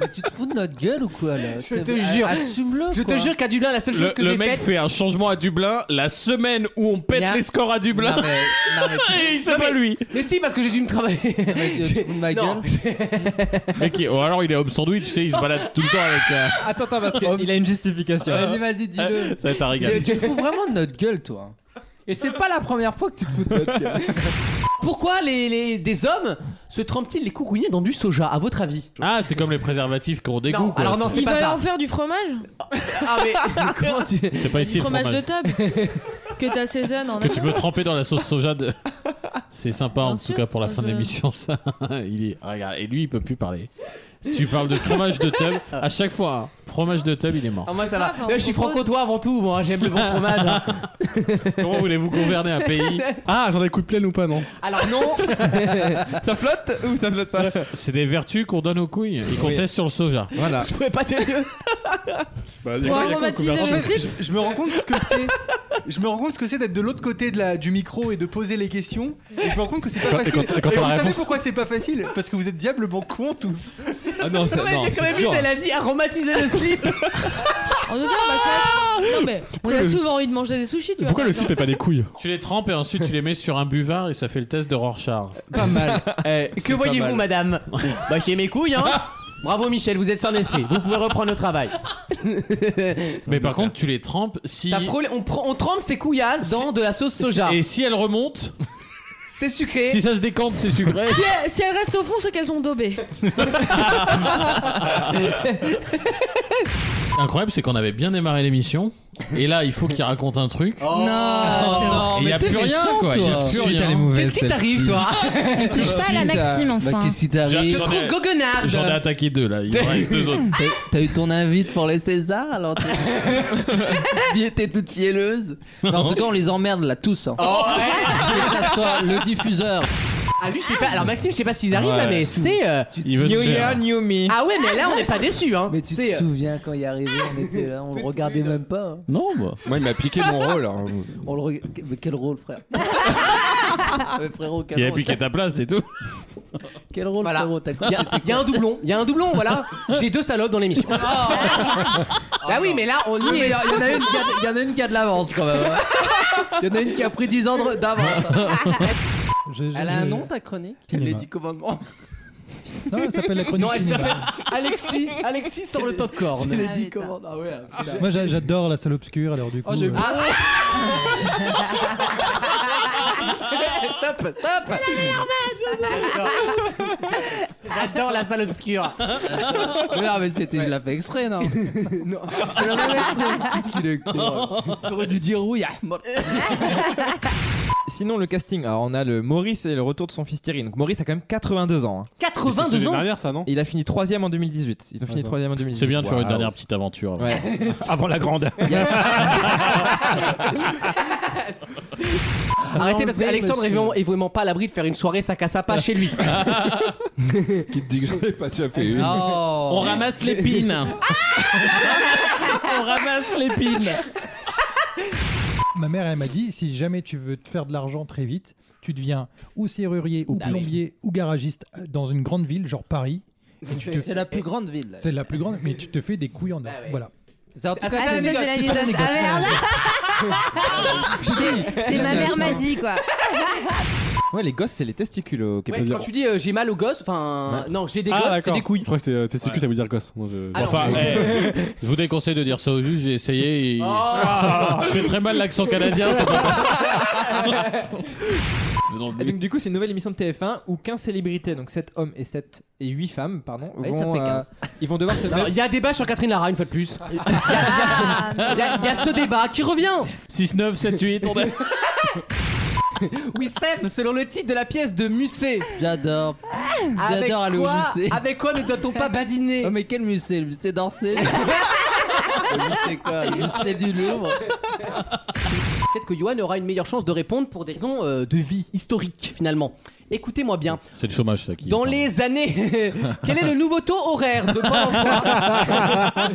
[SPEAKER 4] Mais tu te fous de notre gueule ou quoi là
[SPEAKER 2] Je te jure.
[SPEAKER 4] Assume-le.
[SPEAKER 2] Je te
[SPEAKER 4] quoi.
[SPEAKER 2] jure qu'à Dublin, la seule chose
[SPEAKER 9] Le,
[SPEAKER 2] que
[SPEAKER 9] le
[SPEAKER 2] j'ai
[SPEAKER 9] mec
[SPEAKER 2] faite.
[SPEAKER 9] fait un changement à Dublin la semaine où on pète
[SPEAKER 4] Y a-
[SPEAKER 9] les scores à Dublin.
[SPEAKER 4] Non, mais, non, mais tu-
[SPEAKER 9] Et c'est
[SPEAKER 2] Non,
[SPEAKER 9] pas
[SPEAKER 2] mais-
[SPEAKER 9] lui.
[SPEAKER 2] Mais si, parce que j'ai dû me travailler.
[SPEAKER 4] non, mais tu, tu te fous de ma
[SPEAKER 2] Non.
[SPEAKER 4] gueule.
[SPEAKER 9] Mec, il- ou alors il est homme sandwich, tu sais, il se balade tout le temps avec. euh,
[SPEAKER 6] Attends, attends, parce qu'il a une justification.
[SPEAKER 4] Vas-y, vas-y,
[SPEAKER 2] Ah,
[SPEAKER 4] dis-le.
[SPEAKER 9] Ça va être un régal.
[SPEAKER 4] Tu, tu te fous vraiment de notre gueule, toi. Et c'est pas la première fois que tu te fous de notre gueule.
[SPEAKER 2] Pourquoi les, les- des hommes se trempent-ils les coucougnets dans du soja, à votre avis
[SPEAKER 9] Ah, c'est comme les préservatifs qu'on dégoûte.
[SPEAKER 2] Non, alors non, c'est
[SPEAKER 7] Ils
[SPEAKER 2] pas
[SPEAKER 7] veulent
[SPEAKER 2] ça.
[SPEAKER 7] en faire du fromage
[SPEAKER 2] Ah, mais comment tu.
[SPEAKER 9] c'est pas ici
[SPEAKER 7] Du
[SPEAKER 9] le fromage.
[SPEAKER 7] fromage de table que t'assaisonnes en
[SPEAKER 9] Que tu
[SPEAKER 7] amont.
[SPEAKER 9] peux tremper dans la sauce soja de. C'est sympa en
[SPEAKER 7] Bien
[SPEAKER 9] tout
[SPEAKER 7] sûr,
[SPEAKER 9] cas pour la
[SPEAKER 7] moi,
[SPEAKER 9] fin de
[SPEAKER 7] je-
[SPEAKER 9] l'émission ça. Il est regarde et lui il peut plus parler. Tu parles de fromage de tub à chaque fois. hein. Fromage de table, il est mort.
[SPEAKER 2] Ah, moi ça
[SPEAKER 19] Ah,
[SPEAKER 2] va.
[SPEAKER 19] bah,
[SPEAKER 2] Euh,
[SPEAKER 19] on
[SPEAKER 2] je suis
[SPEAKER 19] propose.
[SPEAKER 2] franc-comtois avant tout, moi j'aime le bon fromage. hein.
[SPEAKER 9] Comment voulez-vous gouverner un pays
[SPEAKER 12] Ah, j'en ai coups de pleine ou pas, non
[SPEAKER 2] Alors non,
[SPEAKER 9] Ça flotte ou ça flotte pas C'est des vertus qu'on donne aux couilles. Ils contestent sur le soja. Voilà.
[SPEAKER 2] je pouvais pas dire mieux.
[SPEAKER 19] Pour aromatiser le slip.
[SPEAKER 18] je, je me rends compte ce que c'est. Je me rends compte ce que c'est d'être de l'autre côté de la, du micro et de poser les questions. Et je me rends compte que c'est pas
[SPEAKER 12] Et quand- et
[SPEAKER 18] facile.
[SPEAKER 12] quand- et quand
[SPEAKER 18] Et vous
[SPEAKER 12] on a la
[SPEAKER 18] savez
[SPEAKER 12] réponse-
[SPEAKER 18] pourquoi c'est pas facile Parce que vous êtes diablement cons tous.
[SPEAKER 9] Ah non,
[SPEAKER 2] Quand même, quand même, elle a dit aromatiser le slip.
[SPEAKER 7] On nous dit, ah, bah, ça- Non, mais on a souvent envie de manger des sushis, tu vois. par exemple.
[SPEAKER 9] pas des couilles Tu les trempes et ensuite tu les mets sur un buvard et ça fait le test de Rorschach.
[SPEAKER 18] Pas mal.
[SPEAKER 4] Eh,
[SPEAKER 2] Que voyez-vous,
[SPEAKER 9] madame
[SPEAKER 2] madame Bah j'ai mes couilles, hein. Bravo Michel, vous êtes sans esprit. Vous pouvez reprendre le travail.
[SPEAKER 9] Mais par contre, tu les trempes si.
[SPEAKER 2] T'as frôlé- on, prend- on trempe ses couillasses dans de la sauce soja.
[SPEAKER 9] Et si elles remontent,
[SPEAKER 2] C'est sucré.
[SPEAKER 9] si ça se décante, c'est sucré.
[SPEAKER 7] Si elles- Si elles restent au fond, c'est qu'elles ont daubé.
[SPEAKER 9] Incroyable, c'est qu'on avait bien démarré l'émission. Et là, il faut qu'il raconte un truc.
[SPEAKER 2] Oh,
[SPEAKER 8] Non,
[SPEAKER 4] Ah,
[SPEAKER 8] non,
[SPEAKER 9] Et il n'y a
[SPEAKER 8] mais t'es
[SPEAKER 9] plus rien,
[SPEAKER 8] méchant,
[SPEAKER 9] quoi. Il n'y a
[SPEAKER 8] toi.
[SPEAKER 9] plus
[SPEAKER 8] Suite à
[SPEAKER 9] rien.
[SPEAKER 8] les mauvaises Qu'est-ce qui t'arrive, toi Ne touche pas à la Maxime, enfin.
[SPEAKER 4] Bah, qu'est-ce qui t'arrive
[SPEAKER 9] Je te trouve
[SPEAKER 2] goguenarde.
[SPEAKER 9] J'en ai attaqué deux, là. Il en reste deux autres.
[SPEAKER 4] T'as- T'as eu ton invite pour les Césars alors t'es- Bien, T'es toute fielleuse. Mais en tout cas, on les emmerde là tous. hein. Que ça soit le diffuseur.
[SPEAKER 2] Oh, Ah lui, je sais pas. Alors Maxime, je sais pas ce qu'ils arrivent
[SPEAKER 4] Ouais.
[SPEAKER 2] là, mais c'est. euh,
[SPEAKER 4] Il veut se New faire. year,
[SPEAKER 2] new me. Ah ouais, mais là, on n'est pas déçus, hein.
[SPEAKER 4] Mais tu te
[SPEAKER 2] C'est, euh,
[SPEAKER 4] souviens quand il est arrivé, on était là, on le regardait même pas. hein.
[SPEAKER 9] Non, bah. moi.
[SPEAKER 6] Moi, il m'a piqué mon rôle.
[SPEAKER 4] On le rega- Mais quel rôle, frère Mais frérot, quel
[SPEAKER 9] Il a
[SPEAKER 4] rôle
[SPEAKER 9] piqué ta place, c'est tout.
[SPEAKER 4] Quel rôle, frérot T'as
[SPEAKER 2] Il y, a- y a un doublon, il y a un doublon, voilà. J'ai deux salopes dans l'émission.
[SPEAKER 4] Oh.
[SPEAKER 2] bah oui, mais là, on y
[SPEAKER 4] Oui, Oh Ah, mais
[SPEAKER 2] est.
[SPEAKER 4] il y, en a une qui a- il y en a une qui a de l'avance quand même. hein. Il y en a une qui a pris 10 ans de- d'avance. Elle a un nom ta chronique Les
[SPEAKER 1] Cinéma.
[SPEAKER 4] 10 commandements.
[SPEAKER 1] Non, elle s'appelle la chronique
[SPEAKER 2] Non, elle
[SPEAKER 1] cinéma.
[SPEAKER 2] s'appelle Alexis, Alexis sort le popcorn.
[SPEAKER 4] C'est les
[SPEAKER 2] Ah,
[SPEAKER 4] 10
[SPEAKER 2] oui,
[SPEAKER 4] commandements. Ah ouais, putain.
[SPEAKER 1] Moi j'a- j'adore la salle obscure, alors du coup.
[SPEAKER 4] Oh, j'ai eu
[SPEAKER 1] euh,
[SPEAKER 4] peur.
[SPEAKER 2] stop,
[SPEAKER 4] Ah,
[SPEAKER 2] stop J'adore la salle obscure.
[SPEAKER 4] Mais non, mais c'était, je l'ai fait exprès, non Non, je l'ai fait exprès. Qu'est-ce qu'il est con. hein. T'aurais dû dire oui, Ahmed.
[SPEAKER 6] Sinon, le casting. Alors, on a le Maurice et le retour de son fils Thierry. Donc, Maurice a quand même 82 ans. hein.
[SPEAKER 2] 82
[SPEAKER 6] C'est celui
[SPEAKER 2] ans
[SPEAKER 6] dernière, ça, non Et Il a fini 3 en 2018. Ils ont fini 3 en 2018.
[SPEAKER 9] C'est bien de faire une
[SPEAKER 6] Waouh.
[SPEAKER 9] dernière petite aventure. avant.
[SPEAKER 6] Ouais.
[SPEAKER 9] Avant la grande.
[SPEAKER 2] Ah, Arrêtez parce
[SPEAKER 4] Enlevé,
[SPEAKER 2] qu'Alexandre est
[SPEAKER 4] monsieur.
[SPEAKER 2] vraiment, est vraiment pas à l'abri de faire une soirée sac à sapa chez lui.
[SPEAKER 12] Qui te dit que j'en ai pas déjà fait une
[SPEAKER 2] Oh.
[SPEAKER 4] Non.
[SPEAKER 9] On ramasse l'épine. On ramasse l'épine.
[SPEAKER 1] Ma mère, elle m'a dit si jamais tu veux te faire de l'argent très vite, tu deviens ou serrurier, ou
[SPEAKER 4] Ah oui.
[SPEAKER 1] plombier, ou garagiste euh, dans une grande ville, genre Paris. Et tu te
[SPEAKER 4] C'est la plus grande ville.
[SPEAKER 1] C'est la plus grande, mais tu te fais des couilles en or.
[SPEAKER 8] Bah
[SPEAKER 1] Voilà.
[SPEAKER 4] C'est en tout
[SPEAKER 2] Ah, ça,
[SPEAKER 4] cas,
[SPEAKER 2] c'est
[SPEAKER 4] c'est
[SPEAKER 2] ça,
[SPEAKER 8] c'est
[SPEAKER 4] ça,
[SPEAKER 8] l'anecdote. Ah, merde. C'est- C'est ma mère m'a dit, quoi.
[SPEAKER 6] Ouais, les gosses, c'est les testicules au
[SPEAKER 2] Ouais,
[SPEAKER 6] Québec.
[SPEAKER 2] quand tu dis euh, j'ai mal aux gosses, enfin non, j'ai des
[SPEAKER 12] Ah,
[SPEAKER 2] gosses, c'est
[SPEAKER 12] d'accord.
[SPEAKER 2] des couilles.
[SPEAKER 12] Je crois que c'était euh, testicule,
[SPEAKER 9] Ouais.
[SPEAKER 12] ça veut dire gosse. Non, je-
[SPEAKER 2] Ah non.
[SPEAKER 9] Enfin, eh, je vous déconseille de dire ça au juge, j'ai essayé. et- Je fais très mal l'accent canadien, c'est pas possible. Non,
[SPEAKER 6] Et
[SPEAKER 9] mais-
[SPEAKER 6] donc du coup c'est une nouvelle émission de TF1 où 15 célébrités, donc 7 hommes et 7 et 8 femmes, pardon,
[SPEAKER 4] Ouais,
[SPEAKER 6] vont, euh,
[SPEAKER 4] ça fait 15.
[SPEAKER 6] ils vont devoir se
[SPEAKER 2] Alors,
[SPEAKER 6] mettre...
[SPEAKER 2] il y a un débat sur Catherine Lara, une fois de plus. Il y a- il y, a- il y a- il y a ce débat qui revient.
[SPEAKER 9] 6, 9, 7, 8, on est-
[SPEAKER 2] Oui, Seb, selon le titre de la pièce de Musset.
[SPEAKER 4] J'adore.
[SPEAKER 2] Avec
[SPEAKER 4] J'adore aller au
[SPEAKER 2] quoi-
[SPEAKER 4] JC.
[SPEAKER 2] Avec quoi ne doit-on pas badiner
[SPEAKER 4] Oh, mais quel musée Le musée d'Orsay le- Le musée quoi Le musée du Louvre
[SPEAKER 2] Peut-être que Johan aura une meilleure chance de répondre pour des raisons euh, de vie historique finalement. Écoutez-moi bien.
[SPEAKER 9] C'est le chômage, ça. Qui
[SPEAKER 2] Dans
[SPEAKER 9] parle.
[SPEAKER 2] les années, quel est le nouveau taux horaire de Pôle emploi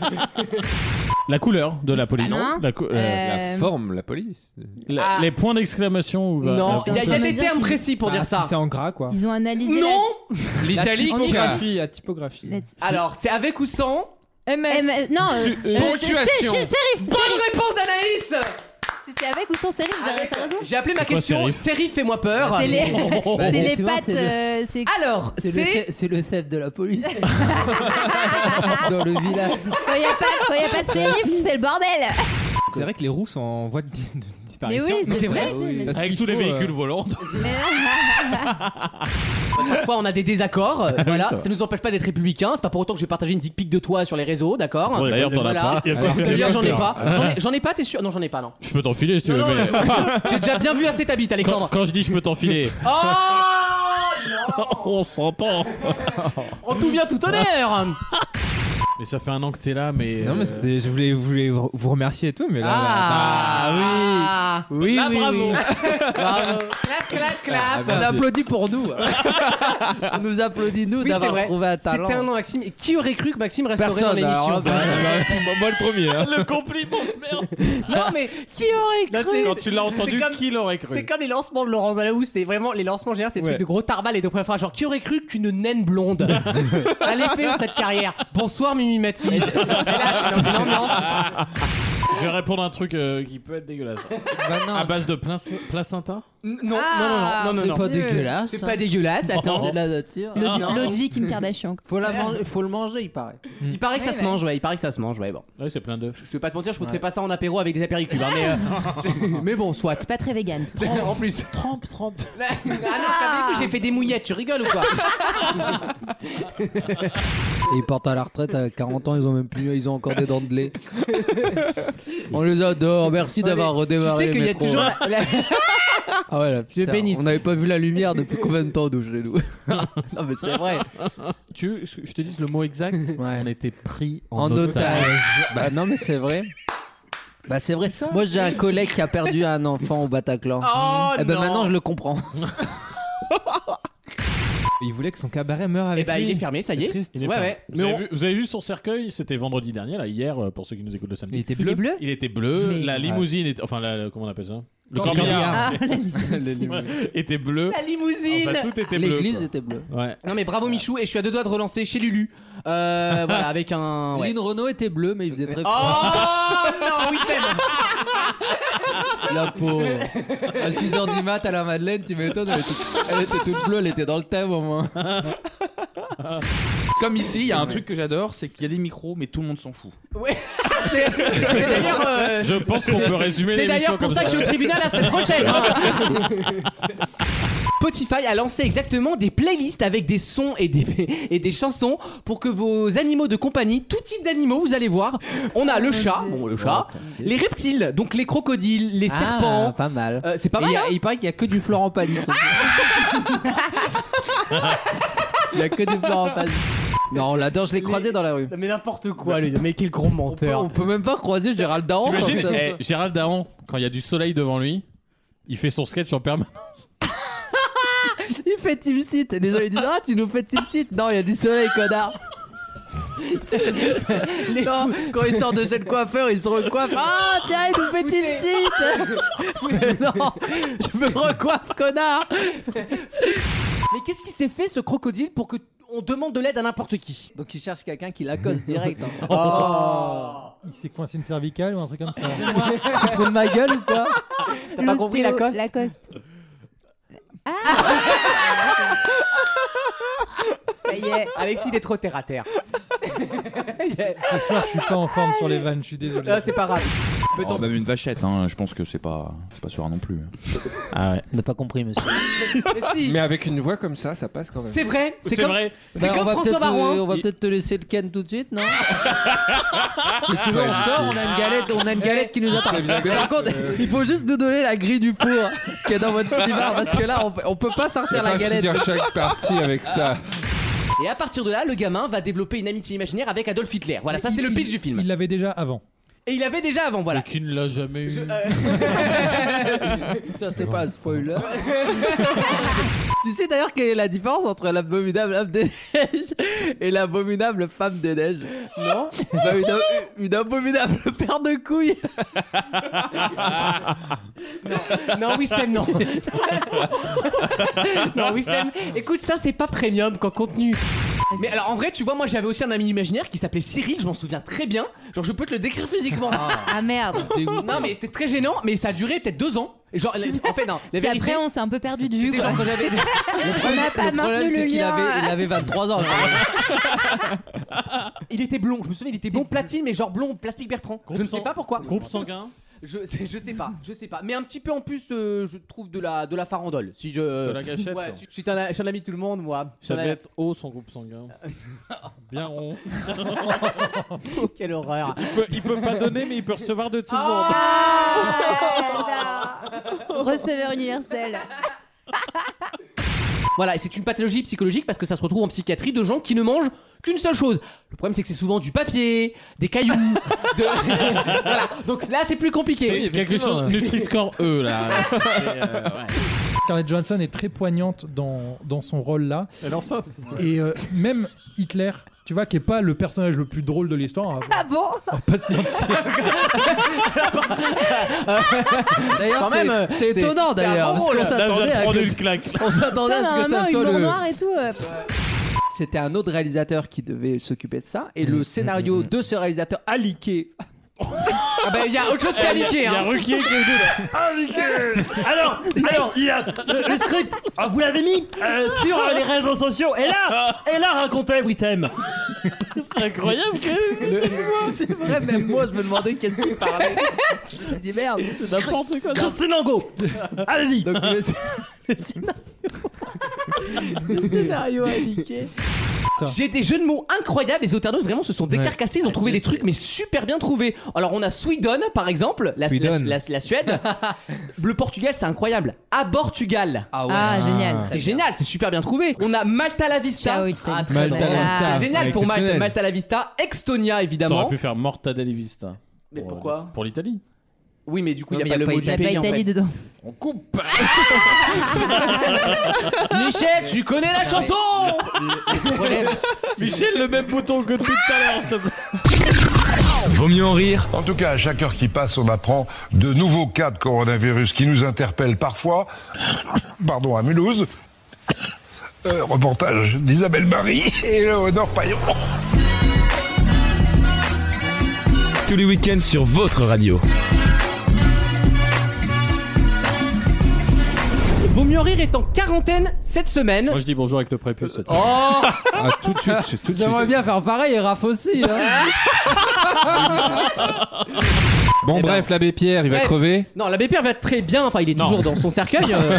[SPEAKER 9] La couleur de la police.
[SPEAKER 2] Ah non.
[SPEAKER 9] La cou- euh,
[SPEAKER 8] Euh,
[SPEAKER 6] forme, la police.
[SPEAKER 9] la-
[SPEAKER 2] Ah.
[SPEAKER 9] Les points d'exclamation ou la-
[SPEAKER 2] Non,
[SPEAKER 9] la-
[SPEAKER 2] il y a, il y a
[SPEAKER 8] Ça veut
[SPEAKER 2] des
[SPEAKER 8] dire
[SPEAKER 2] termes
[SPEAKER 8] qu'il-
[SPEAKER 2] précis pour
[SPEAKER 6] Ah,
[SPEAKER 2] dire
[SPEAKER 6] si
[SPEAKER 2] ça.
[SPEAKER 6] c'est en gras quoi.
[SPEAKER 8] Ils ont analysé. la-
[SPEAKER 2] Non Ah,
[SPEAKER 6] La
[SPEAKER 8] L'italique,
[SPEAKER 6] typographie, la typographie.
[SPEAKER 8] la-
[SPEAKER 2] Alors, c'est avec ou sans
[SPEAKER 7] MS.
[SPEAKER 8] M- Non, euh,
[SPEAKER 6] Su-
[SPEAKER 8] euh, c'est-
[SPEAKER 6] ponctuation.
[SPEAKER 8] c'est- c'est- Sérif.
[SPEAKER 2] Bonne réponse d'Anaïs
[SPEAKER 8] C'était avec ou sans Sérif, vous avez raison
[SPEAKER 2] J'ai appelé ma
[SPEAKER 9] quoi,
[SPEAKER 2] question
[SPEAKER 9] Sérif
[SPEAKER 2] Sérif, fais-moi peur.
[SPEAKER 8] C'est les,
[SPEAKER 4] Bah,
[SPEAKER 8] c'est les
[SPEAKER 4] souvent,
[SPEAKER 8] pattes.
[SPEAKER 4] c'est le-
[SPEAKER 8] euh, c'est-
[SPEAKER 2] Alors,
[SPEAKER 4] C'est le
[SPEAKER 2] c'est.
[SPEAKER 4] thé- C'est le chef de la police. Dans le village.
[SPEAKER 8] Quand il n'y a, pas- quand y a pas de Sérif, c'est le bordel.
[SPEAKER 6] C'est vrai que les roues sont en voie de, di- de disparition.
[SPEAKER 8] Mais oui, c'est vrai,
[SPEAKER 6] Parce
[SPEAKER 8] c'est-
[SPEAKER 6] qu'il
[SPEAKER 9] Avec tous les
[SPEAKER 6] faut, euh,
[SPEAKER 9] véhicules volants.
[SPEAKER 2] Parfois, on a des désaccords. euh, voilà,
[SPEAKER 9] ça
[SPEAKER 2] ça nous empêche pas d'être républicains. C'est pas pour autant que je vais partager une dick pic de toi sur les réseaux, d'accord
[SPEAKER 9] Ouais, d'ailleurs, t'en as
[SPEAKER 2] Voilà.
[SPEAKER 9] pas. Il y a de quoi faire.
[SPEAKER 2] D'ailleurs, j'en ai pas. J'en ai- J'en ai pas, t'es sûr Non, j'en ai pas, non.
[SPEAKER 9] Je peux t'enfiler si tu veux.
[SPEAKER 2] Non, non,
[SPEAKER 9] mais-
[SPEAKER 2] mais- J'ai déjà bien vu assez ta bite,
[SPEAKER 9] quand,
[SPEAKER 2] Alexandre.
[SPEAKER 9] quand je dis je peux t'enfiler,
[SPEAKER 2] Oh
[SPEAKER 9] on s'entend.
[SPEAKER 2] En tout bien, tout honneur
[SPEAKER 9] Mais ça fait un an que t'es là, mais.
[SPEAKER 6] Non, mais
[SPEAKER 9] euh,
[SPEAKER 6] c'était- je voulais, voulais vous remercier et tout, mais là. là-
[SPEAKER 2] Ah.
[SPEAKER 9] Ah,
[SPEAKER 6] oui. Oui,
[SPEAKER 9] Là,
[SPEAKER 6] oui,
[SPEAKER 9] bravo.
[SPEAKER 6] oui.
[SPEAKER 4] Bravo.
[SPEAKER 2] Clap, clap,
[SPEAKER 4] Ah,
[SPEAKER 2] clap.
[SPEAKER 4] on applaudit pour nous. on nous applaudit nous
[SPEAKER 2] Oui, c'est
[SPEAKER 4] d'avoir
[SPEAKER 2] vrai.
[SPEAKER 4] trouvé un talent.
[SPEAKER 2] C'était un an, Maxime. Et qui aurait cru que Maxime resterait
[SPEAKER 4] Personne,
[SPEAKER 2] dans l'émission
[SPEAKER 4] alors, bah,
[SPEAKER 6] Moi le premier.
[SPEAKER 9] Le compliment, merde.
[SPEAKER 2] Non, mais
[SPEAKER 4] qui aurait
[SPEAKER 2] Non,
[SPEAKER 9] cru
[SPEAKER 2] c'est-
[SPEAKER 9] Quand tu l'as entendu,
[SPEAKER 2] c'est comme-
[SPEAKER 9] qui l'aurait cru
[SPEAKER 2] C'est comme les lancements de Laurent Zalaou, c'est vraiment les lancements généraux, c'est des
[SPEAKER 9] Ouais.
[SPEAKER 2] trucs de gros tarbal et de préfère. Genre, qui aurait cru qu'une naine blonde allait faire cette carrière Bonsoir Mimi Mathilde. Et là, dans une ambiance.
[SPEAKER 9] Je vais répondre à un truc euh, qui peut être dégueulasse. À base de plac- placenta
[SPEAKER 2] N- Non,
[SPEAKER 8] Ah,
[SPEAKER 2] non, non, non, non,
[SPEAKER 4] c'est
[SPEAKER 2] non.
[SPEAKER 4] pas dégueulasse.
[SPEAKER 2] C'est pas dégueulasse, attends.
[SPEAKER 4] C'est de la nature.
[SPEAKER 9] Ah,
[SPEAKER 8] L'eau de-
[SPEAKER 2] Non.
[SPEAKER 8] l'eau de vie Kim Kardashian.
[SPEAKER 4] Faut, la man- faut le manger, il paraît.
[SPEAKER 2] Il paraît que ça
[SPEAKER 8] Oui,
[SPEAKER 2] se
[SPEAKER 8] ouais.
[SPEAKER 2] mange, ouais, il paraît que ça se mange, ouais, bon.
[SPEAKER 9] Ouais, c'est plein d'œufs.
[SPEAKER 2] Je vais pas te mentir, je foutrais pas ça en apéro avec des apéricubes, hein, mais, euh, mais bon, soit.
[SPEAKER 8] C'est pas très vegan. tout ça.
[SPEAKER 2] En plus.
[SPEAKER 9] Trempe, trempe.
[SPEAKER 2] Ah non, ça que j'ai fait des mouillettes, tu rigoles ou quoi
[SPEAKER 4] Et ils partent à la retraite à 40 ans, ils ont même plus, ils ont encore des dents de lait. on les adore, merci d'avoir redémarré.
[SPEAKER 2] Tu sais
[SPEAKER 4] le
[SPEAKER 2] qu'il y a
[SPEAKER 4] métro.
[SPEAKER 2] toujours la- la-
[SPEAKER 4] Ah ouais, là, putain,
[SPEAKER 2] bénisse.
[SPEAKER 4] on n'avait pas vu la lumière depuis combien de temps nous chez nous Non mais c'est vrai.
[SPEAKER 9] Tu veux que je te dise le mot exact On était pris en,
[SPEAKER 4] En otage. bah non mais c'est vrai. Bah c'est vrai. Moi j'ai un collègue qui a perdu un enfant au Bataclan.
[SPEAKER 2] Oh,
[SPEAKER 4] Et ben
[SPEAKER 2] non.
[SPEAKER 4] maintenant je le comprends.
[SPEAKER 6] Il voulait que son cabaret meure
[SPEAKER 2] Eh
[SPEAKER 6] avec
[SPEAKER 2] bah,
[SPEAKER 6] lui.
[SPEAKER 2] il est fermé, ça y est.
[SPEAKER 6] C'est triste.
[SPEAKER 9] Il est
[SPEAKER 2] Ouais,
[SPEAKER 9] fin.
[SPEAKER 2] ouais.
[SPEAKER 9] Vous,
[SPEAKER 2] Mais
[SPEAKER 9] avez
[SPEAKER 2] on-
[SPEAKER 9] vu, vous avez vu son cercueil C'était vendredi dernier, là, hier, euh, pour ceux qui nous écoutent le samedi.
[SPEAKER 6] Il était
[SPEAKER 8] Il est bleu
[SPEAKER 9] Il était bleu,
[SPEAKER 8] Mais-
[SPEAKER 9] la
[SPEAKER 6] Ouais.
[SPEAKER 9] limousine était. Enfin, la, la- comment on appelle ça Le
[SPEAKER 8] Ah,
[SPEAKER 9] corbillard
[SPEAKER 8] la limousine.
[SPEAKER 9] était bleu.
[SPEAKER 2] La limousine
[SPEAKER 9] Enfin, tout était bleu.
[SPEAKER 4] L'église
[SPEAKER 9] quoi.
[SPEAKER 4] était bleue.
[SPEAKER 9] Ouais.
[SPEAKER 2] Non mais bravo Michou et je suis à deux doigts de relancer chez Lulu. Euh, voilà avec un. ouais.
[SPEAKER 4] Lynn Renault était bleue mais il faisait très
[SPEAKER 2] Oh
[SPEAKER 4] froid.
[SPEAKER 2] non oui c'est
[SPEAKER 4] La pauvre. À 6h du mat à la Madeleine, tu m'étonnes, elle, était- elle était toute bleue, elle était dans le thème au moins.
[SPEAKER 20] Comme ici, il y a un truc que j'adore, c'est qu'il y a des micros, mais tout le monde s'en fout.
[SPEAKER 2] C'est c'est d'ailleurs. euh,
[SPEAKER 9] Je pense qu'on peut résumer
[SPEAKER 2] C'est d'ailleurs
[SPEAKER 9] l'émission
[SPEAKER 2] pour
[SPEAKER 9] comme
[SPEAKER 2] ça que
[SPEAKER 9] ça.
[SPEAKER 2] je suis au tribunal la semaine prochaine. hein. Spotify a lancé exactement des playlists avec des sons et des, et des chansons pour que vos animaux de compagnie, tout type d'animaux, vous allez voir. On a le chat, bon le chat, les reptiles, donc les crocodiles, les
[SPEAKER 4] Ah,
[SPEAKER 2] serpents.
[SPEAKER 4] Pas mal.
[SPEAKER 2] Euh, c'est pas
[SPEAKER 4] Et
[SPEAKER 2] mal.
[SPEAKER 4] il y a-
[SPEAKER 2] hein
[SPEAKER 4] il paraît qu'il y a que du Florent Pagny. ce soir. il y a que du Florent Pagny. Non, on l'adore, je l'ai croisé dans la rue.
[SPEAKER 2] mais n'importe quoi, le mais quel gros menteur.
[SPEAKER 4] On peut même pas croiser Gérald Daron. sans
[SPEAKER 9] T'imagines
[SPEAKER 4] que ça
[SPEAKER 9] eh, Gérald Dahan, quand il y a du soleil devant lui, il fait son sketch en permanence.
[SPEAKER 4] soit- Il fait Team Sit. Les gens ils disent Ah, tu nous fais Team Sit. Non, il y a du soleil, connard. Non, quand il sort de chez le coiffeur, il se recoiffe. Ah, tiens, il nous fait Team Sit. non, je me recoiffe, connard.
[SPEAKER 2] Mais qu'est-ce qui s'est fait ce crocodile pour que on demande de l'aide à n'importe qui Oh.
[SPEAKER 4] Donc il cherche quelqu'un qui l'accoste direct. hein.
[SPEAKER 21] Il s'est coincé une cervicale ou un truc comme ça.
[SPEAKER 4] C'est de ma gueule ou pas T'as pas compris la
[SPEAKER 8] L'ostéo-
[SPEAKER 4] coste
[SPEAKER 8] Lacoste. Ah Ça y est.
[SPEAKER 2] Alexis, il est trop terre à terre.
[SPEAKER 21] Ce soir, je suis pas en forme sur les vannes, je suis désolé.
[SPEAKER 2] Euh, c'est pas grave.
[SPEAKER 20] Oh, même une vachette, hein, je pense que c'est pas, c'est pas soir non plus.
[SPEAKER 9] Ah ouais.
[SPEAKER 4] On n'a pas compris, monsieur.
[SPEAKER 2] Mais si,
[SPEAKER 12] Mais avec une voix comme ça, ça passe quand même.
[SPEAKER 2] c'est vrai.
[SPEAKER 9] C'est
[SPEAKER 2] comme,
[SPEAKER 9] vrai.
[SPEAKER 2] c'est
[SPEAKER 4] Bah,
[SPEAKER 2] comme
[SPEAKER 4] on va
[SPEAKER 2] François
[SPEAKER 4] peut-être
[SPEAKER 2] Barouin.
[SPEAKER 4] euh, on va
[SPEAKER 9] Il-
[SPEAKER 4] peut-être te laisser le can tout de suite, non Si tu veux, on sort, on a une galette, on a une galette qui nous attend. Mais par contre, il faut juste nous donner la grille du four hein, qui est dans votre steamer parce que là, on, peut- on peut pas sortir la
[SPEAKER 12] Pas
[SPEAKER 4] galette.
[SPEAKER 12] finir chaque partie avec ça.
[SPEAKER 2] Et à partir de là, le gamin va développer une amitié imaginaire avec Adolf Hitler. Voilà, ça c'est le pitch du film.
[SPEAKER 21] Il l'avait déjà avant.
[SPEAKER 2] Et il avait déjà avant, voilà.
[SPEAKER 9] Et qui ne l'a jamais eu.
[SPEAKER 4] Ça c'est pas un spoiler. tu sais d'ailleurs quelle est la différence entre l'abominable homme de neige et l'abominable femme de neige Non bah, une, ab- une abominable paire de couilles.
[SPEAKER 2] Non, Wissem, non. non, Wissem. Écoute, ça c'est pas premium quand contenu. Mais alors en vrai, tu vois, moi j'avais aussi un ami imaginaire qui s'appelait Cyril, je m'en souviens très bien. Genre, je peux te le décrire physiquement.
[SPEAKER 8] Ah merde.
[SPEAKER 2] Non, mais c'était très gênant, mais ça a duré peut-être deux ans. Et Genre, en fait, non. La
[SPEAKER 8] Puis
[SPEAKER 2] vérité,
[SPEAKER 8] après, on s'est un peu perdu de vue.
[SPEAKER 2] c'était
[SPEAKER 8] quoi.
[SPEAKER 2] genre quand j'avais.
[SPEAKER 8] On n'a
[SPEAKER 4] Le
[SPEAKER 8] pas
[SPEAKER 4] problème
[SPEAKER 8] maintenu le
[SPEAKER 4] c'est qu'il
[SPEAKER 8] lien.
[SPEAKER 4] avait, il avait 23 ans.
[SPEAKER 2] Il était blond, je me souviens, il était blond platine, mais genre blond plastique Bertrand. Je ne sais
[SPEAKER 9] sang-
[SPEAKER 2] pas pourquoi.
[SPEAKER 9] Groupe sanguin.
[SPEAKER 2] Je, c'est- je sais pas, je sais pas. Mais un petit peu en plus, euh, je trouve de la, de la farandole. Si je. euh,
[SPEAKER 9] De la gâchette.
[SPEAKER 2] Ouais, si- je suis un, je suis un ami de tout le monde, moi. Je
[SPEAKER 9] Ça devait
[SPEAKER 2] suis un-
[SPEAKER 9] être haut son groupe sanguin. Bien rond.
[SPEAKER 2] Quelle horreur.
[SPEAKER 9] Il peut, il peut pas donner, mais il peut recevoir de tout le monde.
[SPEAKER 8] Ah, là. Receveur universel.
[SPEAKER 2] Voilà, et c'est une pathologie psychologique parce que ça se retrouve en psychiatrie de gens qui ne mangent qu'une seule chose. Le problème, c'est que c'est souvent du papier, des cailloux. de- voilà. Donc là, c'est plus compliqué.
[SPEAKER 9] C'est quelque chose Nutri-Score E là. C'est, euh, ouais.
[SPEAKER 10] Scarlett Johansson est très poignante dans, dans son rôle là.
[SPEAKER 3] Elle est enceinte.
[SPEAKER 10] Et euh, même Hitler, tu vois, qui est pas le personnage le plus drôle de l'histoire.
[SPEAKER 8] Ah bon
[SPEAKER 4] D'ailleurs,
[SPEAKER 2] Quand même, euh,
[SPEAKER 4] c'est- c'est
[SPEAKER 2] c'est-
[SPEAKER 4] étonnant
[SPEAKER 2] c'est un
[SPEAKER 4] d'ailleurs.
[SPEAKER 2] bon
[SPEAKER 4] parce qu'on
[SPEAKER 2] rôle. Là,
[SPEAKER 4] s'attendait
[SPEAKER 2] je viens de
[SPEAKER 4] à
[SPEAKER 2] prendre
[SPEAKER 4] que-
[SPEAKER 2] une claque.
[SPEAKER 4] On s'attendait à ce que
[SPEAKER 8] Normalement,
[SPEAKER 4] ça
[SPEAKER 8] une
[SPEAKER 4] soit
[SPEAKER 8] blonde
[SPEAKER 4] le.
[SPEAKER 8] noire et tout. euh, pff.
[SPEAKER 4] C'était un autre réalisateur qui devait s'occuper de ça. Et le scénario de ce réalisateur a leaké.
[SPEAKER 2] Ah bah, il y a autre chose qui a
[SPEAKER 9] Eh,
[SPEAKER 4] liqué,
[SPEAKER 2] niqué.
[SPEAKER 4] hein.
[SPEAKER 2] hein.
[SPEAKER 9] Ah, nickel. Alors, alors, il y a le, le script. Ah, vous l'avez mis euh, sur euh, les réseaux sociaux. Et là, et là, racontez Wittem. C'est incroyable que.
[SPEAKER 4] Oh, C'est vrai, même moi, je me demandais qu'est-ce qu'il parlait. Je me dis merde.
[SPEAKER 3] N'importe quoi.
[SPEAKER 9] Christine Angot. Allez-y.
[SPEAKER 4] Donc le, sc- le scénario. le scénario a leaké.
[SPEAKER 2] J'ai des jeux de mots incroyables. Les internautes vraiment se sont décarcassés.
[SPEAKER 8] Ah,
[SPEAKER 2] Ils ont trouvé des trucs mais super bien trouvés. Alors on a Sweden par exemple, la,
[SPEAKER 6] Sweden.
[SPEAKER 2] la- la- la Suède. le Portugal c'est incroyable. À Portugal.
[SPEAKER 8] ouais. Ah, génial. Très
[SPEAKER 2] C'est génial, c'est super bien trouvé. On a Malta la Vista. Ah,
[SPEAKER 8] très Malta
[SPEAKER 9] bon. la Vista,
[SPEAKER 2] C'est génial pour Malta,
[SPEAKER 9] exceptionnel.
[SPEAKER 2] Malta la Vista. Estonia évidemment.
[SPEAKER 9] T'aurais pu faire Mortadelle et Vista. Mais
[SPEAKER 2] pourquoi
[SPEAKER 9] Pour l'Italie.
[SPEAKER 2] Oui mais du coup
[SPEAKER 8] Non,
[SPEAKER 2] il
[SPEAKER 8] mais
[SPEAKER 2] n'y a, pas le mot du
[SPEAKER 8] Ita-
[SPEAKER 2] pays en
[SPEAKER 8] Italie
[SPEAKER 2] fait.
[SPEAKER 8] dedans.
[SPEAKER 9] On coupe.
[SPEAKER 2] Michel, tu connais
[SPEAKER 8] Ah,
[SPEAKER 2] la chanson
[SPEAKER 3] Michel, le même bouton que tout à l'heure, s'il te plaît.
[SPEAKER 22] Vaut mieux en rire. En tout cas, à chaque heure qui passe, on apprend de nouveaux cas de coronavirus qui nous interpellent parfois, pardon, à Mulhouse. Euh, reportage d'Isabelle Marie et Léonore Paillon.
[SPEAKER 1] Tous les week-ends sur votre radio.
[SPEAKER 2] Vaut mieux en rire est en quarantaine cette semaine.
[SPEAKER 9] Moi je dis bonjour avec le prépuce. cette fois.
[SPEAKER 2] Oh
[SPEAKER 9] Ah, tout de suite, tout de suite.
[SPEAKER 4] J'aimerais bien faire pareil et Raph aussi. hein.
[SPEAKER 5] Bon, bref, l'abbé Pierre, il va
[SPEAKER 2] Bref.
[SPEAKER 5] crever.
[SPEAKER 2] Non, l'abbé Pierre va très bien. Enfin, il est toujours dans son cercueil. euh,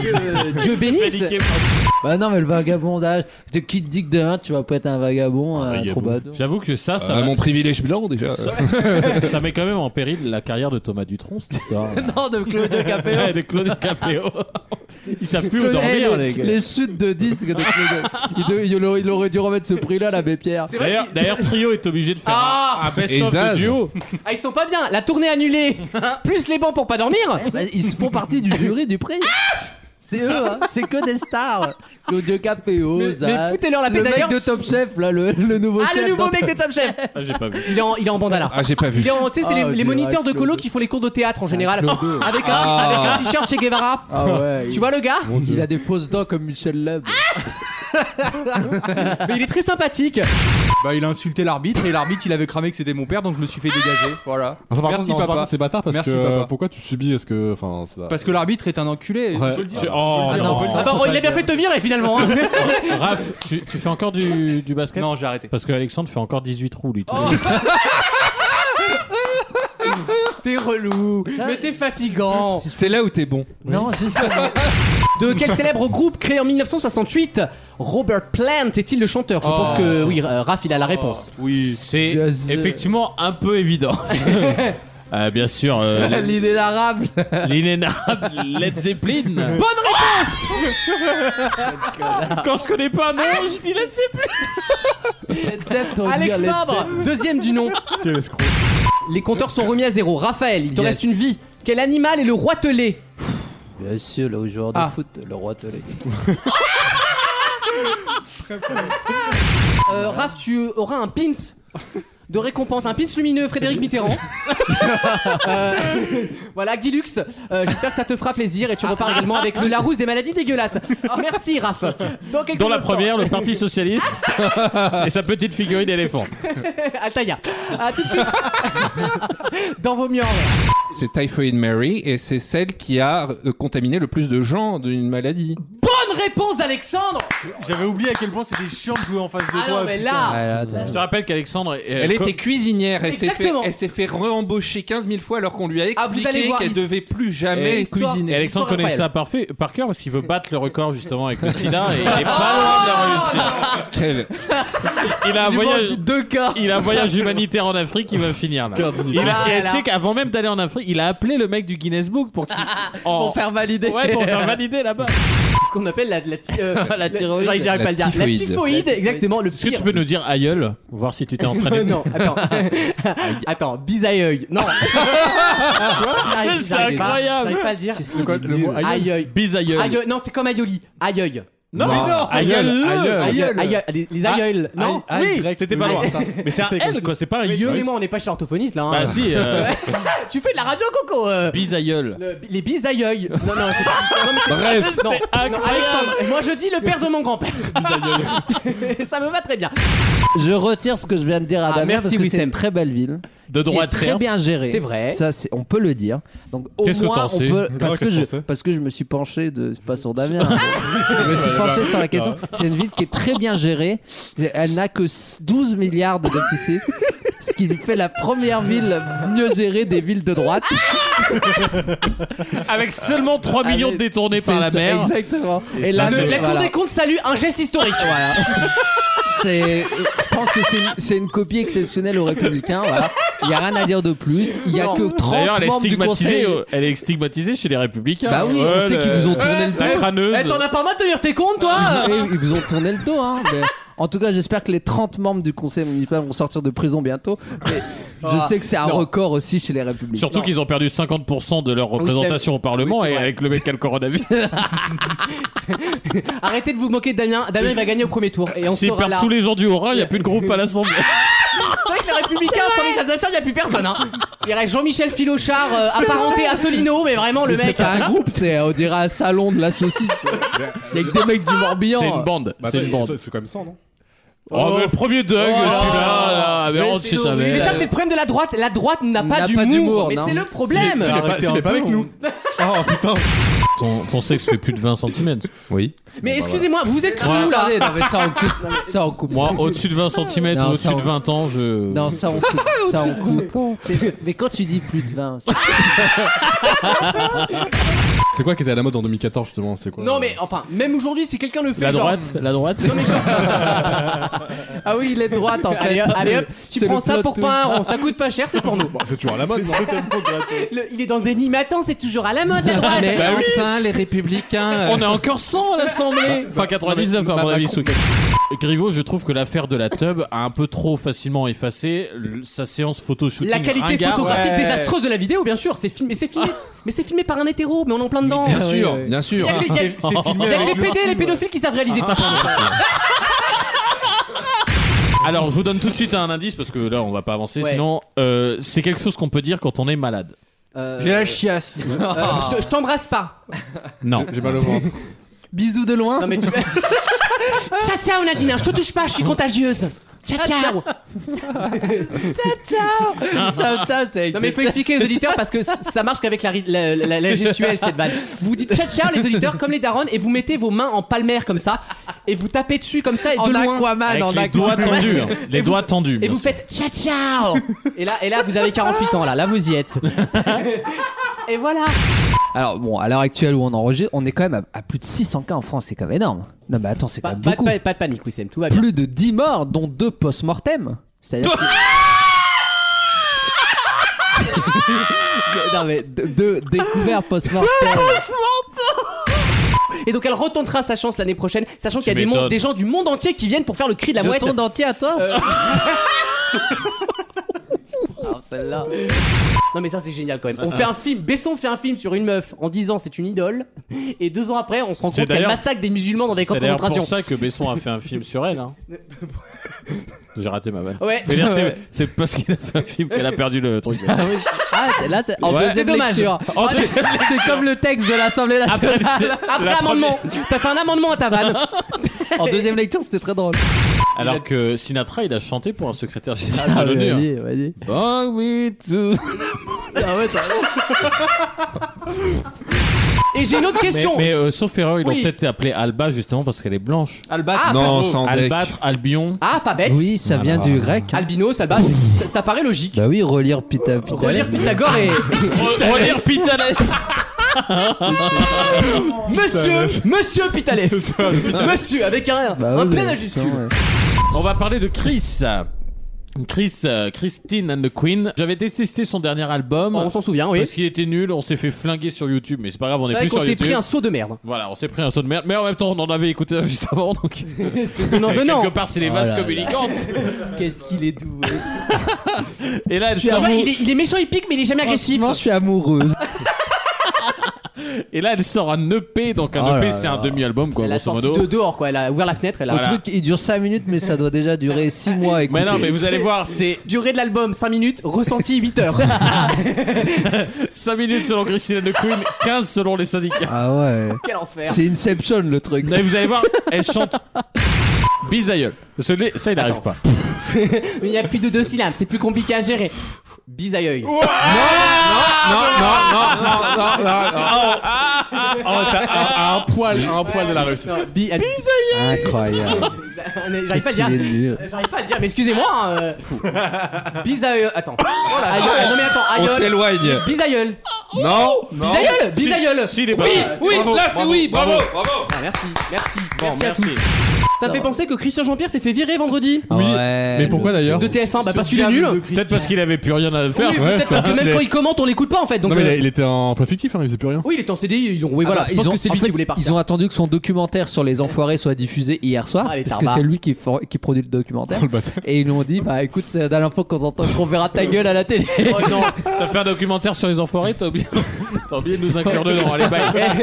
[SPEAKER 2] Dieu, Dieu bénisse. Ah,
[SPEAKER 4] Bah non, mais le vagabondage. De qui te dit que demain tu vas pas être un vagabond, euh, un
[SPEAKER 9] Vagabond.
[SPEAKER 4] troubadour
[SPEAKER 9] J'avoue que ça, ça.
[SPEAKER 5] Euh,
[SPEAKER 9] va-
[SPEAKER 5] mon privilège blanc, déjà.
[SPEAKER 9] Ça, ça met quand même en péril la carrière de Thomas Dutronc, cette histoire.
[SPEAKER 4] Non, de Claude Capéo.
[SPEAKER 9] Ouais, de Claude Capéo. Ils savent plus où
[SPEAKER 4] Claude-
[SPEAKER 9] dormir,
[SPEAKER 4] Eh, le-
[SPEAKER 9] les gars.
[SPEAKER 4] Les chutes de disques de Claude. il, de- il aurait- il aurait dû remettre ce prix-là, l'abbé Pierre.
[SPEAKER 9] D'ailleurs, d'ailleurs, Trio est obligé de faire
[SPEAKER 2] Ah
[SPEAKER 9] un un best-of de duo.
[SPEAKER 2] Ah, ils sont pas bien. La tournée annulée, plus les bancs pour pas dormir.
[SPEAKER 4] Bah, ils font partie du jury du prix. C'est eux, hein. c'est que des stars. Claude Capéo,
[SPEAKER 2] Mais-
[SPEAKER 4] Zaz.
[SPEAKER 2] mais foutez-leur la paix,
[SPEAKER 4] Le mec
[SPEAKER 2] d'ailleurs.
[SPEAKER 4] de Top Chef, là, le, le nouveau
[SPEAKER 2] Ah,
[SPEAKER 4] chef hein.
[SPEAKER 2] le nouveau
[SPEAKER 4] dans-
[SPEAKER 2] mec des Top Chef.
[SPEAKER 9] Ah, j'ai pas vu.
[SPEAKER 2] Il est en, il est en bandana.
[SPEAKER 5] Ah, j'ai pas vu.
[SPEAKER 2] Il est en- tu sais, c'est
[SPEAKER 4] Ah,
[SPEAKER 2] les, les
[SPEAKER 4] ok,
[SPEAKER 2] moniteurs
[SPEAKER 4] ah,
[SPEAKER 2] de colo
[SPEAKER 4] Claude. Ah,
[SPEAKER 2] qui font les cours de théâtre en général.
[SPEAKER 4] Claude.
[SPEAKER 2] Avec un, t-
[SPEAKER 4] Ah.
[SPEAKER 2] avec un t-shirt Che Guevara.
[SPEAKER 4] Ah ouais.
[SPEAKER 2] Tu
[SPEAKER 4] il-
[SPEAKER 2] vois le gars
[SPEAKER 4] Mon Dieu. Il a des fausses dents comme Michel Leb.
[SPEAKER 2] Mais il est très sympathique.
[SPEAKER 11] Bah, il a insulté l'arbitre et l'arbitre il avait cramé que c'était mon père donc je me suis fait dégager. Voilà.
[SPEAKER 12] Enfin, par
[SPEAKER 11] Merci
[SPEAKER 12] contre, non, par
[SPEAKER 11] papa.
[SPEAKER 12] contre, C'est bâtard parce
[SPEAKER 11] Merci
[SPEAKER 12] que euh,
[SPEAKER 11] papa.
[SPEAKER 12] pourquoi tu subis Est-ce que enfin ça-
[SPEAKER 11] Parce que l'arbitre est un enculé.
[SPEAKER 12] Ouais.
[SPEAKER 11] je le dis.
[SPEAKER 12] Tu-
[SPEAKER 9] Oh,
[SPEAKER 11] Je le dis,
[SPEAKER 9] non.
[SPEAKER 11] on peut le dire.
[SPEAKER 2] Ah bah, il a bien fait de te virer finalement. hein.
[SPEAKER 9] Raph, tu, tu fais encore du, du basket
[SPEAKER 11] Non, j'ai arrêté.
[SPEAKER 9] Parce que Alexandre fait encore 18 trous, lui.
[SPEAKER 3] Oh,
[SPEAKER 9] tout
[SPEAKER 2] T'es relou, mais t'es fatigant.
[SPEAKER 5] euh, C'est là où t'es bon.
[SPEAKER 4] Non, justement.
[SPEAKER 2] De quel célèbre groupe créé en 1968 Robert Plant est-il le chanteur Je
[SPEAKER 4] Oh.
[SPEAKER 2] pense que oui, euh, Raph il a la réponse.
[SPEAKER 9] Oui. C'est effectivement un peu évident. Euh, bien sûr, euh, l-
[SPEAKER 4] L'idée d'arabe.
[SPEAKER 9] l'inénarrable Led Zeppelin.
[SPEAKER 2] Bonne réponse
[SPEAKER 9] Quand je connais pas un nom, je dis Led Zeppelin.
[SPEAKER 2] Alexandre, deuxième du nom.
[SPEAKER 12] Quel escroc.
[SPEAKER 2] Les compteurs sont remis à zéro. Raphaël, il te
[SPEAKER 4] Yes.
[SPEAKER 2] reste une vie. Quel animal est le roi telé
[SPEAKER 4] Bien sûr, le joueur de
[SPEAKER 2] Ah.
[SPEAKER 4] foot, le roi Tolé.
[SPEAKER 2] Euh, Raph, tu auras un pins de récompense, un pins lumineux Frédéric Mitterrand. Euh, voilà, Guilux, euh, j'espère que ça te fera plaisir
[SPEAKER 4] Ah.
[SPEAKER 2] et tu repars également avec le Larousse des maladies dégueulasses. Merci Raph. Dans quelques
[SPEAKER 9] Dont la
[SPEAKER 2] instants-
[SPEAKER 9] première, le Parti Socialiste et sa petite figurine d'éléphant.
[SPEAKER 2] Altaïa. À Ah, tout de suite. Dans vos mieux en l'air.
[SPEAKER 5] C'est Typhoid Mary et c'est celle qui a euh, contaminé le plus de gens d'une maladie.
[SPEAKER 2] Bonne réponse d'Alexandre
[SPEAKER 11] J'avais oublié à quel point c'était chiant de jouer en face de
[SPEAKER 2] Ah
[SPEAKER 11] toi.
[SPEAKER 2] non, mais
[SPEAKER 11] putain.
[SPEAKER 2] là
[SPEAKER 9] Je te rappelle qu'Alexandre. euh,
[SPEAKER 5] Elle était cuisinière, elle s'est fait,
[SPEAKER 2] Exactement.
[SPEAKER 5] elle s'est fait re-embaucher 15 000 fois alors qu'on lui a
[SPEAKER 2] Ah, vous allez
[SPEAKER 5] expliqué
[SPEAKER 2] voir,
[SPEAKER 5] qu'elle
[SPEAKER 2] il-
[SPEAKER 5] devait plus jamais cuisiner.
[SPEAKER 9] Et Alexandre connaît ça parfait, par cœur parce qu'il veut battre le record justement avec le sida et il est pas loin de la réussir.
[SPEAKER 5] Quel-
[SPEAKER 9] Il a un
[SPEAKER 2] Il lui
[SPEAKER 9] voyage.
[SPEAKER 2] manque deux cas.
[SPEAKER 9] Il a un voyage humanitaire en Afrique qui va finir là. Il a,
[SPEAKER 2] Ah,
[SPEAKER 9] et
[SPEAKER 2] là.
[SPEAKER 9] tu sais qu'avant même d'aller en Afrique, il a appelé le mec du Guinness Book pour qu'il. en-
[SPEAKER 4] Pour faire valider.
[SPEAKER 9] Ouais, pour faire valider là-bas.
[SPEAKER 4] Parce
[SPEAKER 2] qu'on appelle la, la, ti- euh, la thyroïde, j'arrive- j'arrive
[SPEAKER 9] La
[SPEAKER 2] pas à le dire. La
[SPEAKER 9] typhoïde.
[SPEAKER 2] typhoïde, exactement. Le
[SPEAKER 9] Est-ce que
[SPEAKER 2] pire.
[SPEAKER 9] tu peux nous dire aïeul Voir si tu t'es entraîné.
[SPEAKER 2] Euh, non, attends. attends, bisaïeul. Non. J'arrive-
[SPEAKER 9] C'est
[SPEAKER 2] j'arrive pas-
[SPEAKER 9] incroyable.
[SPEAKER 2] J'arrive pas à le dire.
[SPEAKER 9] C'est quoi, le mot aïeul
[SPEAKER 2] Aïeul.
[SPEAKER 9] Bisaïeul.
[SPEAKER 2] Aïeul. Non, c'est comme aïeuli. Aïeul.
[SPEAKER 9] Non, mais non Aïeul.
[SPEAKER 2] Aïeul. Aïeul. Les- Les aïeuls.
[SPEAKER 9] Ah,
[SPEAKER 2] Non
[SPEAKER 9] aïe- aïe, direct, t'étais pas loin. Mais c'est un L, quoi, c'est pas un
[SPEAKER 2] Mais
[SPEAKER 9] yeul.
[SPEAKER 2] Excusez-moi, on n'est pas chez orthophoniste là. hein.
[SPEAKER 9] Bah si, euh,
[SPEAKER 2] Tu fais de la radio, Coco euh.
[SPEAKER 9] bisaïeul.
[SPEAKER 2] Le- les bisaïeuls. Non, non, c'est pas. non, mais c'est-
[SPEAKER 9] Bref.
[SPEAKER 2] non,
[SPEAKER 9] C'est
[SPEAKER 2] non,
[SPEAKER 9] incroyable.
[SPEAKER 2] Alexandre, moi je dis le père de mon grand-père. Ça me va très bien.
[SPEAKER 4] Je retire ce que je viens de dire à
[SPEAKER 2] Ah,
[SPEAKER 4] Damien
[SPEAKER 2] merci,
[SPEAKER 4] parce que c'est
[SPEAKER 2] Wissem.
[SPEAKER 4] une très belle ville.
[SPEAKER 9] De
[SPEAKER 4] qui
[SPEAKER 9] droite, hein.
[SPEAKER 4] est très
[SPEAKER 9] certes.
[SPEAKER 4] bien gérée.
[SPEAKER 2] C'est vrai.
[SPEAKER 4] Ça, c'est- on peut le dire. Donc au
[SPEAKER 9] Qu'est-ce que
[SPEAKER 4] moins,
[SPEAKER 9] t'en
[SPEAKER 4] on
[SPEAKER 9] sais
[SPEAKER 4] peut
[SPEAKER 9] Non,
[SPEAKER 4] parce que
[SPEAKER 9] qu'est-ce
[SPEAKER 4] je
[SPEAKER 9] que t'en sais
[SPEAKER 4] parce que je me suis penché de c'est pas sur Damien. hein. je me suis
[SPEAKER 9] Ouais,
[SPEAKER 4] penché
[SPEAKER 9] bah,
[SPEAKER 4] sur la question.
[SPEAKER 9] ouais.
[SPEAKER 4] C'est une ville qui est très bien gérée. Elle n'a que 12 milliards de déficit. Ce qui lui fait la première ville mieux gérée des villes de droite.
[SPEAKER 9] Avec seulement 3 millions de détournés par
[SPEAKER 4] C'est
[SPEAKER 9] la
[SPEAKER 4] ça,
[SPEAKER 9] mer.
[SPEAKER 4] Exactement.
[SPEAKER 9] Et ça,
[SPEAKER 2] Le-
[SPEAKER 9] c'est-
[SPEAKER 2] la Cour
[SPEAKER 9] voilà.
[SPEAKER 2] des comptes salue un geste historique.
[SPEAKER 4] Voilà. C'est, je pense que c'est une, c'est une copie exceptionnelle aux Républicains. Voilà. Il y a rien à dire de plus. Il y a que 30
[SPEAKER 9] D'ailleurs, elle est
[SPEAKER 4] membres du
[SPEAKER 9] stigmatisée.
[SPEAKER 4] conseil.
[SPEAKER 9] euh, Elle est stigmatisée chez les républicains.
[SPEAKER 4] Bah oui, on sait qu'ils vous ont tourné le
[SPEAKER 9] La
[SPEAKER 4] dos.
[SPEAKER 9] crâneuse.
[SPEAKER 2] Eh, T'en as pas mal de tenir tes comptes, toi
[SPEAKER 4] Et ils vous ont tourné le dos. Hein. Mais en tout cas, j'espère que les 30 membres du conseil municipal vont sortir de prison bientôt. Mais je
[SPEAKER 2] Ah,
[SPEAKER 4] sais que c'est un
[SPEAKER 2] non.
[SPEAKER 4] record aussi chez les Républicains.
[SPEAKER 9] Surtout qu'ils ont perdu 50% de leur
[SPEAKER 4] c'est-
[SPEAKER 9] représentation au Parlement
[SPEAKER 4] oui, c'est
[SPEAKER 9] et
[SPEAKER 4] vrai.
[SPEAKER 9] avec le mec qui a le coronavirus.
[SPEAKER 2] Arrêtez de vous moquer de Damien. Damien, il va gagner au premier tour. Et on
[SPEAKER 9] S'ils
[SPEAKER 2] sera
[SPEAKER 9] perdent
[SPEAKER 2] là.
[SPEAKER 9] tous les gens du Haut-Rhin, il n'y a plus de groupe à l'Assemblée.
[SPEAKER 2] C'est vrai que les républicains, sans les Alsaciens, il n'y a plus personne. Hein. Il reste Jean-Michel Filochard, euh, apparenté à Solino, mais vraiment le
[SPEAKER 4] Mais c'est
[SPEAKER 2] mec.
[SPEAKER 4] pas un groupe, c'est on dirait un salon de la saucisse. Il y a que des mecs du Morbihan.
[SPEAKER 9] C'est une bande.
[SPEAKER 12] Bah,
[SPEAKER 9] c'est
[SPEAKER 12] bah,
[SPEAKER 9] une bande.
[SPEAKER 12] ça, C'est comme ça, non
[SPEAKER 9] Oh, mais le premier Doug, celui-là, là, mais on sait jamais.
[SPEAKER 2] Mais ça, c'est le problème de la droite. La droite n'a pas
[SPEAKER 4] N'a pas d'humour,
[SPEAKER 2] d'humour. Mais
[SPEAKER 4] non.
[SPEAKER 2] c'est le problème.
[SPEAKER 9] S'il est pas- s'il est pas avec nous.
[SPEAKER 12] Oh putain.
[SPEAKER 9] Ton, ton sexe fait plus de 20 cm. Oui.
[SPEAKER 2] Mais excusez-moi, vous vous êtes cru où là
[SPEAKER 4] Attendez, non, mais ça on coupe. Non, mais ça on coupe.
[SPEAKER 9] Moi, au-dessus de 20 cm
[SPEAKER 4] Non, ça,
[SPEAKER 9] au-dessus de
[SPEAKER 4] on-
[SPEAKER 9] 20 ans, je.
[SPEAKER 4] Non, ça on coupe. ça on coupe. C'est- Mais quand tu dis plus de 20,
[SPEAKER 12] C'est quoi qui était à la mode en 2014 justement C'est quoi
[SPEAKER 2] Non, mais enfin, même aujourd'hui, si quelqu'un le fait.
[SPEAKER 9] La
[SPEAKER 2] genre-
[SPEAKER 9] droite, la droite.
[SPEAKER 4] Ah oui, il est de droite en fait.
[SPEAKER 2] Allez, hop, allez, hop, tu
[SPEAKER 4] C'est
[SPEAKER 2] prends
[SPEAKER 4] le
[SPEAKER 2] ça
[SPEAKER 4] plot
[SPEAKER 2] pour
[SPEAKER 4] twist.
[SPEAKER 2] pas un rond, ça coûte pas cher, c'est pour nous.
[SPEAKER 12] C'est toujours à la mode, non
[SPEAKER 2] Le- il est dans le déni, mais attends, c'est toujours à la mode la droite.
[SPEAKER 4] Mais
[SPEAKER 9] Bah oui.
[SPEAKER 4] enfin, les républicains.
[SPEAKER 9] On est encore 100 à l'Assemblée Enfin 99 à mon avis sous bah, Griveaux, je trouve que l'affaire de la tub a un peu trop facilement effacé le- sa séance photo shooting.
[SPEAKER 2] La qualité photographique désastreuse de la vidéo, bien sûr, c'est filmé, mais c'est filmé, mais c'est filmé par un hétéro, mais on est en plein dedans.
[SPEAKER 23] Bien sûr, bien
[SPEAKER 2] Il
[SPEAKER 23] sûr.
[SPEAKER 2] y a que les, il y a- il y a que
[SPEAKER 9] Ah.
[SPEAKER 2] les PD, les pédophiles qui savent réaliser de façon.
[SPEAKER 9] Alors je vous donne tout de suite un indice parce que là on va pas avancer
[SPEAKER 2] Ouais.
[SPEAKER 9] sinon euh, c'est quelque chose qu'on peut dire quand on est malade.
[SPEAKER 2] Euh,
[SPEAKER 6] J'ai la chiasse.
[SPEAKER 2] euh, je te- je t'embrasse pas.
[SPEAKER 9] Non.
[SPEAKER 12] J'ai mal au ventre.
[SPEAKER 4] Bisous de loin.
[SPEAKER 2] Non mais tu. ciao ciao Nadine, hein, je te touche pas, je suis contagieuse. Ciao ciao.
[SPEAKER 4] Ciao, ciao, c'est
[SPEAKER 2] Non mais il faut expliquer aux auditeurs parce que c- ça marche qu'avec la, ri- la, la- la gestuelle cette vanne. Vous dites ciao ciao les auditeurs comme les darons et vous mettez vos mains en palmaire comme ça et vous tapez dessus comme ça et
[SPEAKER 4] En
[SPEAKER 2] de loin.
[SPEAKER 4] Aquaman,
[SPEAKER 9] Avec
[SPEAKER 4] en
[SPEAKER 9] les
[SPEAKER 4] Aquaman.
[SPEAKER 9] doigts tendus, hein. les doigts tendus.
[SPEAKER 2] Et
[SPEAKER 9] bien
[SPEAKER 2] vous
[SPEAKER 9] sûr.
[SPEAKER 2] faites ciao ciao et là, et là vous avez 48 ans là, là vous y êtes. et voilà
[SPEAKER 4] Alors bon, à l'heure actuelle où on enregistre, on est quand même à, à plus de 600 cas en France, c'est quand même énorme. Non mais attends, c'est quand
[SPEAKER 2] Pas,
[SPEAKER 4] même
[SPEAKER 2] pas de
[SPEAKER 4] beaucoup.
[SPEAKER 2] pa- pas de panique Wissem, tout va bien.
[SPEAKER 4] Plus de 10 morts, dont 2 post-mortem. C'est-à-dire que- non mais deux deux découverts post-mortem.
[SPEAKER 2] Et donc elle retentera sa chance l'année prochaine, sachant qu'il y a des, mon-
[SPEAKER 9] m'étonnes.
[SPEAKER 2] des gens du monde entier qui viennent pour faire le cri de la
[SPEAKER 4] De
[SPEAKER 2] mouette.
[SPEAKER 4] ton dentier à toi
[SPEAKER 2] Euh.
[SPEAKER 4] Ah, celle-là.
[SPEAKER 2] Non mais ça c'est génial quand même. On fait un film, Besson fait un film sur une meuf en disant c'est une idole et deux ans après on se rend
[SPEAKER 9] C'est
[SPEAKER 2] compte qu'elle
[SPEAKER 9] d'ailleurs-
[SPEAKER 2] massacre des musulmans dans des camps
[SPEAKER 9] C'est
[SPEAKER 2] de
[SPEAKER 9] d'ailleurs
[SPEAKER 2] concentration.
[SPEAKER 9] pour ça que Besson a fait un film sur elle. hein. J'ai raté ma vanne.
[SPEAKER 2] Ouais.
[SPEAKER 9] Je veux dire, c'est-
[SPEAKER 2] Ouais.
[SPEAKER 9] C'est parce qu'il a fait un film qu'elle a perdu le truc.
[SPEAKER 4] Ah oui. Ah, c'est- là, c'est en
[SPEAKER 9] Ouais.
[SPEAKER 4] deuxième
[SPEAKER 2] C'est dommage.
[SPEAKER 4] lecture.
[SPEAKER 9] En deuxième
[SPEAKER 4] C'est comme le texte de l'Assemblée
[SPEAKER 9] Après,
[SPEAKER 4] nationale.
[SPEAKER 9] c'est-
[SPEAKER 2] Après
[SPEAKER 9] la
[SPEAKER 2] amendement, t'as fait un amendement à ta vanne.
[SPEAKER 4] En deuxième lecture, c'était très drôle.
[SPEAKER 9] Alors que Sinatra, il a chanté pour un secrétaire général
[SPEAKER 4] Ah,
[SPEAKER 9] de
[SPEAKER 4] oui,
[SPEAKER 9] l'ONU.
[SPEAKER 4] vas-y, vas-y.
[SPEAKER 9] Bang me to-
[SPEAKER 4] Ah ouais, t'as raison.
[SPEAKER 2] Et j'ai une autre
[SPEAKER 9] Mais,
[SPEAKER 2] question.
[SPEAKER 9] mais euh, sauf erreur, ils l'ont
[SPEAKER 2] Oui.
[SPEAKER 9] peut-être appelé Alba justement parce qu'elle est blanche.
[SPEAKER 6] Albat.
[SPEAKER 2] Ah,
[SPEAKER 23] Non,
[SPEAKER 2] bravo.
[SPEAKER 23] sans deck.
[SPEAKER 9] Albâtre, Albion.
[SPEAKER 2] Ah pas bête.
[SPEAKER 4] Oui, ça vient du grec. hein.
[SPEAKER 2] Albinos, Alba, c'est- ça, ça paraît logique.
[SPEAKER 4] Bah oui, relire Pita Pita.
[SPEAKER 2] Relire Pythagore et
[SPEAKER 9] Re- Relire Pitanès.
[SPEAKER 2] Monsieur, Monsieur Pitalès, Monsieur avec un,
[SPEAKER 4] Bah
[SPEAKER 2] un
[SPEAKER 4] ouais,
[SPEAKER 2] P
[SPEAKER 4] mais-
[SPEAKER 2] majuscule.
[SPEAKER 4] putain, ouais.
[SPEAKER 9] On va parler de Chris. Chris, euh, Christine and the Queen. J'avais détesté son dernier album.
[SPEAKER 2] on s'en souvient, oui.
[SPEAKER 9] Parce qu'il était nul, on s'est fait flinguer sur YouTube, mais c'est pas grave, on
[SPEAKER 2] C'est
[SPEAKER 9] est,
[SPEAKER 2] vrai
[SPEAKER 9] plus
[SPEAKER 2] qu'on
[SPEAKER 9] sur
[SPEAKER 2] s'est
[SPEAKER 9] YouTube.
[SPEAKER 2] pris un saut de merde.
[SPEAKER 9] Voilà, on s'est pris un saut de merde, mais en même temps, on en avait écouté un juste avant, donc. c'est
[SPEAKER 2] donnant, donnant.
[SPEAKER 9] Quelque part, c'est les
[SPEAKER 2] Oh
[SPEAKER 9] vases
[SPEAKER 2] là là.
[SPEAKER 9] communicantes.
[SPEAKER 4] Qu'est-ce qu'il est doué.
[SPEAKER 9] Et là, elle
[SPEAKER 2] Tu
[SPEAKER 9] sort-
[SPEAKER 2] vois, il, est, il est méchant, il pique, mais il est jamais agressif.
[SPEAKER 4] Franchement, je suis amoureuse.
[SPEAKER 9] Et là, elle sort un EP, donc un
[SPEAKER 4] Oh
[SPEAKER 9] EP,
[SPEAKER 4] là
[SPEAKER 9] c'est un
[SPEAKER 4] là.
[SPEAKER 9] demi-album, quoi,
[SPEAKER 2] Elle a
[SPEAKER 9] grosso
[SPEAKER 2] sorti
[SPEAKER 9] modo.
[SPEAKER 2] de dehors, quoi. Elle a ouvert la fenêtre, elle a.
[SPEAKER 9] Voilà.
[SPEAKER 4] Le truc, il dure 5 minutes, mais ça doit déjà durer 6 mois.
[SPEAKER 9] Mais non, mais vous allez voir, c'est
[SPEAKER 2] Durée de l'album 5 minutes, ressenti 8 heures.
[SPEAKER 9] 5 minutes selon Christine and the Queen, 15 selon les syndicats.
[SPEAKER 4] Ah ouais.
[SPEAKER 2] Quel enfer.
[SPEAKER 4] C'est Inception le truc.
[SPEAKER 9] Et vous allez voir, elle chante. Bise à gueule. Parce que lui, ça, il n'arrive pas.
[SPEAKER 2] il n'y a plus de deux syllabes, c'est plus compliqué à gérer. Bise à œil.
[SPEAKER 12] Non, non, non, non, non, non.
[SPEAKER 2] à
[SPEAKER 12] Ah, un poil, à un poil de la réussite.
[SPEAKER 2] Bise à
[SPEAKER 4] Incroyable.
[SPEAKER 2] Euh, J'arrive pas à le
[SPEAKER 4] Qu'est-ce qu'il est
[SPEAKER 2] dire. Euh,
[SPEAKER 4] nul.
[SPEAKER 2] J'arrive pas à le dire, mais excusez-moi. hein, euh. Bise à œil. Attends. Aïe,
[SPEAKER 12] Oh vache.
[SPEAKER 2] Non, mais attends,
[SPEAKER 12] On
[SPEAKER 2] aïe.
[SPEAKER 12] s'éloigne.
[SPEAKER 2] Bise à œil.
[SPEAKER 12] Non, non.
[SPEAKER 2] Bisaïeul Bisaïeul
[SPEAKER 12] Si, si, il est Oui, bravo. oui, Bravo, là, c'est bravo, oui, bravo, bravo.
[SPEAKER 2] Ah, Merci, merci,
[SPEAKER 9] Bon,
[SPEAKER 2] merci,
[SPEAKER 9] merci.
[SPEAKER 2] à tous Ça me fait penser que Christian Jean-Pierre s'est fait virer vendredi
[SPEAKER 4] Oui. Ah Ouais,
[SPEAKER 12] Mais pourquoi d'ailleurs
[SPEAKER 2] De TF1, bah
[SPEAKER 12] Ce
[SPEAKER 2] parce qu'il est
[SPEAKER 12] diable
[SPEAKER 2] nul
[SPEAKER 12] de
[SPEAKER 2] Oui,
[SPEAKER 9] Peut-être parce qu'il avait plus rien à faire.
[SPEAKER 12] Ouais,
[SPEAKER 2] peut-être
[SPEAKER 12] ça.
[SPEAKER 2] parce que même quand il commente, on l'écoute pas en fait donc,
[SPEAKER 12] Non, mais il
[SPEAKER 2] euh,
[SPEAKER 12] a- il était en emploi fictif, hein, il faisait plus rien.
[SPEAKER 2] Oui, il était en CDI, ils l'ont- oui,
[SPEAKER 4] Ah
[SPEAKER 2] voilà,
[SPEAKER 4] bah,
[SPEAKER 2] je pense
[SPEAKER 4] ils ont-
[SPEAKER 2] que c'est
[SPEAKER 4] en
[SPEAKER 2] lui
[SPEAKER 4] fait,
[SPEAKER 2] qui voulait partir
[SPEAKER 4] Ils ont attendu que son documentaire sur les enfoirés soit diffusé hier soir,
[SPEAKER 2] Ah, les Oh,
[SPEAKER 4] parce que
[SPEAKER 2] tarbards.
[SPEAKER 4] c'est lui qui, for- qui produit le documentaire. et ils lui ont dit Bah écoute, c'est la dernière fois qu'on entend qu'on verra ta gueule à la télé.
[SPEAKER 9] Oh non, t'as fait un documentaire sur les enfoirés, t'as oublié, t'as oublié de nous inclure dedans. Allez, bye.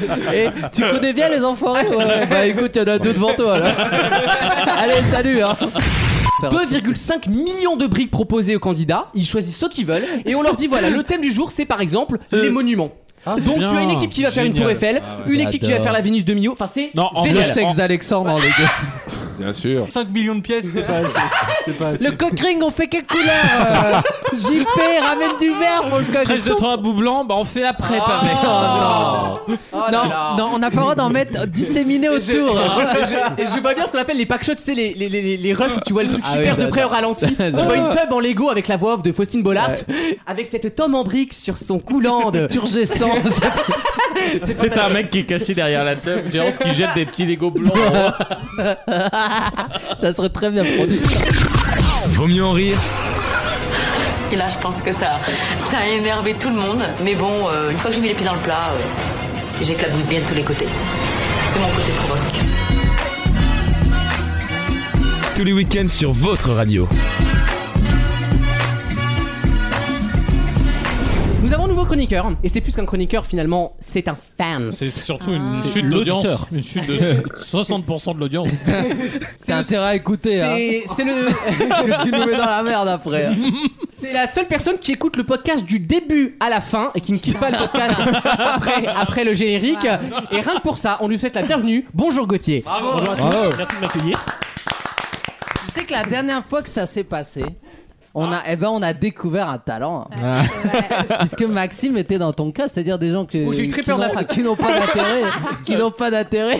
[SPEAKER 4] Et tu connais bien les enfoirés Ouais, ouais. Bah écoute, il y en a deux devant toi là. Allez, salut hein.
[SPEAKER 2] 2,5 millions de briques proposées aux candidats, ils choisissent ceux qu'ils veulent et on leur dit voilà, le thème du jour c'est par exemple les monuments.
[SPEAKER 4] Euh. Ah, c'est
[SPEAKER 2] Donc tu
[SPEAKER 4] bien.
[SPEAKER 2] as une équipe qui va faire une tour
[SPEAKER 4] Génial.
[SPEAKER 2] Eiffel,
[SPEAKER 4] Ah ouais.
[SPEAKER 2] une équipe qui va
[SPEAKER 4] J'adore.
[SPEAKER 2] faire la Vénus de Milo, enfin c'est
[SPEAKER 4] le
[SPEAKER 2] génial.
[SPEAKER 4] sexe d'Alexandre, les gars.
[SPEAKER 12] Bien sûr.
[SPEAKER 11] 5 millions de pièces, c'est pas assez. C'est pas assez.
[SPEAKER 4] Le cockring, on fait quelle couleur euh, JP, ramène du vert pour le cockring.
[SPEAKER 9] 13 de 3 bout blanc, bah on fait
[SPEAKER 2] Oh,
[SPEAKER 9] après, pas mec.
[SPEAKER 2] Ah.
[SPEAKER 4] non, Oh non, on n'a pas le droit d'en mettre disséminé
[SPEAKER 2] Et je-
[SPEAKER 4] autour.
[SPEAKER 2] Et je, et je vois bien ce qu'on appelle les packshots, tu sais, les, les, les, les rushs où tu vois le truc
[SPEAKER 4] Ah
[SPEAKER 2] super
[SPEAKER 4] oui,
[SPEAKER 2] de près au
[SPEAKER 4] j'adore.
[SPEAKER 2] ralenti. tu
[SPEAKER 4] J'adore.
[SPEAKER 2] vois une tub en Lego avec la voix off de Faustine Bollard, avec cette tome en brique sur son coulant de.
[SPEAKER 4] Turgescent.
[SPEAKER 9] C'est un mec qui est caché derrière la table géante qui jette des petits Lego blancs.
[SPEAKER 4] Ça serait très bien produit.
[SPEAKER 1] Vaut mieux en rire.
[SPEAKER 24] Et là, je pense que ça, ça a énervé tout le monde. Mais bon, euh, une fois que j'ai mis les pieds dans le plat, euh, j'éclabousse bien de tous les côtés. C'est mon côté provoque.
[SPEAKER 1] Tous les week-ends sur votre radio.
[SPEAKER 2] Nous avons un nouveau chroniqueur, et c'est plus qu'un chroniqueur finalement, c'est un fan.
[SPEAKER 9] C'est surtout une
[SPEAKER 5] Ah.
[SPEAKER 2] C'est
[SPEAKER 9] chute d'audience.
[SPEAKER 2] l'auditeur.
[SPEAKER 9] Une chute de 60% de l'audience.
[SPEAKER 4] C'est intérêt à écouter. Hein.
[SPEAKER 2] C'est c'est le.
[SPEAKER 4] Que tu nous mets dans la merde après. hein.
[SPEAKER 2] C'est la seule personne qui écoute le podcast du début à la fin et qui ne quitte pas le podcast après, après le générique. Et rien que pour ça, on lui souhaite la bienvenue. Bonjour Gauthier.
[SPEAKER 4] Ah,
[SPEAKER 9] Bonjour à tous,
[SPEAKER 4] Bravo.
[SPEAKER 9] merci de m'accueillir.
[SPEAKER 4] Tu sais que la dernière fois que ça s'est passé, on a, eh ben, on a découvert un talent. hein. Puisque Maxime était dans ton cas, c'est-à-dire des gens que,
[SPEAKER 2] Oh, j'ai eu très
[SPEAKER 4] qui
[SPEAKER 2] peur de la
[SPEAKER 4] n'ont-
[SPEAKER 2] phrase.
[SPEAKER 4] qui n'ont pas d'intérêt, qui n'ont pas d'intérêt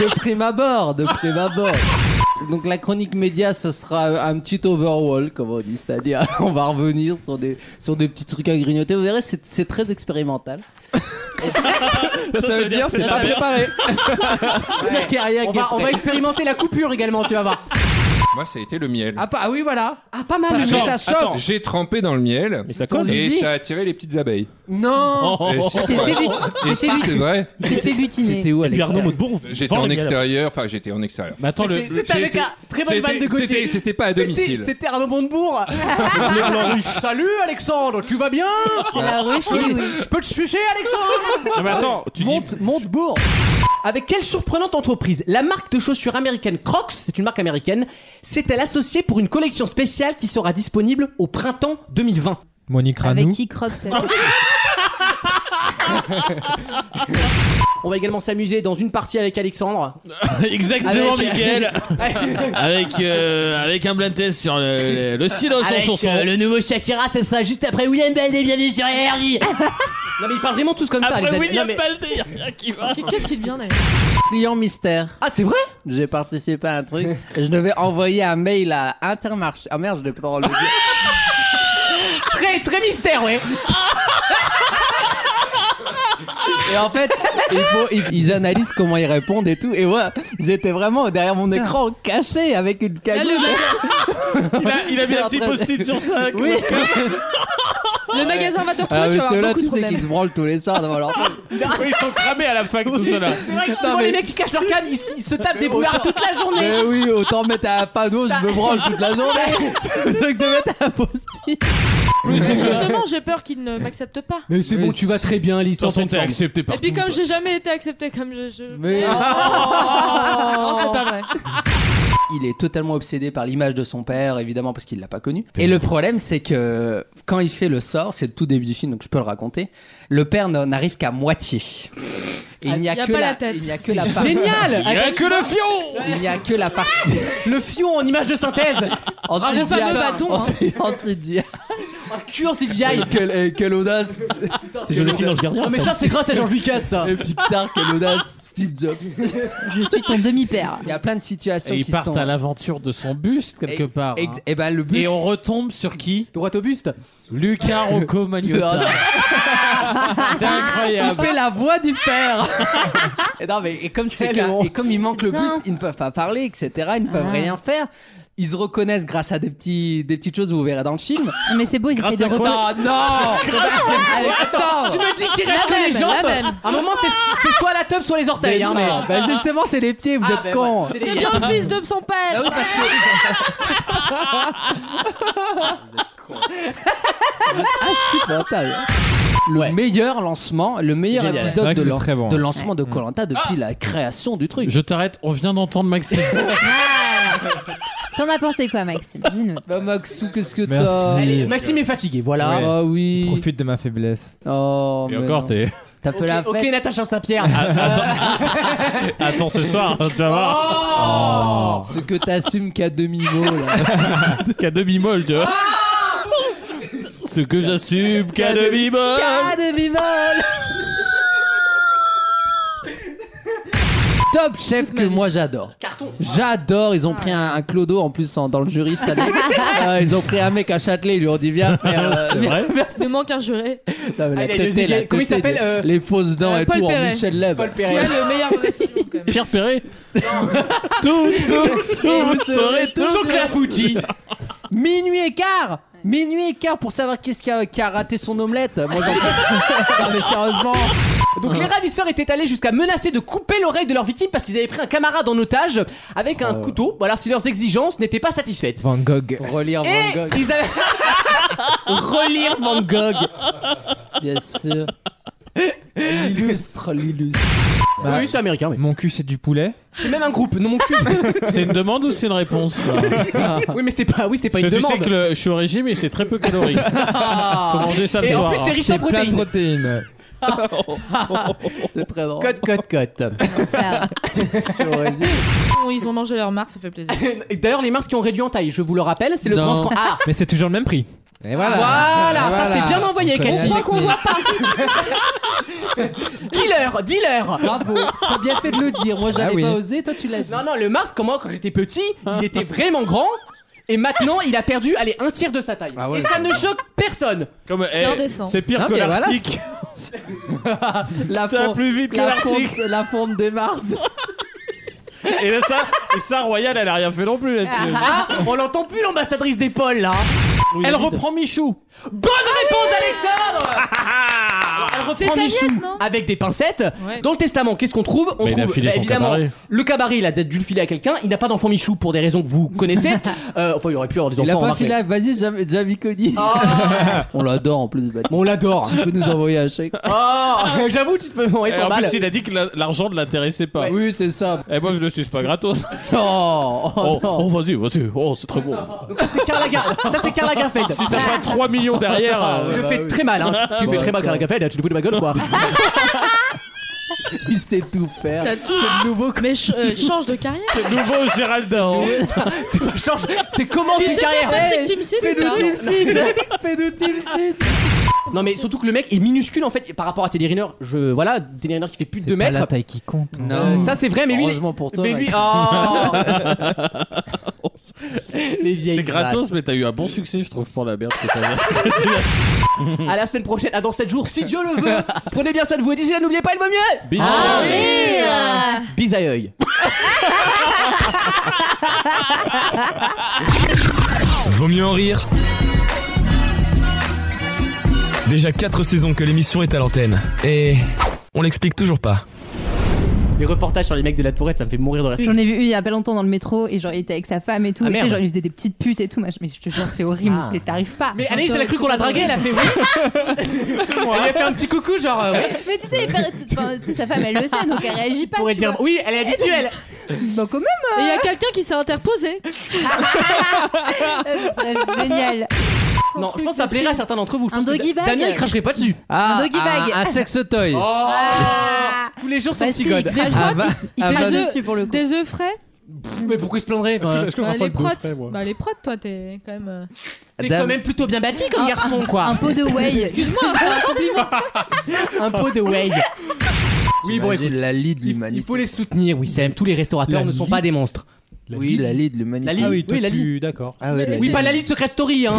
[SPEAKER 4] de prime abord, de prime abord. Donc la chronique média, ce sera euh, un petit overhaul, comme on dit, c'est-à-dire on va revenir sur des sur des petits trucs à grignoter. Vous verrez, c'est c'est très expérimental.
[SPEAKER 9] Ça, veut dire
[SPEAKER 4] c'est pas préparé. La carrière
[SPEAKER 2] On
[SPEAKER 4] qui est
[SPEAKER 2] va, on va
[SPEAKER 4] prête.
[SPEAKER 2] expérimenter la coupure également, tu vas voir.
[SPEAKER 5] Moi, ça a été le miel.
[SPEAKER 4] Ah, pas- ah oui, voilà.
[SPEAKER 2] Ah, pas mal.
[SPEAKER 4] Parce
[SPEAKER 2] le
[SPEAKER 4] que
[SPEAKER 2] jeu.
[SPEAKER 4] ça chauffe.
[SPEAKER 5] J'ai trempé dans le miel
[SPEAKER 9] ça cause.
[SPEAKER 5] et
[SPEAKER 4] Vas-y.
[SPEAKER 5] ça a attiré les petites abeilles.
[SPEAKER 4] Non
[SPEAKER 5] Et si
[SPEAKER 9] Oh,
[SPEAKER 8] Il
[SPEAKER 5] c'est
[SPEAKER 8] s'est fait
[SPEAKER 5] vrai.
[SPEAKER 8] but-
[SPEAKER 5] Et
[SPEAKER 8] il
[SPEAKER 5] si
[SPEAKER 8] s'est
[SPEAKER 5] c'est
[SPEAKER 8] but-
[SPEAKER 5] vrai.
[SPEAKER 8] il s'est fait butiner.
[SPEAKER 4] C'était où à l'extérieur
[SPEAKER 5] J'étais en extérieur, enfin j'étais en extérieur.
[SPEAKER 9] Mais attends, le.
[SPEAKER 2] C'était avec un très bonne vanne de Gauthier.
[SPEAKER 5] C'était, c'était pas à
[SPEAKER 2] C'était-
[SPEAKER 5] domicile.
[SPEAKER 2] C'était Arnaud Montebourg. Salut Alexandre, tu vas bien
[SPEAKER 8] C'est la ruche,
[SPEAKER 4] Ah.
[SPEAKER 8] oui, oui.
[SPEAKER 2] Je peux te sucer Alexandre
[SPEAKER 9] Non, mais attends, tu dis.
[SPEAKER 2] Monte, Montebourg. Avec quelle surprenante entreprise la marque de chaussures américaine Crocs, c'est une marque américaine, s'est-elle associée pour une collection spéciale qui sera disponible au printemps 2020
[SPEAKER 10] Monique
[SPEAKER 4] Ah,
[SPEAKER 8] Avec
[SPEAKER 10] Ranou.
[SPEAKER 8] qui croque cette
[SPEAKER 2] On va également s'amuser dans une partie avec Alexandre.
[SPEAKER 9] Exactement,
[SPEAKER 2] Avec-
[SPEAKER 9] Mickaël. avec, euh, avec un blind test sur le, le- le silence
[SPEAKER 2] Avec,
[SPEAKER 9] en chanson.
[SPEAKER 2] euh, le nouveau Shakira, ça sera juste après William Baldé, bienvenue sur énergie Non mais ils parlent vraiment tous comme ça, Ah, les
[SPEAKER 9] Après
[SPEAKER 2] amis.
[SPEAKER 9] William
[SPEAKER 2] Non, mais-
[SPEAKER 9] Baldé, y a rien qui va.
[SPEAKER 7] Qu'est-ce qu'il devient d'ailleurs
[SPEAKER 4] Client mystère.
[SPEAKER 2] Ah, c'est vrai
[SPEAKER 4] J'ai participé à un truc. je devais envoyer un mail à Intermarché. Ah merde, je devais pas le dire.
[SPEAKER 2] Très, très mystère, ouais
[SPEAKER 4] Et en fait, il faut- ils, ils analysent comment ils répondent et tout. Et ouais, j'étais vraiment derrière mon écran caché avec une
[SPEAKER 7] Là,
[SPEAKER 4] cagoule.
[SPEAKER 7] Ah, le magasin-
[SPEAKER 4] il,
[SPEAKER 9] a, mis un petit post-it sur ça.
[SPEAKER 4] Oui.
[SPEAKER 7] Le magasin va te retrouver,
[SPEAKER 4] Ah,
[SPEAKER 7] tu
[SPEAKER 4] mais
[SPEAKER 7] vas avoir
[SPEAKER 4] ceux-là,
[SPEAKER 7] beaucoup
[SPEAKER 4] tu
[SPEAKER 7] de
[SPEAKER 4] sais
[SPEAKER 7] problèmes.
[SPEAKER 4] qu'ils se branlent tous les soirs devant leur
[SPEAKER 9] Oui, ils sont cramés à la fac, tout cela.
[SPEAKER 2] C'est vrai que souvent les mecs qui cachent leur cam, ils, se- ils se tapent des boulards toute la journée.
[SPEAKER 4] Mais oui, autant mettre un panneau, je me branle toute la journée. Plutôt que de mettre un post-it.
[SPEAKER 7] Justement, j'ai peur qu'ils ne m'acceptent pas.
[SPEAKER 4] Mais c'est bon, tu vas très bien,
[SPEAKER 9] De toute
[SPEAKER 4] l'histoire.
[SPEAKER 9] façon, t'es accepté
[SPEAKER 7] Et
[SPEAKER 9] partout.
[SPEAKER 7] puis comme j'ai jamais été accepté comme je... je-
[SPEAKER 4] Mais-
[SPEAKER 7] Oh Non, c'est pas vrai.
[SPEAKER 4] Il est totalement obsédé par l'image de son père, évidemment, parce qu'il l'a pas connu. Et le problème, c'est que quand il fait le sort, c'est le tout début du film, donc je peux le raconter, le père n'en- n'arrive qu'à moitié. Et Ah, il n'y a,
[SPEAKER 7] Il y a
[SPEAKER 4] que
[SPEAKER 7] pas
[SPEAKER 4] la,
[SPEAKER 7] la tête.
[SPEAKER 4] Il n'y a que
[SPEAKER 7] C'est
[SPEAKER 4] la part-
[SPEAKER 2] génial Il y a
[SPEAKER 4] Attends,
[SPEAKER 2] que le
[SPEAKER 4] Il n'y a que la partie.
[SPEAKER 2] Le fion en image de synthèse.
[SPEAKER 4] Ensuite,
[SPEAKER 2] Bravo,
[SPEAKER 4] il y a-
[SPEAKER 2] fameux bâton, hein.
[SPEAKER 4] ensuite- ensuite, il y a-
[SPEAKER 2] Un cul en CGI.
[SPEAKER 4] Quelle, eh, quelle audace
[SPEAKER 2] C'est Jonathan
[SPEAKER 4] Ange
[SPEAKER 2] Gardien, Non, mais ça, c'est grâce à George Lucas, ça.
[SPEAKER 4] Et Pixar, quelle audace Steve Jobs
[SPEAKER 25] Je suis ton demi-père.
[SPEAKER 4] Il y a plein de situations
[SPEAKER 9] Et ils
[SPEAKER 4] qui
[SPEAKER 9] partent
[SPEAKER 4] sont...
[SPEAKER 9] à l'aventure de son buste quelque
[SPEAKER 4] Et-
[SPEAKER 9] part.
[SPEAKER 4] ex-
[SPEAKER 9] hein.
[SPEAKER 4] et ben, le but-
[SPEAKER 9] Et on retombe sur qui
[SPEAKER 4] Droite au buste.
[SPEAKER 9] Lucas Rocco Magnotta. C'est incroyable.
[SPEAKER 4] Il fait la voix du père. Ah, bah. et non, mais et comme c'est
[SPEAKER 2] Quelle
[SPEAKER 4] qu'un-
[SPEAKER 2] honte.
[SPEAKER 4] et comme il manque le
[SPEAKER 2] Putain.
[SPEAKER 4] buste, ils ne peuvent pas parler, etc. Ils ne peuvent
[SPEAKER 25] Ah.
[SPEAKER 4] rien faire. Ils se reconnaissent grâce à des petits des petites choses vous verrez dans le film.
[SPEAKER 25] Mais c'est beau, ils
[SPEAKER 4] Grâce
[SPEAKER 25] essaient de
[SPEAKER 4] à quoi
[SPEAKER 25] reconnaître.
[SPEAKER 4] Ah,
[SPEAKER 2] Ah,
[SPEAKER 4] non
[SPEAKER 2] Attends,
[SPEAKER 4] Alexandre
[SPEAKER 2] tu me dis qu'il
[SPEAKER 4] La
[SPEAKER 2] reste que les
[SPEAKER 4] même,
[SPEAKER 2] jambes.
[SPEAKER 4] la même.
[SPEAKER 2] À un moment, c'est c'est soit la teub, soit les orteils.
[SPEAKER 4] Mais
[SPEAKER 2] hein,
[SPEAKER 4] non,
[SPEAKER 2] mais-
[SPEAKER 4] bah, justement, c'est les pieds, vous
[SPEAKER 2] Ah,
[SPEAKER 4] êtes
[SPEAKER 2] ben
[SPEAKER 4] cons.
[SPEAKER 2] voilà, c'est
[SPEAKER 7] C'est
[SPEAKER 2] les-
[SPEAKER 7] bien fils de son père
[SPEAKER 4] Ah
[SPEAKER 2] Bah oui, parce que-
[SPEAKER 4] insupportable. Le meilleur lancement, le meilleur
[SPEAKER 9] Génial. C'est
[SPEAKER 4] épisode
[SPEAKER 9] vrai que
[SPEAKER 4] de,
[SPEAKER 9] c'est
[SPEAKER 4] lan-
[SPEAKER 9] très bon. hein.
[SPEAKER 4] de lancement de Colanta depuis la création du truc.
[SPEAKER 9] Je t'arrête, on vient d'entendre Maxime.
[SPEAKER 25] T'en as pensé quoi, Maxime Dis-nous.
[SPEAKER 4] Bah, Maxou, qu'est-ce que
[SPEAKER 6] Merci.
[SPEAKER 4] t'as
[SPEAKER 6] Allez,
[SPEAKER 2] Maxime est fatigué, voilà.
[SPEAKER 6] Ouais.
[SPEAKER 4] Ah oui.
[SPEAKER 6] Profite de ma faiblesse.
[SPEAKER 4] Oh,
[SPEAKER 9] Et encore, t'es.
[SPEAKER 4] T'as fait la fête.
[SPEAKER 2] Ok, Natacha Saint-Pierre.
[SPEAKER 9] Attends ce soir, hein, tu vas
[SPEAKER 4] Oh
[SPEAKER 2] Oh.
[SPEAKER 9] voir.
[SPEAKER 4] Ce que t'assumes qu'à demi-mot, là.
[SPEAKER 9] Qu'à demi-molle, tu vois. Ce que j'assume, qu'à demi-molle.
[SPEAKER 4] Qu'à demi-molle Top chef que moi j'adore. J'adore, ils ont pris un, un clodo en plus en- dans le jury cette année. Euh, ils ont pris un mec à Châtelet, ils lui ont dit viens faire. euh, viens-
[SPEAKER 7] Il nous manque un juré.
[SPEAKER 4] Non, mais la
[SPEAKER 2] Allez,
[SPEAKER 4] teuté,
[SPEAKER 2] le- comment Ah,
[SPEAKER 4] la
[SPEAKER 2] il
[SPEAKER 4] teuté
[SPEAKER 2] s'appelle,
[SPEAKER 4] de-
[SPEAKER 2] euh,
[SPEAKER 4] Les fausses dents
[SPEAKER 2] euh,
[SPEAKER 4] et
[SPEAKER 2] Paul
[SPEAKER 4] tout en
[SPEAKER 2] Perret.
[SPEAKER 4] Michel Lève.
[SPEAKER 2] Paul
[SPEAKER 7] Qui a le meilleur
[SPEAKER 9] Pierre Perret. Tout, tout, tout, vous saurez tout.
[SPEAKER 2] Sauf la foutie.
[SPEAKER 4] Minuit et quart Minuit et quart pour savoir qui est-ce qui a, qui a raté son omelette. Moi j'en Non mais sérieusement.
[SPEAKER 2] Donc les ravisseurs étaient allés jusqu'à menacer de couper l'oreille de leur victime parce qu'ils avaient pris un camarade en otage avec un couteau. Voilà, si leurs exigences n'étaient pas satisfaites.
[SPEAKER 6] Van Gogh.
[SPEAKER 4] Relire Van
[SPEAKER 2] Et
[SPEAKER 4] Gogh.
[SPEAKER 2] ils avaient relire Van Gogh.
[SPEAKER 4] Bien sûr. L'illustre, l'illustre.
[SPEAKER 2] Bah oui, c'est américain. Mais...
[SPEAKER 6] Mon cul, c'est du poulet.
[SPEAKER 2] C'est même un groupe, non mon cul.
[SPEAKER 9] C'est une demande ou c'est une réponse ça
[SPEAKER 2] oui, mais c'est pas, oui, c'est pas
[SPEAKER 9] Parce que
[SPEAKER 2] une
[SPEAKER 9] tu
[SPEAKER 2] demande.
[SPEAKER 9] sais que le- je suis au régime et c'est très peu calorique. Faut manger ça le
[SPEAKER 2] Et en
[SPEAKER 9] soir. hein.
[SPEAKER 2] plus, c'est riche en
[SPEAKER 6] Plein de
[SPEAKER 2] protéines.
[SPEAKER 6] protéines.
[SPEAKER 4] C'est très drôle.
[SPEAKER 2] Cote, cote, cote.
[SPEAKER 7] Bon, Ils ont mangé leur mars, ça fait plaisir.
[SPEAKER 2] Et D'ailleurs, les mars qui ont réduit en taille, je vous le rappelle, c'est le
[SPEAKER 6] Non.
[SPEAKER 2] grand scan- Ah
[SPEAKER 6] Mais c'est toujours le même prix. Et voilà.
[SPEAKER 2] Voilà, ça c'est bien envoyé,
[SPEAKER 6] On
[SPEAKER 2] Cathy.
[SPEAKER 6] croit qu'on voit
[SPEAKER 2] pas. dealer, dealer.
[SPEAKER 4] Bravo, Ah t'as bien fait de le dire. Moi j'avais
[SPEAKER 6] Ah oui.
[SPEAKER 4] pas osé, toi tu l'as dit.
[SPEAKER 2] Non, non, le Mars, comment quand j'étais petit, il était vraiment grand. Et maintenant, il a perdu, allez, un tiers de sa taille.
[SPEAKER 4] Ah ouais,
[SPEAKER 2] et ça
[SPEAKER 4] c'est
[SPEAKER 2] ne choque personne.
[SPEAKER 9] Comme, eh,
[SPEAKER 7] indécent.
[SPEAKER 9] c'est pire
[SPEAKER 4] Non,
[SPEAKER 9] que
[SPEAKER 4] mais voilà,
[SPEAKER 9] l'Arctique.
[SPEAKER 4] La
[SPEAKER 9] Ça va
[SPEAKER 4] forme-
[SPEAKER 9] plus vite que
[SPEAKER 4] la
[SPEAKER 9] l'Arctique.
[SPEAKER 4] forme- La forme des Mars.
[SPEAKER 9] Et là, ça, et ça, Royal, elle a rien fait non plus là-dessus.
[SPEAKER 2] Ah, on l'entend plus l'ambassadrice des pôles là.
[SPEAKER 9] Oui, Ah,
[SPEAKER 2] Elle
[SPEAKER 9] vide.
[SPEAKER 2] reprend Michou. Bonne réponse, Alexandre. Alors, Elle
[SPEAKER 7] C'est sa
[SPEAKER 2] reprend
[SPEAKER 7] nièce,
[SPEAKER 2] Michou
[SPEAKER 7] non
[SPEAKER 2] avec des pincettes.
[SPEAKER 7] Ouais.
[SPEAKER 2] Dans le testament, qu'est-ce qu'on trouve On
[SPEAKER 9] Mais il a
[SPEAKER 2] trouve bah,
[SPEAKER 9] filé son
[SPEAKER 2] évidemment
[SPEAKER 9] cabaret.
[SPEAKER 2] le cabaret. Il a dû le filer à quelqu'un. Il n'a pas d'enfant Michou pour des raisons que vous connaissez. Euh, enfin, il aurait pu avoir des enfants.
[SPEAKER 4] Il a pas
[SPEAKER 2] remarque, mais-
[SPEAKER 4] filé, vas-y, j'avais déjà vu Cody. On l'adore en plus, bête.
[SPEAKER 2] On l'adore.
[SPEAKER 4] Tu peux nous envoyer un chèque.
[SPEAKER 2] Oh, j'avoue, tu te peux m'envoyer
[SPEAKER 9] Et
[SPEAKER 2] 100
[SPEAKER 9] en
[SPEAKER 2] balles.
[SPEAKER 9] plus, il a dit que la- l'argent ne l'intéressait pas.
[SPEAKER 4] Oui, c'est ça.
[SPEAKER 9] Et moi, je le suce pas gratos.
[SPEAKER 4] Oh, oh,
[SPEAKER 9] Oh,
[SPEAKER 4] non.
[SPEAKER 9] oh, vas-y, vas-y. Oh, c'est très bon.
[SPEAKER 2] Donc ça c'est Karl Lagerfeld. Ça c'est Karl Lagerfeld.
[SPEAKER 9] Si t'as pas 3 millions derrière.
[SPEAKER 2] Ah,
[SPEAKER 9] euh,
[SPEAKER 2] tu le
[SPEAKER 4] bah
[SPEAKER 2] fais
[SPEAKER 4] oui.
[SPEAKER 2] très mal, hein. tu
[SPEAKER 4] Bah,
[SPEAKER 2] fais très mal, Karl Lagerfeld. Tu le fous de ma gueule, quoi.
[SPEAKER 4] Il sait tout faire.
[SPEAKER 7] T'as tout. Mais ch- euh, change de carrière.
[SPEAKER 9] c'est nouveau Géraldin. hein.
[SPEAKER 2] c'est pas change. C'est comment
[SPEAKER 7] Tu
[SPEAKER 2] une
[SPEAKER 7] sais
[SPEAKER 2] carrière
[SPEAKER 7] Patrick Timsit ou pas
[SPEAKER 4] Fais-nous team seed.
[SPEAKER 2] Non, mais surtout que le mec est minuscule en fait par rapport à Teddy Riner. Je voilà, Teddy Riner qui fait plus de 2
[SPEAKER 6] Pas la
[SPEAKER 2] mètres.
[SPEAKER 6] taille qui compte.
[SPEAKER 2] Euh, ça c'est vrai, mais lui,
[SPEAKER 4] Heureusement pour toi.
[SPEAKER 2] mais lui,
[SPEAKER 4] Max.
[SPEAKER 2] oh
[SPEAKER 9] gratos. C'est gratos, mais t'as eu un bon succès, je trouve, pour la merde que t'as
[SPEAKER 11] Ah,
[SPEAKER 9] que tu as-
[SPEAKER 2] à la semaine prochaine, à dans 7 jours, si Dieu le veut. Prenez bien soin de vous et d'ici là, n'oubliez pas, il vaut mieux.
[SPEAKER 9] Bisous.
[SPEAKER 2] Ah, rire. Bis à œil.
[SPEAKER 1] Vaut mieux en rire. Déjà 4 saisons que l'émission est à l'antenne. Et on l'explique toujours pas.
[SPEAKER 2] Les reportages sur les mecs de la tourette, ça me fait mourir de rire.
[SPEAKER 8] J'en ai vu une il y a pas longtemps dans le métro et genre il était avec sa femme et tout.
[SPEAKER 2] Ah,
[SPEAKER 8] et tu sais,
[SPEAKER 2] merde.
[SPEAKER 8] genre il faisait des petites putes et tout. Mais je te jure, c'est horrible.
[SPEAKER 2] Ah.
[SPEAKER 8] Et T'arrives pas.
[SPEAKER 2] Mais Anaïs, elle a cru qu'on la draguait, elle a fait oui. C'est moi. Elle lui a fait un petit coucou, genre. euh, oui.
[SPEAKER 8] Mais tu sais, elle perd- enfin, tu sais, sa femme elle le sait donc elle réagit pas.
[SPEAKER 2] Pourrait
[SPEAKER 8] tu
[SPEAKER 2] dire, oh,
[SPEAKER 8] vois.
[SPEAKER 2] oui, elle est habituelle.
[SPEAKER 8] Bah quand même.
[SPEAKER 7] Et il y a quelqu'un qui s'est interposé.
[SPEAKER 8] Ça serait Euh, génial.
[SPEAKER 2] Non, je pense que ça plairait à certains d'entre vous. Je
[SPEAKER 8] Un
[SPEAKER 2] pense que
[SPEAKER 8] doggy
[SPEAKER 2] Da-
[SPEAKER 8] bag.
[SPEAKER 2] Damien, il cracherait pas dessus.
[SPEAKER 8] Ah, Un doggy un- bag. un sex
[SPEAKER 4] toy.
[SPEAKER 2] Oh Tous les jours, son
[SPEAKER 7] Bah
[SPEAKER 2] petit
[SPEAKER 7] si,
[SPEAKER 2] god.
[SPEAKER 7] des crottes,
[SPEAKER 2] Ah, bah-
[SPEAKER 7] il
[SPEAKER 2] ah,
[SPEAKER 7] crache
[SPEAKER 2] bah-
[SPEAKER 7] dessus pour le coup. Des œufs frais
[SPEAKER 2] Mais pourquoi il se plaindrait enfin,
[SPEAKER 7] Bah, les protes. Bah les protes, toi, t'es quand même. euh,
[SPEAKER 2] T'es quand même plutôt bien bâti comme
[SPEAKER 7] Un-
[SPEAKER 2] garçon, quoi.
[SPEAKER 7] un pot de whey.
[SPEAKER 2] Excuse-moi, c'est un compliment. Un pot de whey. Oui, bon, écoute.
[SPEAKER 4] La lie de
[SPEAKER 2] Il
[SPEAKER 4] l'humanité.
[SPEAKER 2] faut les soutenir, Wissem. Tous les restaurateurs
[SPEAKER 4] La
[SPEAKER 2] ne sont
[SPEAKER 4] lie-
[SPEAKER 2] pas des monstres.
[SPEAKER 4] Oui, la lie de l'humanité.
[SPEAKER 2] La lie.
[SPEAKER 4] Ah oui,
[SPEAKER 10] toi,
[SPEAKER 2] la
[SPEAKER 10] tu-
[SPEAKER 2] lie.
[SPEAKER 10] D'accord.
[SPEAKER 4] Ah ouais, la
[SPEAKER 2] Oui,
[SPEAKER 4] lie.
[SPEAKER 2] pas la lie de Secret Story, hein.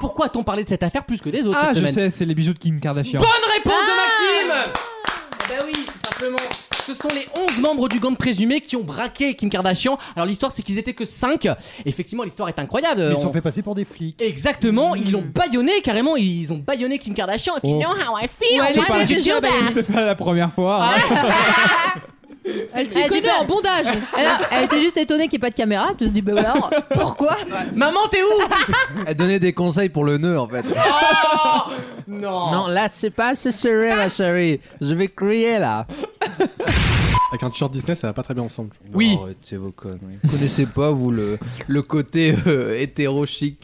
[SPEAKER 2] Pourquoi a-t-on parlé de cette affaire plus que des autres
[SPEAKER 6] Ah,
[SPEAKER 2] cette
[SPEAKER 6] je
[SPEAKER 2] semaine
[SPEAKER 6] sais, c'est les bijoux de Kim Kardashian.
[SPEAKER 2] Bonne réponse de
[SPEAKER 4] Ah.
[SPEAKER 2] Maxime
[SPEAKER 4] Eh
[SPEAKER 2] Bah
[SPEAKER 4] ben
[SPEAKER 2] oui, tout simplement. Ce sont les 11 membres du gang de présumés qui ont braqué Kim Kardashian. Alors l'histoire c'est qu'ils étaient que 5. Effectivement, l'histoire est incroyable.
[SPEAKER 10] Ils se
[SPEAKER 2] On-
[SPEAKER 10] sont fait passer pour des flics.
[SPEAKER 2] Exactement,
[SPEAKER 4] Mm.
[SPEAKER 2] ils l'ont baïonné carrément, ils ont baïonné Kim Kardashian. If you
[SPEAKER 10] Oh.
[SPEAKER 2] know how I feel,
[SPEAKER 7] Ouais, elle
[SPEAKER 2] why
[SPEAKER 7] était
[SPEAKER 2] did you do
[SPEAKER 7] déjà
[SPEAKER 2] that?
[SPEAKER 6] C'est pas la première fois.
[SPEAKER 7] Elle s'y
[SPEAKER 8] Elle dit
[SPEAKER 7] connaît
[SPEAKER 8] pas-
[SPEAKER 7] en bondage.
[SPEAKER 8] Elle, a- elle était juste étonnée qu'il n'y ait pas de caméra. Tu te dis, bah alors, pourquoi
[SPEAKER 2] Maman, t'es où
[SPEAKER 4] Elle donnait des conseils pour le nœud en fait.
[SPEAKER 2] Non.
[SPEAKER 4] Non, là, c'est pas assez serré, ma chérie. Je vais crier là.
[SPEAKER 12] Avec un t-shirt Disney, ça va pas très bien ensemble.
[SPEAKER 4] Oui. C'est vos conneries. Vous connaissez pas, vous, le, le côté euh, hétéro-chic.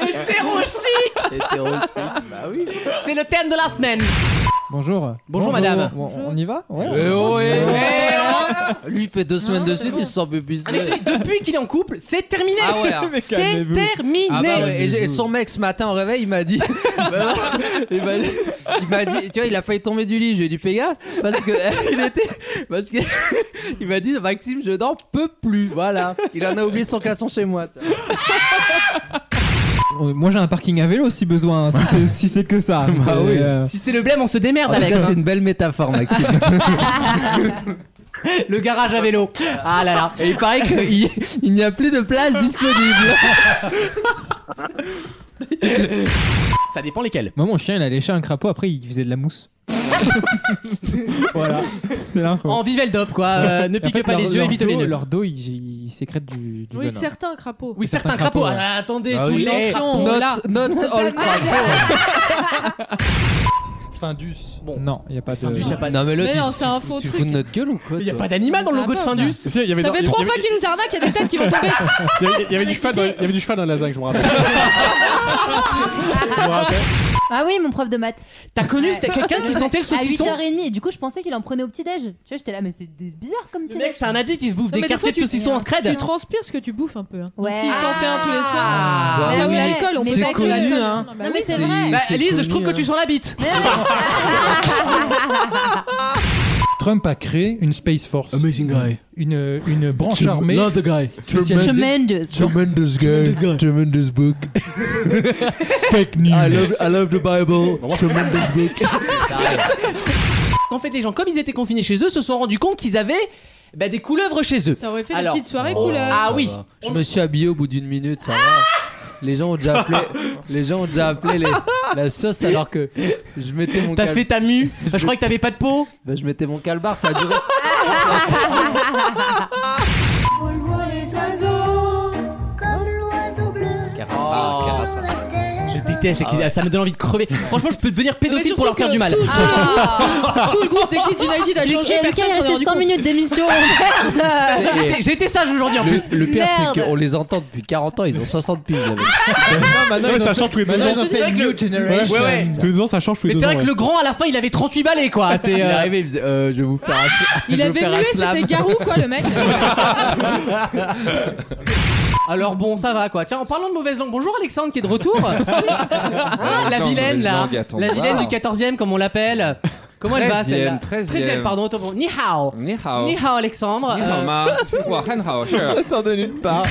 [SPEAKER 2] Hétéro chic
[SPEAKER 4] Hétéro-chic.
[SPEAKER 2] Bah oui. C'est le thème de la semaine.
[SPEAKER 6] Bonjour.
[SPEAKER 2] Bonjour, madame.
[SPEAKER 6] Bon, on y va Ouais. Euh,
[SPEAKER 4] Eh oh, eh,
[SPEAKER 6] Bonjour.
[SPEAKER 4] eh, oh. Lui, il fait deux semaines de suite, il se sent bébé.
[SPEAKER 2] Ah, mais je te dis, depuis qu'il est en couple, c'est terminé.
[SPEAKER 4] Ah ouais, hein.
[SPEAKER 2] c'est terminé.
[SPEAKER 4] Ah bah ouais, et, j'ai- et son mec ce matin au réveil il m'a dit, il m'a dit, il m'a dit- tu vois il a failli tomber du lit, je lui ai dit fais gaffe parce que il était, parce que il m'a dit Maxime je n'en peux plus, voilà, il en a oublié son casson chez moi. tu vois.
[SPEAKER 6] Euh, Moi j'ai un parking à vélo si besoin, hein, si c'est si c'est que ça.
[SPEAKER 4] Bah
[SPEAKER 6] Mais,
[SPEAKER 4] oui.
[SPEAKER 6] euh,
[SPEAKER 2] Si c'est le blême, on se démerde,
[SPEAKER 4] En tout
[SPEAKER 2] Alex.
[SPEAKER 4] cas Ah, c'est une belle métaphore Maxime.
[SPEAKER 2] Le garage à vélo. Ah là là.
[SPEAKER 4] Et il paraît qu'il il n'y a plus de place disponible.
[SPEAKER 2] Ça dépend lesquels.
[SPEAKER 6] Moi mon chien il a léché un crapaud, après il faisait de la mousse. voilà, c'est l'info.
[SPEAKER 2] En vivait le dope, quoi. Euh, ne
[SPEAKER 6] Oh. Et en
[SPEAKER 2] piquez
[SPEAKER 6] fait,
[SPEAKER 2] pas
[SPEAKER 6] leur-
[SPEAKER 2] les yeux,
[SPEAKER 6] leur
[SPEAKER 2] évitez les
[SPEAKER 6] dos-
[SPEAKER 2] nœuds.
[SPEAKER 6] Leur dos il, il sécrète du, du
[SPEAKER 7] Oui,
[SPEAKER 6] venin.
[SPEAKER 7] certains crapauds.
[SPEAKER 2] Oui, certains
[SPEAKER 6] certains crapauds,
[SPEAKER 2] crapauds.
[SPEAKER 6] ouais.
[SPEAKER 2] Ah, attendez,
[SPEAKER 6] Ah
[SPEAKER 2] tout
[SPEAKER 6] oui.
[SPEAKER 2] le
[SPEAKER 6] Eh,
[SPEAKER 2] crapauds.
[SPEAKER 6] not-
[SPEAKER 2] Là.
[SPEAKER 4] not
[SPEAKER 7] Oh,
[SPEAKER 2] Ah,
[SPEAKER 4] all
[SPEAKER 7] Ah,
[SPEAKER 6] Findus.
[SPEAKER 2] Bon.
[SPEAKER 6] Non, il y a pas de.
[SPEAKER 2] Findus, y a pas de-
[SPEAKER 4] Non mais là
[SPEAKER 7] Mais
[SPEAKER 4] tu-
[SPEAKER 7] non, c'est un faux
[SPEAKER 4] tu
[SPEAKER 7] truc.
[SPEAKER 4] fous de notre gueule ou quoi
[SPEAKER 2] Il n'y a
[SPEAKER 4] toi
[SPEAKER 2] pas d'animal dans le
[SPEAKER 7] Ça
[SPEAKER 2] logo de
[SPEAKER 7] va.
[SPEAKER 2] Findus.
[SPEAKER 12] Si, il y avait
[SPEAKER 7] Ça
[SPEAKER 12] dans-
[SPEAKER 7] fait
[SPEAKER 12] il y
[SPEAKER 7] trois
[SPEAKER 12] avait-
[SPEAKER 7] fois qu'il nous arnaque, il y a des têtes qui vont tomber.
[SPEAKER 12] Il y avait- il y avait du cheval dans- il y avait du cheval dans la lasagne, je me rappelle. Je me rappelle.
[SPEAKER 8] Ah oui, mon prof de maths.
[SPEAKER 2] T'as connu c'est quelqu'un qui sentait le saucisson
[SPEAKER 8] À 8h30, et du coup, je pensais qu'il en prenait au petit-déj. Tu vois, j'étais là, mais c'est des- bizarre comme
[SPEAKER 2] Le
[SPEAKER 8] petit
[SPEAKER 2] mec, c'est un addict, il se bouffe des quartiers de saucisson en scred. Ah.
[SPEAKER 7] Tu transpires ce que tu bouffes un peu. hein.
[SPEAKER 8] Ouais.
[SPEAKER 7] Donc, il s'en fait un tous les soirs.
[SPEAKER 8] Bah
[SPEAKER 7] Là où
[SPEAKER 8] oui.
[SPEAKER 7] l'alcool, on
[SPEAKER 8] Mais
[SPEAKER 7] peut
[SPEAKER 8] c'est
[SPEAKER 7] pas que
[SPEAKER 8] connu,
[SPEAKER 7] l'alcool.
[SPEAKER 8] hein.
[SPEAKER 7] Non, bah
[SPEAKER 8] Non,
[SPEAKER 7] oui.
[SPEAKER 8] mais c'est vrai.
[SPEAKER 2] Ah, Bah,
[SPEAKER 10] C'est
[SPEAKER 2] Elise,
[SPEAKER 10] connu,
[SPEAKER 2] je trouve que
[SPEAKER 10] hein.
[SPEAKER 2] tu sens la bite.
[SPEAKER 8] Ah,
[SPEAKER 10] Trump a créé une Space Force.
[SPEAKER 12] Amazing guy.
[SPEAKER 10] Une, une branche
[SPEAKER 12] Trem-
[SPEAKER 10] armée.
[SPEAKER 12] not the guy.
[SPEAKER 10] spécialisée-
[SPEAKER 8] Tremendous.
[SPEAKER 12] Tremendous guy. Tremendous book.
[SPEAKER 10] Fake news.
[SPEAKER 12] I love, I love the Bible. Tremendous book.
[SPEAKER 2] En fait, les gens, comme ils étaient confinés chez eux, se sont rendus compte qu'ils avaient bah, des couleuvres chez eux.
[SPEAKER 7] Ça aurait fait
[SPEAKER 2] Alors-
[SPEAKER 7] des petites soirées euh,
[SPEAKER 2] Oh,
[SPEAKER 7] couleurs.
[SPEAKER 2] Ah oui.
[SPEAKER 4] Je me suis habillé au bout d'une minute, ça va. Les gens ont déjà appelé, les gens ont déjà appelé les- la sauce alors que je mettais mon.
[SPEAKER 2] T'as
[SPEAKER 4] cal-
[SPEAKER 2] fait ta mue. Bah, je crois que t'avais pas de peau.
[SPEAKER 4] Bah, je mettais mon calbar, ça a duré.
[SPEAKER 26] les oiseaux, comme l'oiseau bleu.
[SPEAKER 4] Ah.
[SPEAKER 2] Oh. Je déteste. les- Ça me donne envie de crever. Franchement, je peux devenir pédophile pour leur faire du mal.
[SPEAKER 7] Ah. Tout le groupe des Kids United a changé.
[SPEAKER 8] Lucas,
[SPEAKER 7] personne s'en est
[SPEAKER 8] il restait
[SPEAKER 7] rendu
[SPEAKER 8] 100
[SPEAKER 7] compte.
[SPEAKER 8] minutes d'émission. Merde.
[SPEAKER 2] Ah, J'ai été- J'ai été sage aujourd'hui en plus.
[SPEAKER 4] Le, le pire,
[SPEAKER 8] Merde.
[SPEAKER 4] c'est qu'on les entend depuis 40 ans, ils ont 60 piges. les mecs.
[SPEAKER 12] Non, mais ça change tous les deux
[SPEAKER 4] Maintenant,
[SPEAKER 12] ans.
[SPEAKER 4] ils ont fait
[SPEAKER 2] vrai que le-
[SPEAKER 4] New Generation.
[SPEAKER 2] Ouais, ouais.
[SPEAKER 12] Tous les deux ans, ça change tous les
[SPEAKER 2] Mais
[SPEAKER 12] deux ans.
[SPEAKER 2] c'est vrai que
[SPEAKER 12] ouais.
[SPEAKER 2] le grand à la fin il avait 38 balais quoi.
[SPEAKER 4] Ah, Il
[SPEAKER 2] C'est
[SPEAKER 4] est
[SPEAKER 2] euh,
[SPEAKER 4] arrivé, il faisait, euh, je vais vous faire un, je
[SPEAKER 7] Il
[SPEAKER 4] vais vous
[SPEAKER 7] avait
[SPEAKER 4] faire un
[SPEAKER 7] mué,
[SPEAKER 4] slam.
[SPEAKER 7] c'était Garou quoi le mec.
[SPEAKER 2] Alors bon, ça va quoi. Tiens, en parlant de mauvaise langue, bonjour Alexandre qui est de retour. Ah, la
[SPEAKER 5] langue,
[SPEAKER 2] vilaine
[SPEAKER 5] mauvaise
[SPEAKER 2] là.
[SPEAKER 5] langue, attends
[SPEAKER 2] La
[SPEAKER 5] de
[SPEAKER 2] vilaine
[SPEAKER 5] voir.
[SPEAKER 2] du 14 e comme on l'appelle. Comment elle va
[SPEAKER 5] Treizième,
[SPEAKER 2] celle-là
[SPEAKER 5] treizième.
[SPEAKER 2] Treizième, pardon, autant pour- Ni hao.
[SPEAKER 5] Ni hao.
[SPEAKER 2] Ni hao, Alexandre.
[SPEAKER 5] Ni
[SPEAKER 2] Euh,
[SPEAKER 5] hao, ma. Wa hen
[SPEAKER 12] Oh,
[SPEAKER 5] hao, sure.
[SPEAKER 4] Ça sort de nulle part.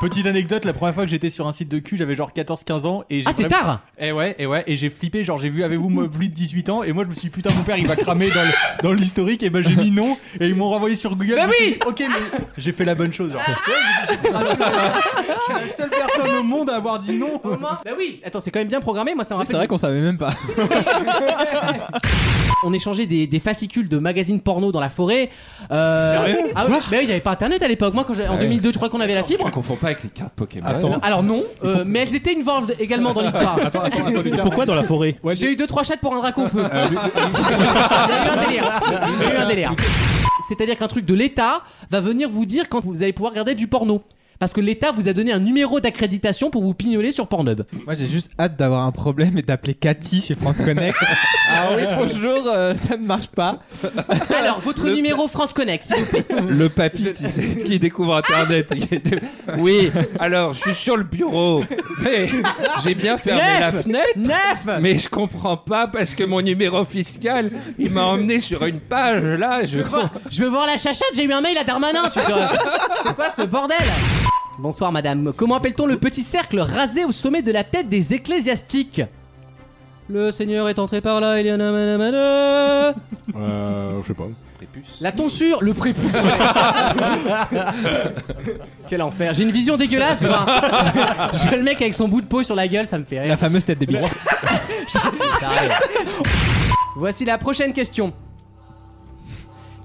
[SPEAKER 11] Petite anecdote, la première fois que j'étais sur un site de cul, j'avais genre 14-15 ans et j'ai
[SPEAKER 2] Ah, c'est
[SPEAKER 11] vraiment-
[SPEAKER 2] tard
[SPEAKER 11] Eh ouais, et ouais, et j'ai flippé, genre j'ai vu avez-vous moi, plus de 18 ans et moi je me suis dit, putain mon père il va cramer dans le- dans l'historique et ben j'ai mis non et ils m'ont renvoyé sur Google. Bah oui. OK mais j'ai fait la bonne chose genre. Je suis la seule personne au monde à avoir dit non.
[SPEAKER 2] Au moins- Bah oui, attends, c'est quand même bien programmé, moi ça me rappelle.
[SPEAKER 4] C'est vrai qu'on savait même pas.
[SPEAKER 2] On échangeait des, des fascicules de magazines porno dans la forêt. Euh...
[SPEAKER 5] Sérieux Ah
[SPEAKER 2] ah oui, bah oui, il n'y avait pas internet à l'époque. Moi, quand j'ai- en
[SPEAKER 5] Ouais.
[SPEAKER 2] 2002, je crois qu'on avait la
[SPEAKER 5] Je
[SPEAKER 2] fibre.
[SPEAKER 5] ne confonds pas avec les cartes Pokémon.
[SPEAKER 11] Ah.
[SPEAKER 2] Non, Alors non, euh, mais elles étaient involved également dans l'histoire.
[SPEAKER 3] Pourquoi dans la forêt
[SPEAKER 2] J'ai eu deux trois chattes pour un drac au feu.
[SPEAKER 5] Ah,
[SPEAKER 2] Il y a eu un délire. Il y a eu un délire. C'est-à-dire qu'un truc de l'État va venir vous dire quand vous allez pouvoir regarder du porno. Parce que l'État vous a donné un numéro d'accréditation pour vous pignoler sur Pornhub.
[SPEAKER 6] Moi j'ai juste hâte d'avoir un problème et d'appeler Cathy chez France Connect. ah oui, bonjour, euh, ça ne marche pas.
[SPEAKER 5] Ah,
[SPEAKER 2] Alors, votre
[SPEAKER 6] Le-
[SPEAKER 2] numéro France Connect, s'il vous plaît.
[SPEAKER 5] Le papy tu sais, qui découvre Internet. oui, alors je suis sur le bureau, mais j'ai bien fermé la
[SPEAKER 2] Neuf
[SPEAKER 5] fenêtre.
[SPEAKER 2] Neuf
[SPEAKER 5] Mais je comprends pas parce que mon numéro fiscal, il m'a emmené sur une page là. Je
[SPEAKER 2] Je veux voir- je veux voir la chachette, j'ai eu un mail à Darmanin. tu sais. C'est quoi ce bordel Bonsoir madame, comment appelle-t-on le petit cercle rasé au sommet de la tête des ecclésiastiques Le Seigneur est entré par là, il y en a manamana.
[SPEAKER 12] Euh, je sais pas.
[SPEAKER 2] La tonsure, le prépuce. ouais. Quel enfer. J'ai une vision dégueulasse. ou pas je, je vois le mec avec son bout de peau sur la gueule, ça me fait rire.
[SPEAKER 6] La fameuse tête de biche.
[SPEAKER 2] Ça arrive. Voici la prochaine question.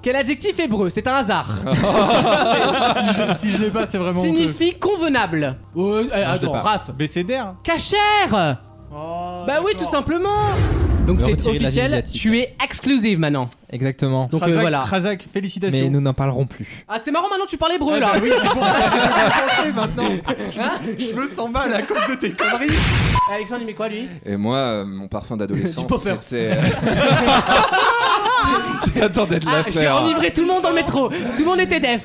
[SPEAKER 2] Quel adjectif hébreu C'est un hasard.
[SPEAKER 11] si je, si je l'ai pas, c'est vraiment
[SPEAKER 2] Signifie convenable.
[SPEAKER 5] Ah,
[SPEAKER 2] Euh, euh,
[SPEAKER 11] honteux.
[SPEAKER 2] attends, Raph.
[SPEAKER 11] BCDR.
[SPEAKER 2] Cachère
[SPEAKER 11] Oh,
[SPEAKER 2] Bah oui, tout simplement Donc
[SPEAKER 6] On va
[SPEAKER 2] c'est
[SPEAKER 6] retirer la ligne
[SPEAKER 2] officiel,
[SPEAKER 6] d'attitude.
[SPEAKER 2] tu es exclusive maintenant.
[SPEAKER 6] Exactement.
[SPEAKER 2] Donc, euh, Razak- voilà.
[SPEAKER 11] Razak, félicitations.
[SPEAKER 6] Mais nous n'en parlerons plus.
[SPEAKER 2] Ah, c'est marrant maintenant, tu hein. parles hébreu
[SPEAKER 11] Ah
[SPEAKER 2] là
[SPEAKER 11] bah oui, c'est pour ça que j'ai
[SPEAKER 2] maintenant
[SPEAKER 11] Je me sens mal à cause de tes conneries.
[SPEAKER 2] Hein Alexandre, il met quoi lui
[SPEAKER 5] Et moi, euh, mon parfum d'adolescence,
[SPEAKER 2] Du poppers.
[SPEAKER 5] c'était. Je t'attendais de la
[SPEAKER 2] Ah, j'ai
[SPEAKER 5] faire.
[SPEAKER 2] enivré tout le monde dans le métro. Tout le monde était def.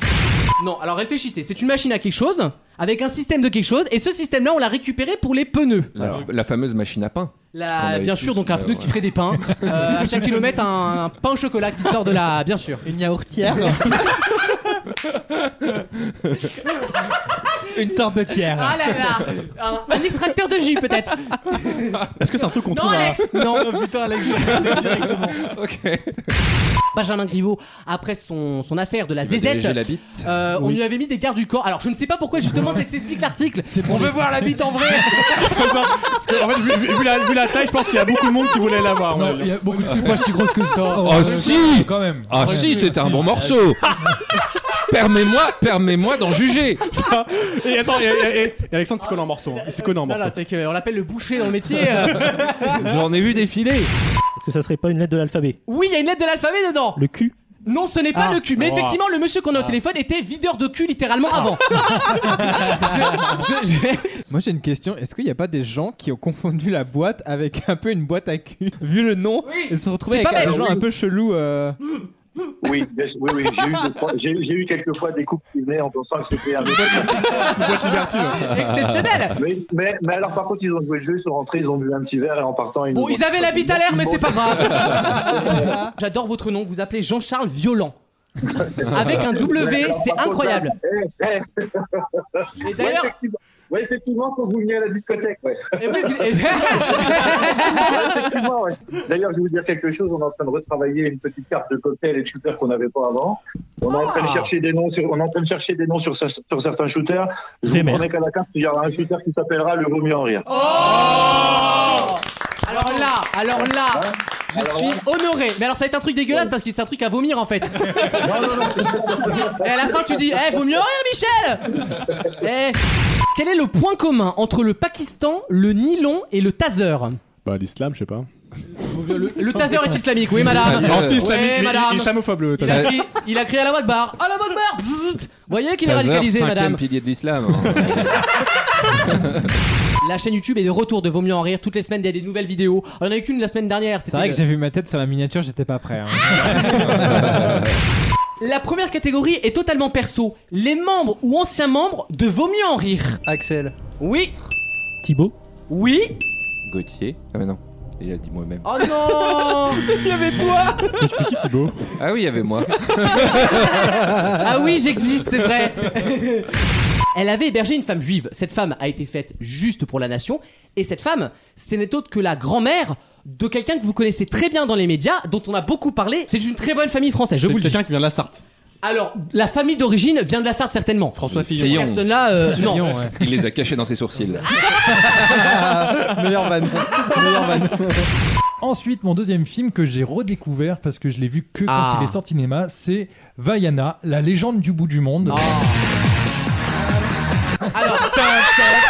[SPEAKER 2] Non, alors réfléchissez. C'est une machine à quelque chose avec un système de quelque chose et ce système-là, on l'a récupéré pour les pneus.
[SPEAKER 5] La, la fameuse machine à pain. Qu'on
[SPEAKER 2] Là,
[SPEAKER 5] avait
[SPEAKER 2] bien sûr,
[SPEAKER 5] tous,
[SPEAKER 2] donc un
[SPEAKER 5] euh,
[SPEAKER 2] pneu qui ferait des pains. Euh, à chaque kilomètre, un, un pain au chocolat qui sort de la. Bien sûr.
[SPEAKER 4] Une yaourtière.
[SPEAKER 6] Une sorbetière.
[SPEAKER 2] Ah là là Un, un extracteur de jus, peut-être.
[SPEAKER 11] Est-ce que c'est un truc qu'on
[SPEAKER 2] Non, Alex Non
[SPEAKER 11] Putain, Alex, je directement.
[SPEAKER 2] Benjamin Griveaux, après son, son affaire de la
[SPEAKER 5] Il va
[SPEAKER 2] ZZ,
[SPEAKER 5] diriger la bite.
[SPEAKER 2] euh, on
[SPEAKER 5] Oui.
[SPEAKER 2] lui avait mis des gardes du corps. Alors, je ne sais pas pourquoi, justement, ça s'explique l'article. On veut voir la bite en vrai
[SPEAKER 9] Parce que, en fait, vu, vu- vu la, vu la taille, je pense qu'il y a beaucoup de monde qui voulait l'avoir. on va dire.
[SPEAKER 2] C'est pas si grosse que ça.
[SPEAKER 9] Euh,
[SPEAKER 5] Oh, si
[SPEAKER 10] Quand même.
[SPEAKER 5] Ah si, c'était un bon morceau. Permets-moi, permets-moi d'en juger.
[SPEAKER 9] Et attends, et, et- et- et Alexandre, c'est connaît en morceau. hein. Il s'est connaît en
[SPEAKER 2] Non, non,
[SPEAKER 9] morceau.
[SPEAKER 2] c'est qu'on l'appelle le boucher dans le métier. euh.
[SPEAKER 5] J'en ai vu défiler.
[SPEAKER 27] Est-ce que ça serait pas une lettre de l'alphabet
[SPEAKER 2] Oui, il y a une lettre de l'alphabet dedans.
[SPEAKER 27] Le cul
[SPEAKER 2] Non, ce n'est pas
[SPEAKER 27] Ah.
[SPEAKER 2] le cul. Mais
[SPEAKER 27] Oh.
[SPEAKER 2] effectivement, le monsieur qu'on a au téléphone était videur de cul littéralement avant.
[SPEAKER 27] Ah.
[SPEAKER 2] Je- je- je-
[SPEAKER 6] Moi j'ai une question, est-ce qu'il n'y a pas des gens qui ont confondu la boîte avec un peu une boîte à cul Vu le nom, ils se sont retrouvés
[SPEAKER 2] c'est
[SPEAKER 6] avec
[SPEAKER 2] pas
[SPEAKER 6] un
[SPEAKER 2] bête.
[SPEAKER 6] genre un peu chelou. euh,
[SPEAKER 28] Oui, bien sûr, oui, oui, j'ai eu, des fois- j'ai- j'ai eu quelques fois des couples qui venaient en pensant que c'était un
[SPEAKER 2] Exceptionnel.
[SPEAKER 28] mais, mais, mais alors, par contre, ils ont joué le jeu, ils sont rentrés, ils ont bu un petit verre et en partant, ils
[SPEAKER 2] Bon,
[SPEAKER 28] ont-
[SPEAKER 2] ils avaient la bite à l'air, mais
[SPEAKER 28] Bon.
[SPEAKER 2] c'est pas grave. J'adore votre nom. Vous appelez Jean-Charles Violent. Avec un W,
[SPEAKER 28] Alors,
[SPEAKER 2] c'est
[SPEAKER 28] par contre,
[SPEAKER 2] incroyable.
[SPEAKER 28] là, eh, eh.
[SPEAKER 2] Et d'ailleurs-
[SPEAKER 28] Ouais, effectivement, ouais, effectivement, quand vous veniez à la discothèque, ouais.
[SPEAKER 2] Et oui, vous- et-
[SPEAKER 28] Ouais, effectivement, ouais. D'ailleurs, je vais vous dire quelque chose. On est en train de retravailler une petite carte de cocktail et de shooter qu'on n'avait pas avant. On est en
[SPEAKER 12] Ah.
[SPEAKER 28] train de chercher des noms sur, on est en train de chercher des noms sur, ce- sur certains shooters. Je vous promets qu'à la carte, il y aura un shooter qui s'appellera le vomi en rire.
[SPEAKER 2] Alors là, alors là, je suis honoré. Mais alors ça va être un truc dégueulasse parce que c'est un truc à vomir en fait. Et à la fin tu dis, eh vaut mieux rien Michel Eh Quel est le point commun entre le Pakistan, le nylon et le taser
[SPEAKER 9] Bah, l'islam, je sais pas.
[SPEAKER 2] le, le taser est islamique, oui
[SPEAKER 5] Euh,
[SPEAKER 2] madame.
[SPEAKER 9] C'est anti-islamique,
[SPEAKER 2] Oui,
[SPEAKER 9] mais
[SPEAKER 2] madame.
[SPEAKER 9] islamophobe, le
[SPEAKER 2] il a,
[SPEAKER 9] taser.
[SPEAKER 2] crié, il a crié à la Wagbar. À la Wagbar Bzzzt. Voyez qu'il est radicalisé madame.
[SPEAKER 5] pilier de l'islam. hein.
[SPEAKER 2] La chaîne YouTube est de retour de Vaut mieux en rire. Toutes les semaines il y a des nouvelles vidéos. Il n'y en a eu qu'une la semaine dernière.
[SPEAKER 6] C'est vrai que j'ai vu ma tête sur la miniature, j'étais pas prêt. hein.
[SPEAKER 2] La première catégorie est totalement perso. Les membres ou anciens membres de Vaut mieux en rire.
[SPEAKER 4] Axel.
[SPEAKER 2] Oui.
[SPEAKER 27] Thibaut
[SPEAKER 2] Oui.
[SPEAKER 5] Gauthier. Ah mais non. Et il a dit moi-même.
[SPEAKER 2] Oh non
[SPEAKER 14] Il y avait toi
[SPEAKER 5] C'est qui Thibaut Ah oui, il y avait moi.
[SPEAKER 2] Ah oui, j'existe, c'est vrai. Elle avait hébergé une femme juive. Cette femme a été faite juste pour la nation. Et cette femme, ce n'est autre que la grand-mère de quelqu'un que vous connaissez très bien dans les médias, dont on a beaucoup parlé. C'est une très bonne famille française, je vous le dis.
[SPEAKER 11] Quelqu'un qui vient de la Sarthe.
[SPEAKER 2] Alors, la famille d'origine vient de la Sarthe certainement.
[SPEAKER 11] François Fillon.
[SPEAKER 2] Cette personne-là, euh, non.
[SPEAKER 5] Il les a cachés dans ses sourcils.
[SPEAKER 11] Meilleur van.
[SPEAKER 10] Ensuite, mon deuxième film que j'ai redécouvert parce que je l'ai vu que quand
[SPEAKER 11] Ah.
[SPEAKER 10] il est sorti cinéma, c'est Vaiana, la légende du bout du monde.
[SPEAKER 2] Ah.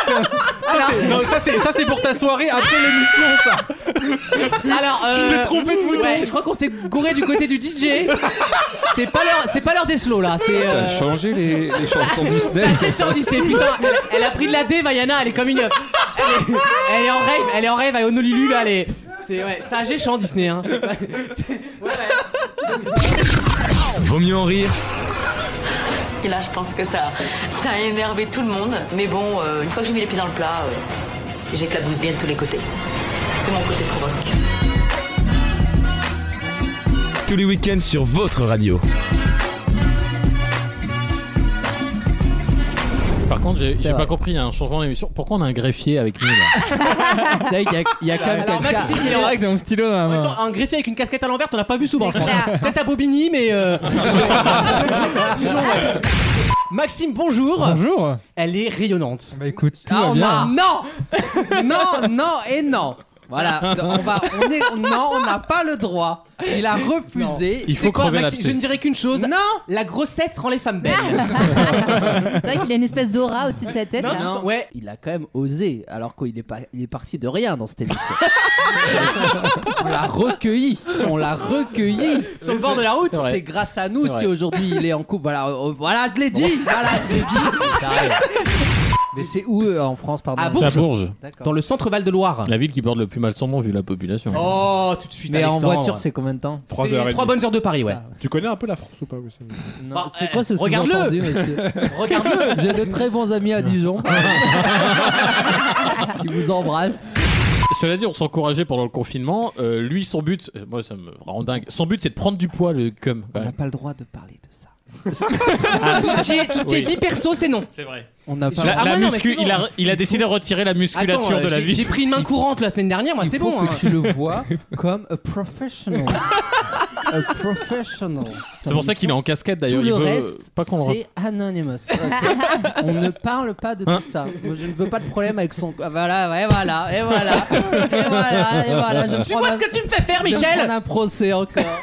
[SPEAKER 2] Alors,
[SPEAKER 11] non, ça c'est ça c'est pour ta soirée après l'émission ça.
[SPEAKER 2] Alors, euh,
[SPEAKER 11] Tu t'es trompé de bouton.
[SPEAKER 2] ouais, je crois qu'on s'est gouré du côté du DJ. C'est pas l'heure, c'est pas l'heure des slow là. C'est,
[SPEAKER 5] Ça a
[SPEAKER 2] euh,
[SPEAKER 5] changé les, les chansons Disney.
[SPEAKER 2] Ça a changé sur Disney, putain. Elle, elle a pris de la D, Vaiana. Elle est comme une. Elle est, elle est en rêve. Elle est en rêve à Honolulu là. Elle est. C'est ouais. Ça a géchant Disney. Hein. C'est pas-
[SPEAKER 1] Vaut mieux en rire.
[SPEAKER 24] Et là, je pense que ça, ça a énervé tout le monde. Mais bon, euh, une fois que j'ai mis les pieds dans le plat, euh, j'éclabousse bien de tous les côtés. C'est mon côté provoque.
[SPEAKER 1] Tous les week-ends sur votre radio.
[SPEAKER 9] Par contre, j'ai j'ai
[SPEAKER 2] vrai.
[SPEAKER 9] pas compris, il y a un changement d'émission. Pourquoi on a un greffier avec nous là
[SPEAKER 2] C'est vrai qu'il y a- il y a quand même
[SPEAKER 9] Alors,
[SPEAKER 2] quelqu'un-
[SPEAKER 9] Maxime, il est
[SPEAKER 2] en-
[SPEAKER 9] vrai que
[SPEAKER 6] c'est mon stylo hein. dans la main.
[SPEAKER 2] Attends, un greffier avec une casquette à l'envers, t'en as pas vu souvent, je pense. Peut-être à Bobigny, mais. euh, Dijon, ouais. Maxime, bonjour.
[SPEAKER 6] Bonjour.
[SPEAKER 2] Elle est rayonnante.
[SPEAKER 6] Bah écoute, tout
[SPEAKER 2] Ah,
[SPEAKER 6] va
[SPEAKER 2] on
[SPEAKER 6] bien.
[SPEAKER 2] a-
[SPEAKER 4] Non Non, non et non Voilà, on va, on est, non, on n'a pas le droit. Il a refusé.
[SPEAKER 2] Il faut quoi, crever Maxime l'abcès. Je ne dirais qu'une chose.
[SPEAKER 4] Non
[SPEAKER 2] La grossesse rend les femmes belles.
[SPEAKER 8] C'est vrai qu'il a une espèce d'aura au-dessus de sa tête. là.
[SPEAKER 4] ouais. Il a quand même osé, alors qu'il est, pas, il est parti de rien dans cette émission. on l'a recueilli. On l'a recueilli.
[SPEAKER 2] Sur le bord de la route.
[SPEAKER 4] C'est,
[SPEAKER 2] C'est vrai.
[SPEAKER 4] grâce à nous
[SPEAKER 2] C'est
[SPEAKER 4] si
[SPEAKER 2] vrai.
[SPEAKER 4] aujourd'hui il est en couple. Voilà, euh, voilà je l'ai dit. voilà, je l'ai dit. Mais c'est où euh, en France, pardon
[SPEAKER 2] À Bourges.
[SPEAKER 9] C'est à Bourges.
[SPEAKER 4] D'accord.
[SPEAKER 2] Dans le centre Val de Loire.
[SPEAKER 9] La ville qui porte le plus mal son nom vu la population.
[SPEAKER 2] Oh, tout de suite.
[SPEAKER 4] Mais en
[SPEAKER 2] Alexandre.
[SPEAKER 4] voiture, c'est combien de temps
[SPEAKER 9] Trois
[SPEAKER 2] C'est
[SPEAKER 9] heures et
[SPEAKER 2] trois
[SPEAKER 9] demie.
[SPEAKER 2] bonnes heures de Paris, ouais.
[SPEAKER 12] Tu connais un peu la France ou pas Wissem
[SPEAKER 4] Non,
[SPEAKER 2] Bah,
[SPEAKER 4] c'est
[SPEAKER 2] euh,
[SPEAKER 4] quoi ce
[SPEAKER 2] regarde-le.
[SPEAKER 4] sous-entendu, messieurs
[SPEAKER 2] Regarde-le.
[SPEAKER 4] J'ai de très bons amis à Dijon. Ils vous embrassent.
[SPEAKER 9] Cela dit, on s'encourageait pendant le confinement. Euh, lui, son but, euh, moi ça me rend dingue. Son but, c'est de prendre du poids le cum.
[SPEAKER 4] On n'a pas le droit de parler de ça.
[SPEAKER 9] Ah,
[SPEAKER 2] tout ce qui est,
[SPEAKER 9] ça-
[SPEAKER 2] tout ce qui est
[SPEAKER 9] oui.
[SPEAKER 2] vie perso, c'est non.
[SPEAKER 9] C'est vrai.
[SPEAKER 4] On n'a
[SPEAKER 9] La- la muscu- il, a, il a décidé de retirer la musculature
[SPEAKER 2] Attends, euh,
[SPEAKER 9] de la
[SPEAKER 2] j'ai-
[SPEAKER 9] vie.
[SPEAKER 2] J'ai pris une main courante la semaine dernière, moi,
[SPEAKER 4] Il
[SPEAKER 2] c'est
[SPEAKER 4] faut
[SPEAKER 2] bon.
[SPEAKER 4] que
[SPEAKER 2] hein.
[SPEAKER 4] tu le vois comme a professional. a professional.
[SPEAKER 9] C'est pour ça qu'il est en casquette
[SPEAKER 4] Tout
[SPEAKER 9] d'ailleurs. Il
[SPEAKER 4] le
[SPEAKER 9] veut
[SPEAKER 4] reste,
[SPEAKER 9] pas qu'on le
[SPEAKER 4] c'est anonymous. Ok. On ne parle pas de tout
[SPEAKER 9] Hein
[SPEAKER 4] ça. Moi, je ne veux pas de problème avec son. Ah, Voilà, et voilà, et voilà, et voilà, et voilà. Je me
[SPEAKER 2] Tu
[SPEAKER 4] prends
[SPEAKER 2] vois
[SPEAKER 4] un-
[SPEAKER 2] ce que tu me fais faire,
[SPEAKER 4] je me
[SPEAKER 2] Michel
[SPEAKER 4] prends un procès encore.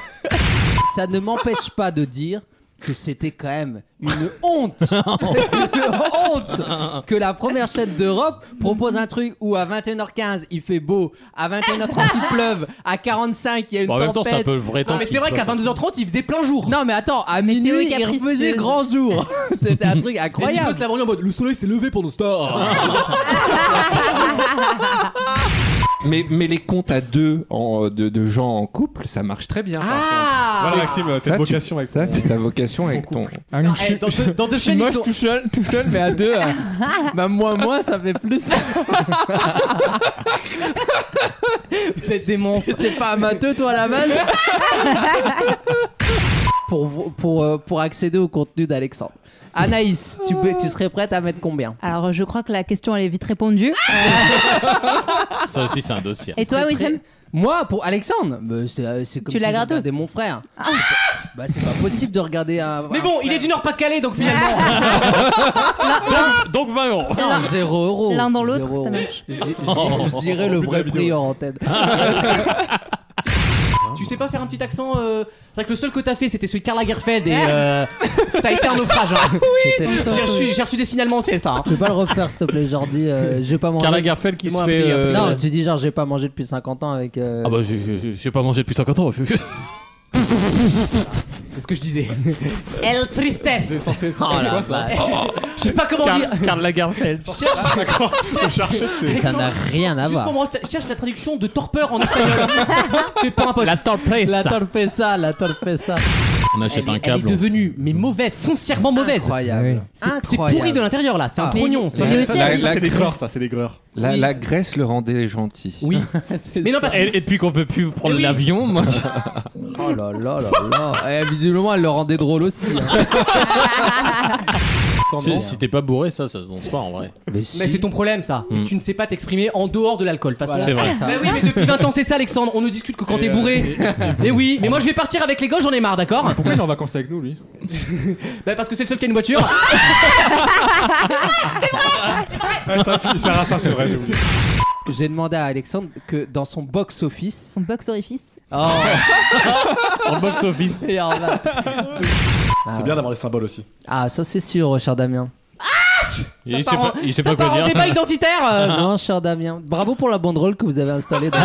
[SPEAKER 4] ça ne m'empêche pas de dire que c'était quand même une honte, une honte que la première chaîne d'Europe propose un truc où à 21h15 il fait beau, à 21h30 il pleuve, à 45 il y a une
[SPEAKER 9] Bon, en même
[SPEAKER 4] tempête.
[SPEAKER 9] temps, c'est un peu le vrai temps
[SPEAKER 4] Ah, mais
[SPEAKER 9] qui
[SPEAKER 4] c'est
[SPEAKER 9] se
[SPEAKER 4] vrai
[SPEAKER 9] passe.
[SPEAKER 4] qu'à
[SPEAKER 2] 22h30 il faisait plein jour.
[SPEAKER 4] Non mais attends, à minuit il
[SPEAKER 8] capricieuse.
[SPEAKER 4] faisait grand jour. c'était un truc
[SPEAKER 2] Et Nico
[SPEAKER 4] incroyable.
[SPEAKER 2] se l'a vendu en mode le soleil s'est levé pour nos stars.
[SPEAKER 5] Mais, mais les comptes à deux en, de, de gens en couple, ça marche très bien. par
[SPEAKER 2] Ah
[SPEAKER 5] contre.
[SPEAKER 12] Voilà, Maxime, t'as
[SPEAKER 5] Ça,
[SPEAKER 12] une
[SPEAKER 5] tu-
[SPEAKER 12] vocation avec
[SPEAKER 5] Ça,
[SPEAKER 12] ton-
[SPEAKER 5] c'est ta vocation avec ton.
[SPEAKER 2] Non, eh, dans deux- dans deux
[SPEAKER 6] Ah, je suis
[SPEAKER 2] semaines, ils
[SPEAKER 6] moche
[SPEAKER 2] sont-
[SPEAKER 6] tout seul, tout seul, mais à deux. hein.
[SPEAKER 4] Bah moi moi ça fait plus.
[SPEAKER 2] Vous êtes des monstres.
[SPEAKER 4] T'es pas amateur toi à la base pour, vo- pour, euh, pour accéder au contenu d'Alexandre. Anaïs, tu, peux- tu serais prête à mettre combien
[SPEAKER 8] Alors, je crois que la question, elle est vite répondue.
[SPEAKER 9] retirer. Ça aussi, c'est un dossier.
[SPEAKER 8] Et toi, Wissem
[SPEAKER 4] Moi, pour Alexandre, bah, c'est euh, c'est comme
[SPEAKER 8] Tu
[SPEAKER 4] si
[SPEAKER 8] l'as
[SPEAKER 4] je
[SPEAKER 8] gratos. Ah.
[SPEAKER 4] regardais mon frère. C'est pas- Bah, c'est pas possible de regarder un. Ah,
[SPEAKER 2] Mais bon, il est du Nord-Pas-de-Calais donc finalement.
[SPEAKER 9] Donc, donc 20 euros.
[SPEAKER 4] Non, zéro euro.
[SPEAKER 8] L'un
[SPEAKER 2] Oh,
[SPEAKER 8] dans l'autre,
[SPEAKER 4] Zéro
[SPEAKER 8] ça
[SPEAKER 4] euro.
[SPEAKER 8] marche.
[SPEAKER 4] Je, je- je- je dirais le vrai prix en tête.
[SPEAKER 2] Tu sais pas faire un petit accent euh, C'est vrai que le seul que t'as fait c'était celui de Karl Lagerfeld et euh, ça a été un naufrage. hein.
[SPEAKER 4] C'était-
[SPEAKER 2] J'ai reçu, j'ai reçu des signalements au CSA. hein.
[SPEAKER 4] Je vais pas le refaire, s'il te plaît, Jordi. euh, j'ai pas mangé.
[SPEAKER 9] Karl Lagerfeld qui se
[SPEAKER 4] Moi, un
[SPEAKER 9] fait,
[SPEAKER 4] prix, un prix.
[SPEAKER 9] euh,
[SPEAKER 4] Non, tu dis genre, j'ai pas mangé depuis 50 ans avec. euh,
[SPEAKER 9] Ah bah, j'ai- j'ai j'ai- j'ai pas mangé depuis 50 ans.
[SPEAKER 2] C'est ce que je disais. El Tristesse. C'est
[SPEAKER 12] censé
[SPEAKER 2] oh, la
[SPEAKER 12] quoi, ça
[SPEAKER 2] vache. Je sais pas comment
[SPEAKER 9] Karl-
[SPEAKER 2] dire.
[SPEAKER 9] Karl Lagerfeld.
[SPEAKER 2] Cherche.
[SPEAKER 4] Ça n'a rien à
[SPEAKER 2] Juste
[SPEAKER 4] voir.
[SPEAKER 2] pour moi, cherche la traduction de torpeur en espagnol. C'est pas un pote.
[SPEAKER 9] La torpeza.
[SPEAKER 4] La torpeza, la torpeza.
[SPEAKER 9] On achète
[SPEAKER 2] elle,
[SPEAKER 9] un
[SPEAKER 2] est-
[SPEAKER 9] câble,
[SPEAKER 2] Elle est devenue, mais mauvaise, foncièrement mauvaise. Incroyable. C'est
[SPEAKER 4] Incroyable.
[SPEAKER 2] pourri de l'intérieur là, c'est un
[SPEAKER 4] Ah.
[SPEAKER 2] trognon. ça.
[SPEAKER 5] ça, c'est des greurs. La, la Grèce le rendait gentil.
[SPEAKER 2] Oui. Mais non, parce
[SPEAKER 9] et, et depuis qu'on peut plus
[SPEAKER 2] Eh
[SPEAKER 9] prendre l'avion, moi.
[SPEAKER 4] Oh là là là là. Eh, visiblement, elle le rendait drôle aussi. hein.
[SPEAKER 9] Si, si t'es pas bourré, ça, ça se danse pas en vrai.
[SPEAKER 4] Mais,
[SPEAKER 2] Mais c'est ton problème ça,
[SPEAKER 5] Hmm.
[SPEAKER 2] c'est que
[SPEAKER 9] Mm.
[SPEAKER 2] tu ne sais pas t'exprimer en dehors de l'alcool. de toute façon.
[SPEAKER 9] Voilà, C'est vrai.
[SPEAKER 2] Bah oui, mais depuis 20 ans c'est ça Alexandre, on ne discute que quand
[SPEAKER 12] euh,
[SPEAKER 2] t'es bourré. Mais oui, mais moi je vais partir avec les gars, j'en ai marre, d'accord
[SPEAKER 12] Pourquoi il est en vacances avec nous, lui
[SPEAKER 2] Bah parce que c'est le seul qui a une voiture.
[SPEAKER 12] Sarah, Ah, ça, c'est vrai. j'ai oublié.
[SPEAKER 4] J'ai demandé à Alexandre que dans son box office.
[SPEAKER 8] Son box orifice.
[SPEAKER 4] Oh.
[SPEAKER 9] Son box office.
[SPEAKER 4] Ah
[SPEAKER 29] C'est
[SPEAKER 4] ouais.
[SPEAKER 29] bien d'avoir les symboles aussi.
[SPEAKER 4] Ah, ça c'est sûr, cher Damien.
[SPEAKER 9] Et il
[SPEAKER 2] Ça
[SPEAKER 9] sait
[SPEAKER 2] part
[SPEAKER 9] pas-
[SPEAKER 2] en-
[SPEAKER 9] il sait
[SPEAKER 2] ça
[SPEAKER 9] pas quoi
[SPEAKER 2] part en
[SPEAKER 9] dire.
[SPEAKER 2] débat identitaire. euh,
[SPEAKER 4] non, cher Damien. Bravo pour la banderole que vous avez installée dans,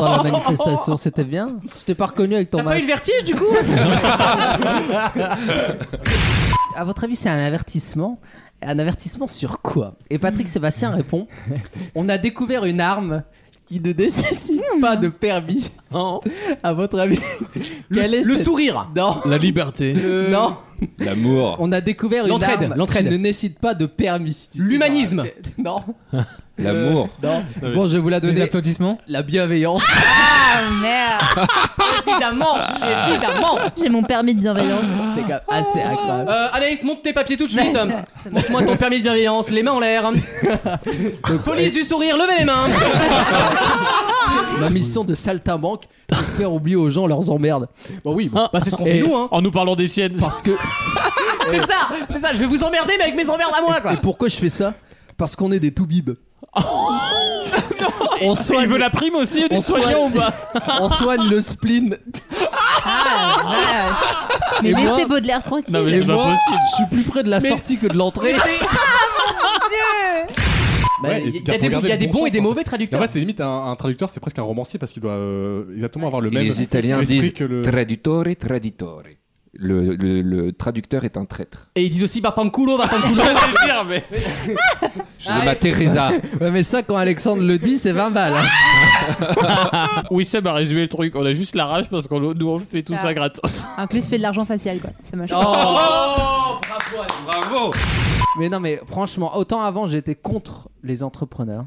[SPEAKER 4] dans la manifestation. C'était bien. Je t'ai pas reconnu avec ton
[SPEAKER 2] T'as pas eu
[SPEAKER 4] masque.
[SPEAKER 2] le vertige du coup
[SPEAKER 4] À votre avis, c'est un avertissement Un avertissement sur quoi Et
[SPEAKER 2] Hmm.
[SPEAKER 4] Patrick Sébastien répond On a découvert une arme qui ne nécessite
[SPEAKER 2] Hmm.
[SPEAKER 4] pas de permis. À votre avis,
[SPEAKER 2] Oh. Le-
[SPEAKER 4] quelle est
[SPEAKER 2] le
[SPEAKER 4] cette-
[SPEAKER 2] sourire.
[SPEAKER 4] Non.
[SPEAKER 9] La liberté.
[SPEAKER 4] Non.
[SPEAKER 5] L'amour.
[SPEAKER 4] On a découvert une
[SPEAKER 2] L'entraide,
[SPEAKER 4] arme
[SPEAKER 2] l'entraide.
[SPEAKER 4] qui ne nécessite pas de permis.
[SPEAKER 2] L'humanisme.
[SPEAKER 4] Non.
[SPEAKER 5] L'amour.
[SPEAKER 6] Euh,
[SPEAKER 4] Non. Bon, je vais vous la donner.
[SPEAKER 6] Des applaudissements
[SPEAKER 4] La bienveillance.
[SPEAKER 8] Ah merde
[SPEAKER 2] Évidemment, évidemment.
[SPEAKER 8] J'ai mon permis de bienveillance.
[SPEAKER 4] Ah, C'est quand même assez incroyable.
[SPEAKER 2] Euh, Anaïs, monte tes papiers tout de suite. Montre-moi ton permis de bienveillance, les mains en l'air. Police du sourire, levez les mains.
[SPEAKER 4] Ma mission de saltimbanque, c'est de faire oublier aux gens leurs emmerdes.
[SPEAKER 2] Bah oui, bah c'est ce qu'on
[SPEAKER 4] Et-
[SPEAKER 2] fait nous. Hein.
[SPEAKER 9] En nous parlant des siennes.
[SPEAKER 4] Parce que.
[SPEAKER 2] C'est ça, c'est ça. Je vais vous emmerder, mais avec mes emmerdes à moi, quoi.
[SPEAKER 4] Et pourquoi je fais ça Parce qu'on est des toubibs. on soigne...
[SPEAKER 9] Il veut la prime aussi du
[SPEAKER 4] on
[SPEAKER 9] soignant ou pas
[SPEAKER 4] on soigne le spleen.
[SPEAKER 8] Mais
[SPEAKER 4] Et moi-
[SPEAKER 8] laissez Baudelaire tranquille.
[SPEAKER 4] Et moi, Je suis plus près de la
[SPEAKER 2] Mais-
[SPEAKER 4] sortie que de l'entrée.
[SPEAKER 2] Bah,
[SPEAKER 12] Ouais,
[SPEAKER 2] il y a
[SPEAKER 12] t'as
[SPEAKER 2] des-
[SPEAKER 12] regardé
[SPEAKER 2] il y a
[SPEAKER 12] le
[SPEAKER 2] des bons et
[SPEAKER 12] sens,
[SPEAKER 2] des
[SPEAKER 12] en fait.
[SPEAKER 2] mauvais traducteurs.
[SPEAKER 12] En vrai, c'est limite un, un traducteur, c'est presque un romancier parce qu'il doit euh, exactement avoir le
[SPEAKER 5] Et
[SPEAKER 12] même.
[SPEAKER 5] les Italiens
[SPEAKER 12] esprit
[SPEAKER 5] disent
[SPEAKER 12] que le.
[SPEAKER 5] traditore, traditore. Le, le- le traducteur est un traître.
[SPEAKER 2] Et ils disent aussi Vafanculo, Vafanculo.
[SPEAKER 5] Je ma Teresa.
[SPEAKER 4] ouais, mais ça, quand Alexandre le dit, c'est 20 balles. hein.
[SPEAKER 9] Oui, Seb a résumé le truc. On a juste la rage parce qu'on nous on fait tout ça gratos.
[SPEAKER 8] En plus, fait de l'argent facial quoi. C'est machin.
[SPEAKER 2] Oh,
[SPEAKER 5] bravo.
[SPEAKER 4] Mais non, mais franchement, autant avant, j'étais contre les entrepreneurs.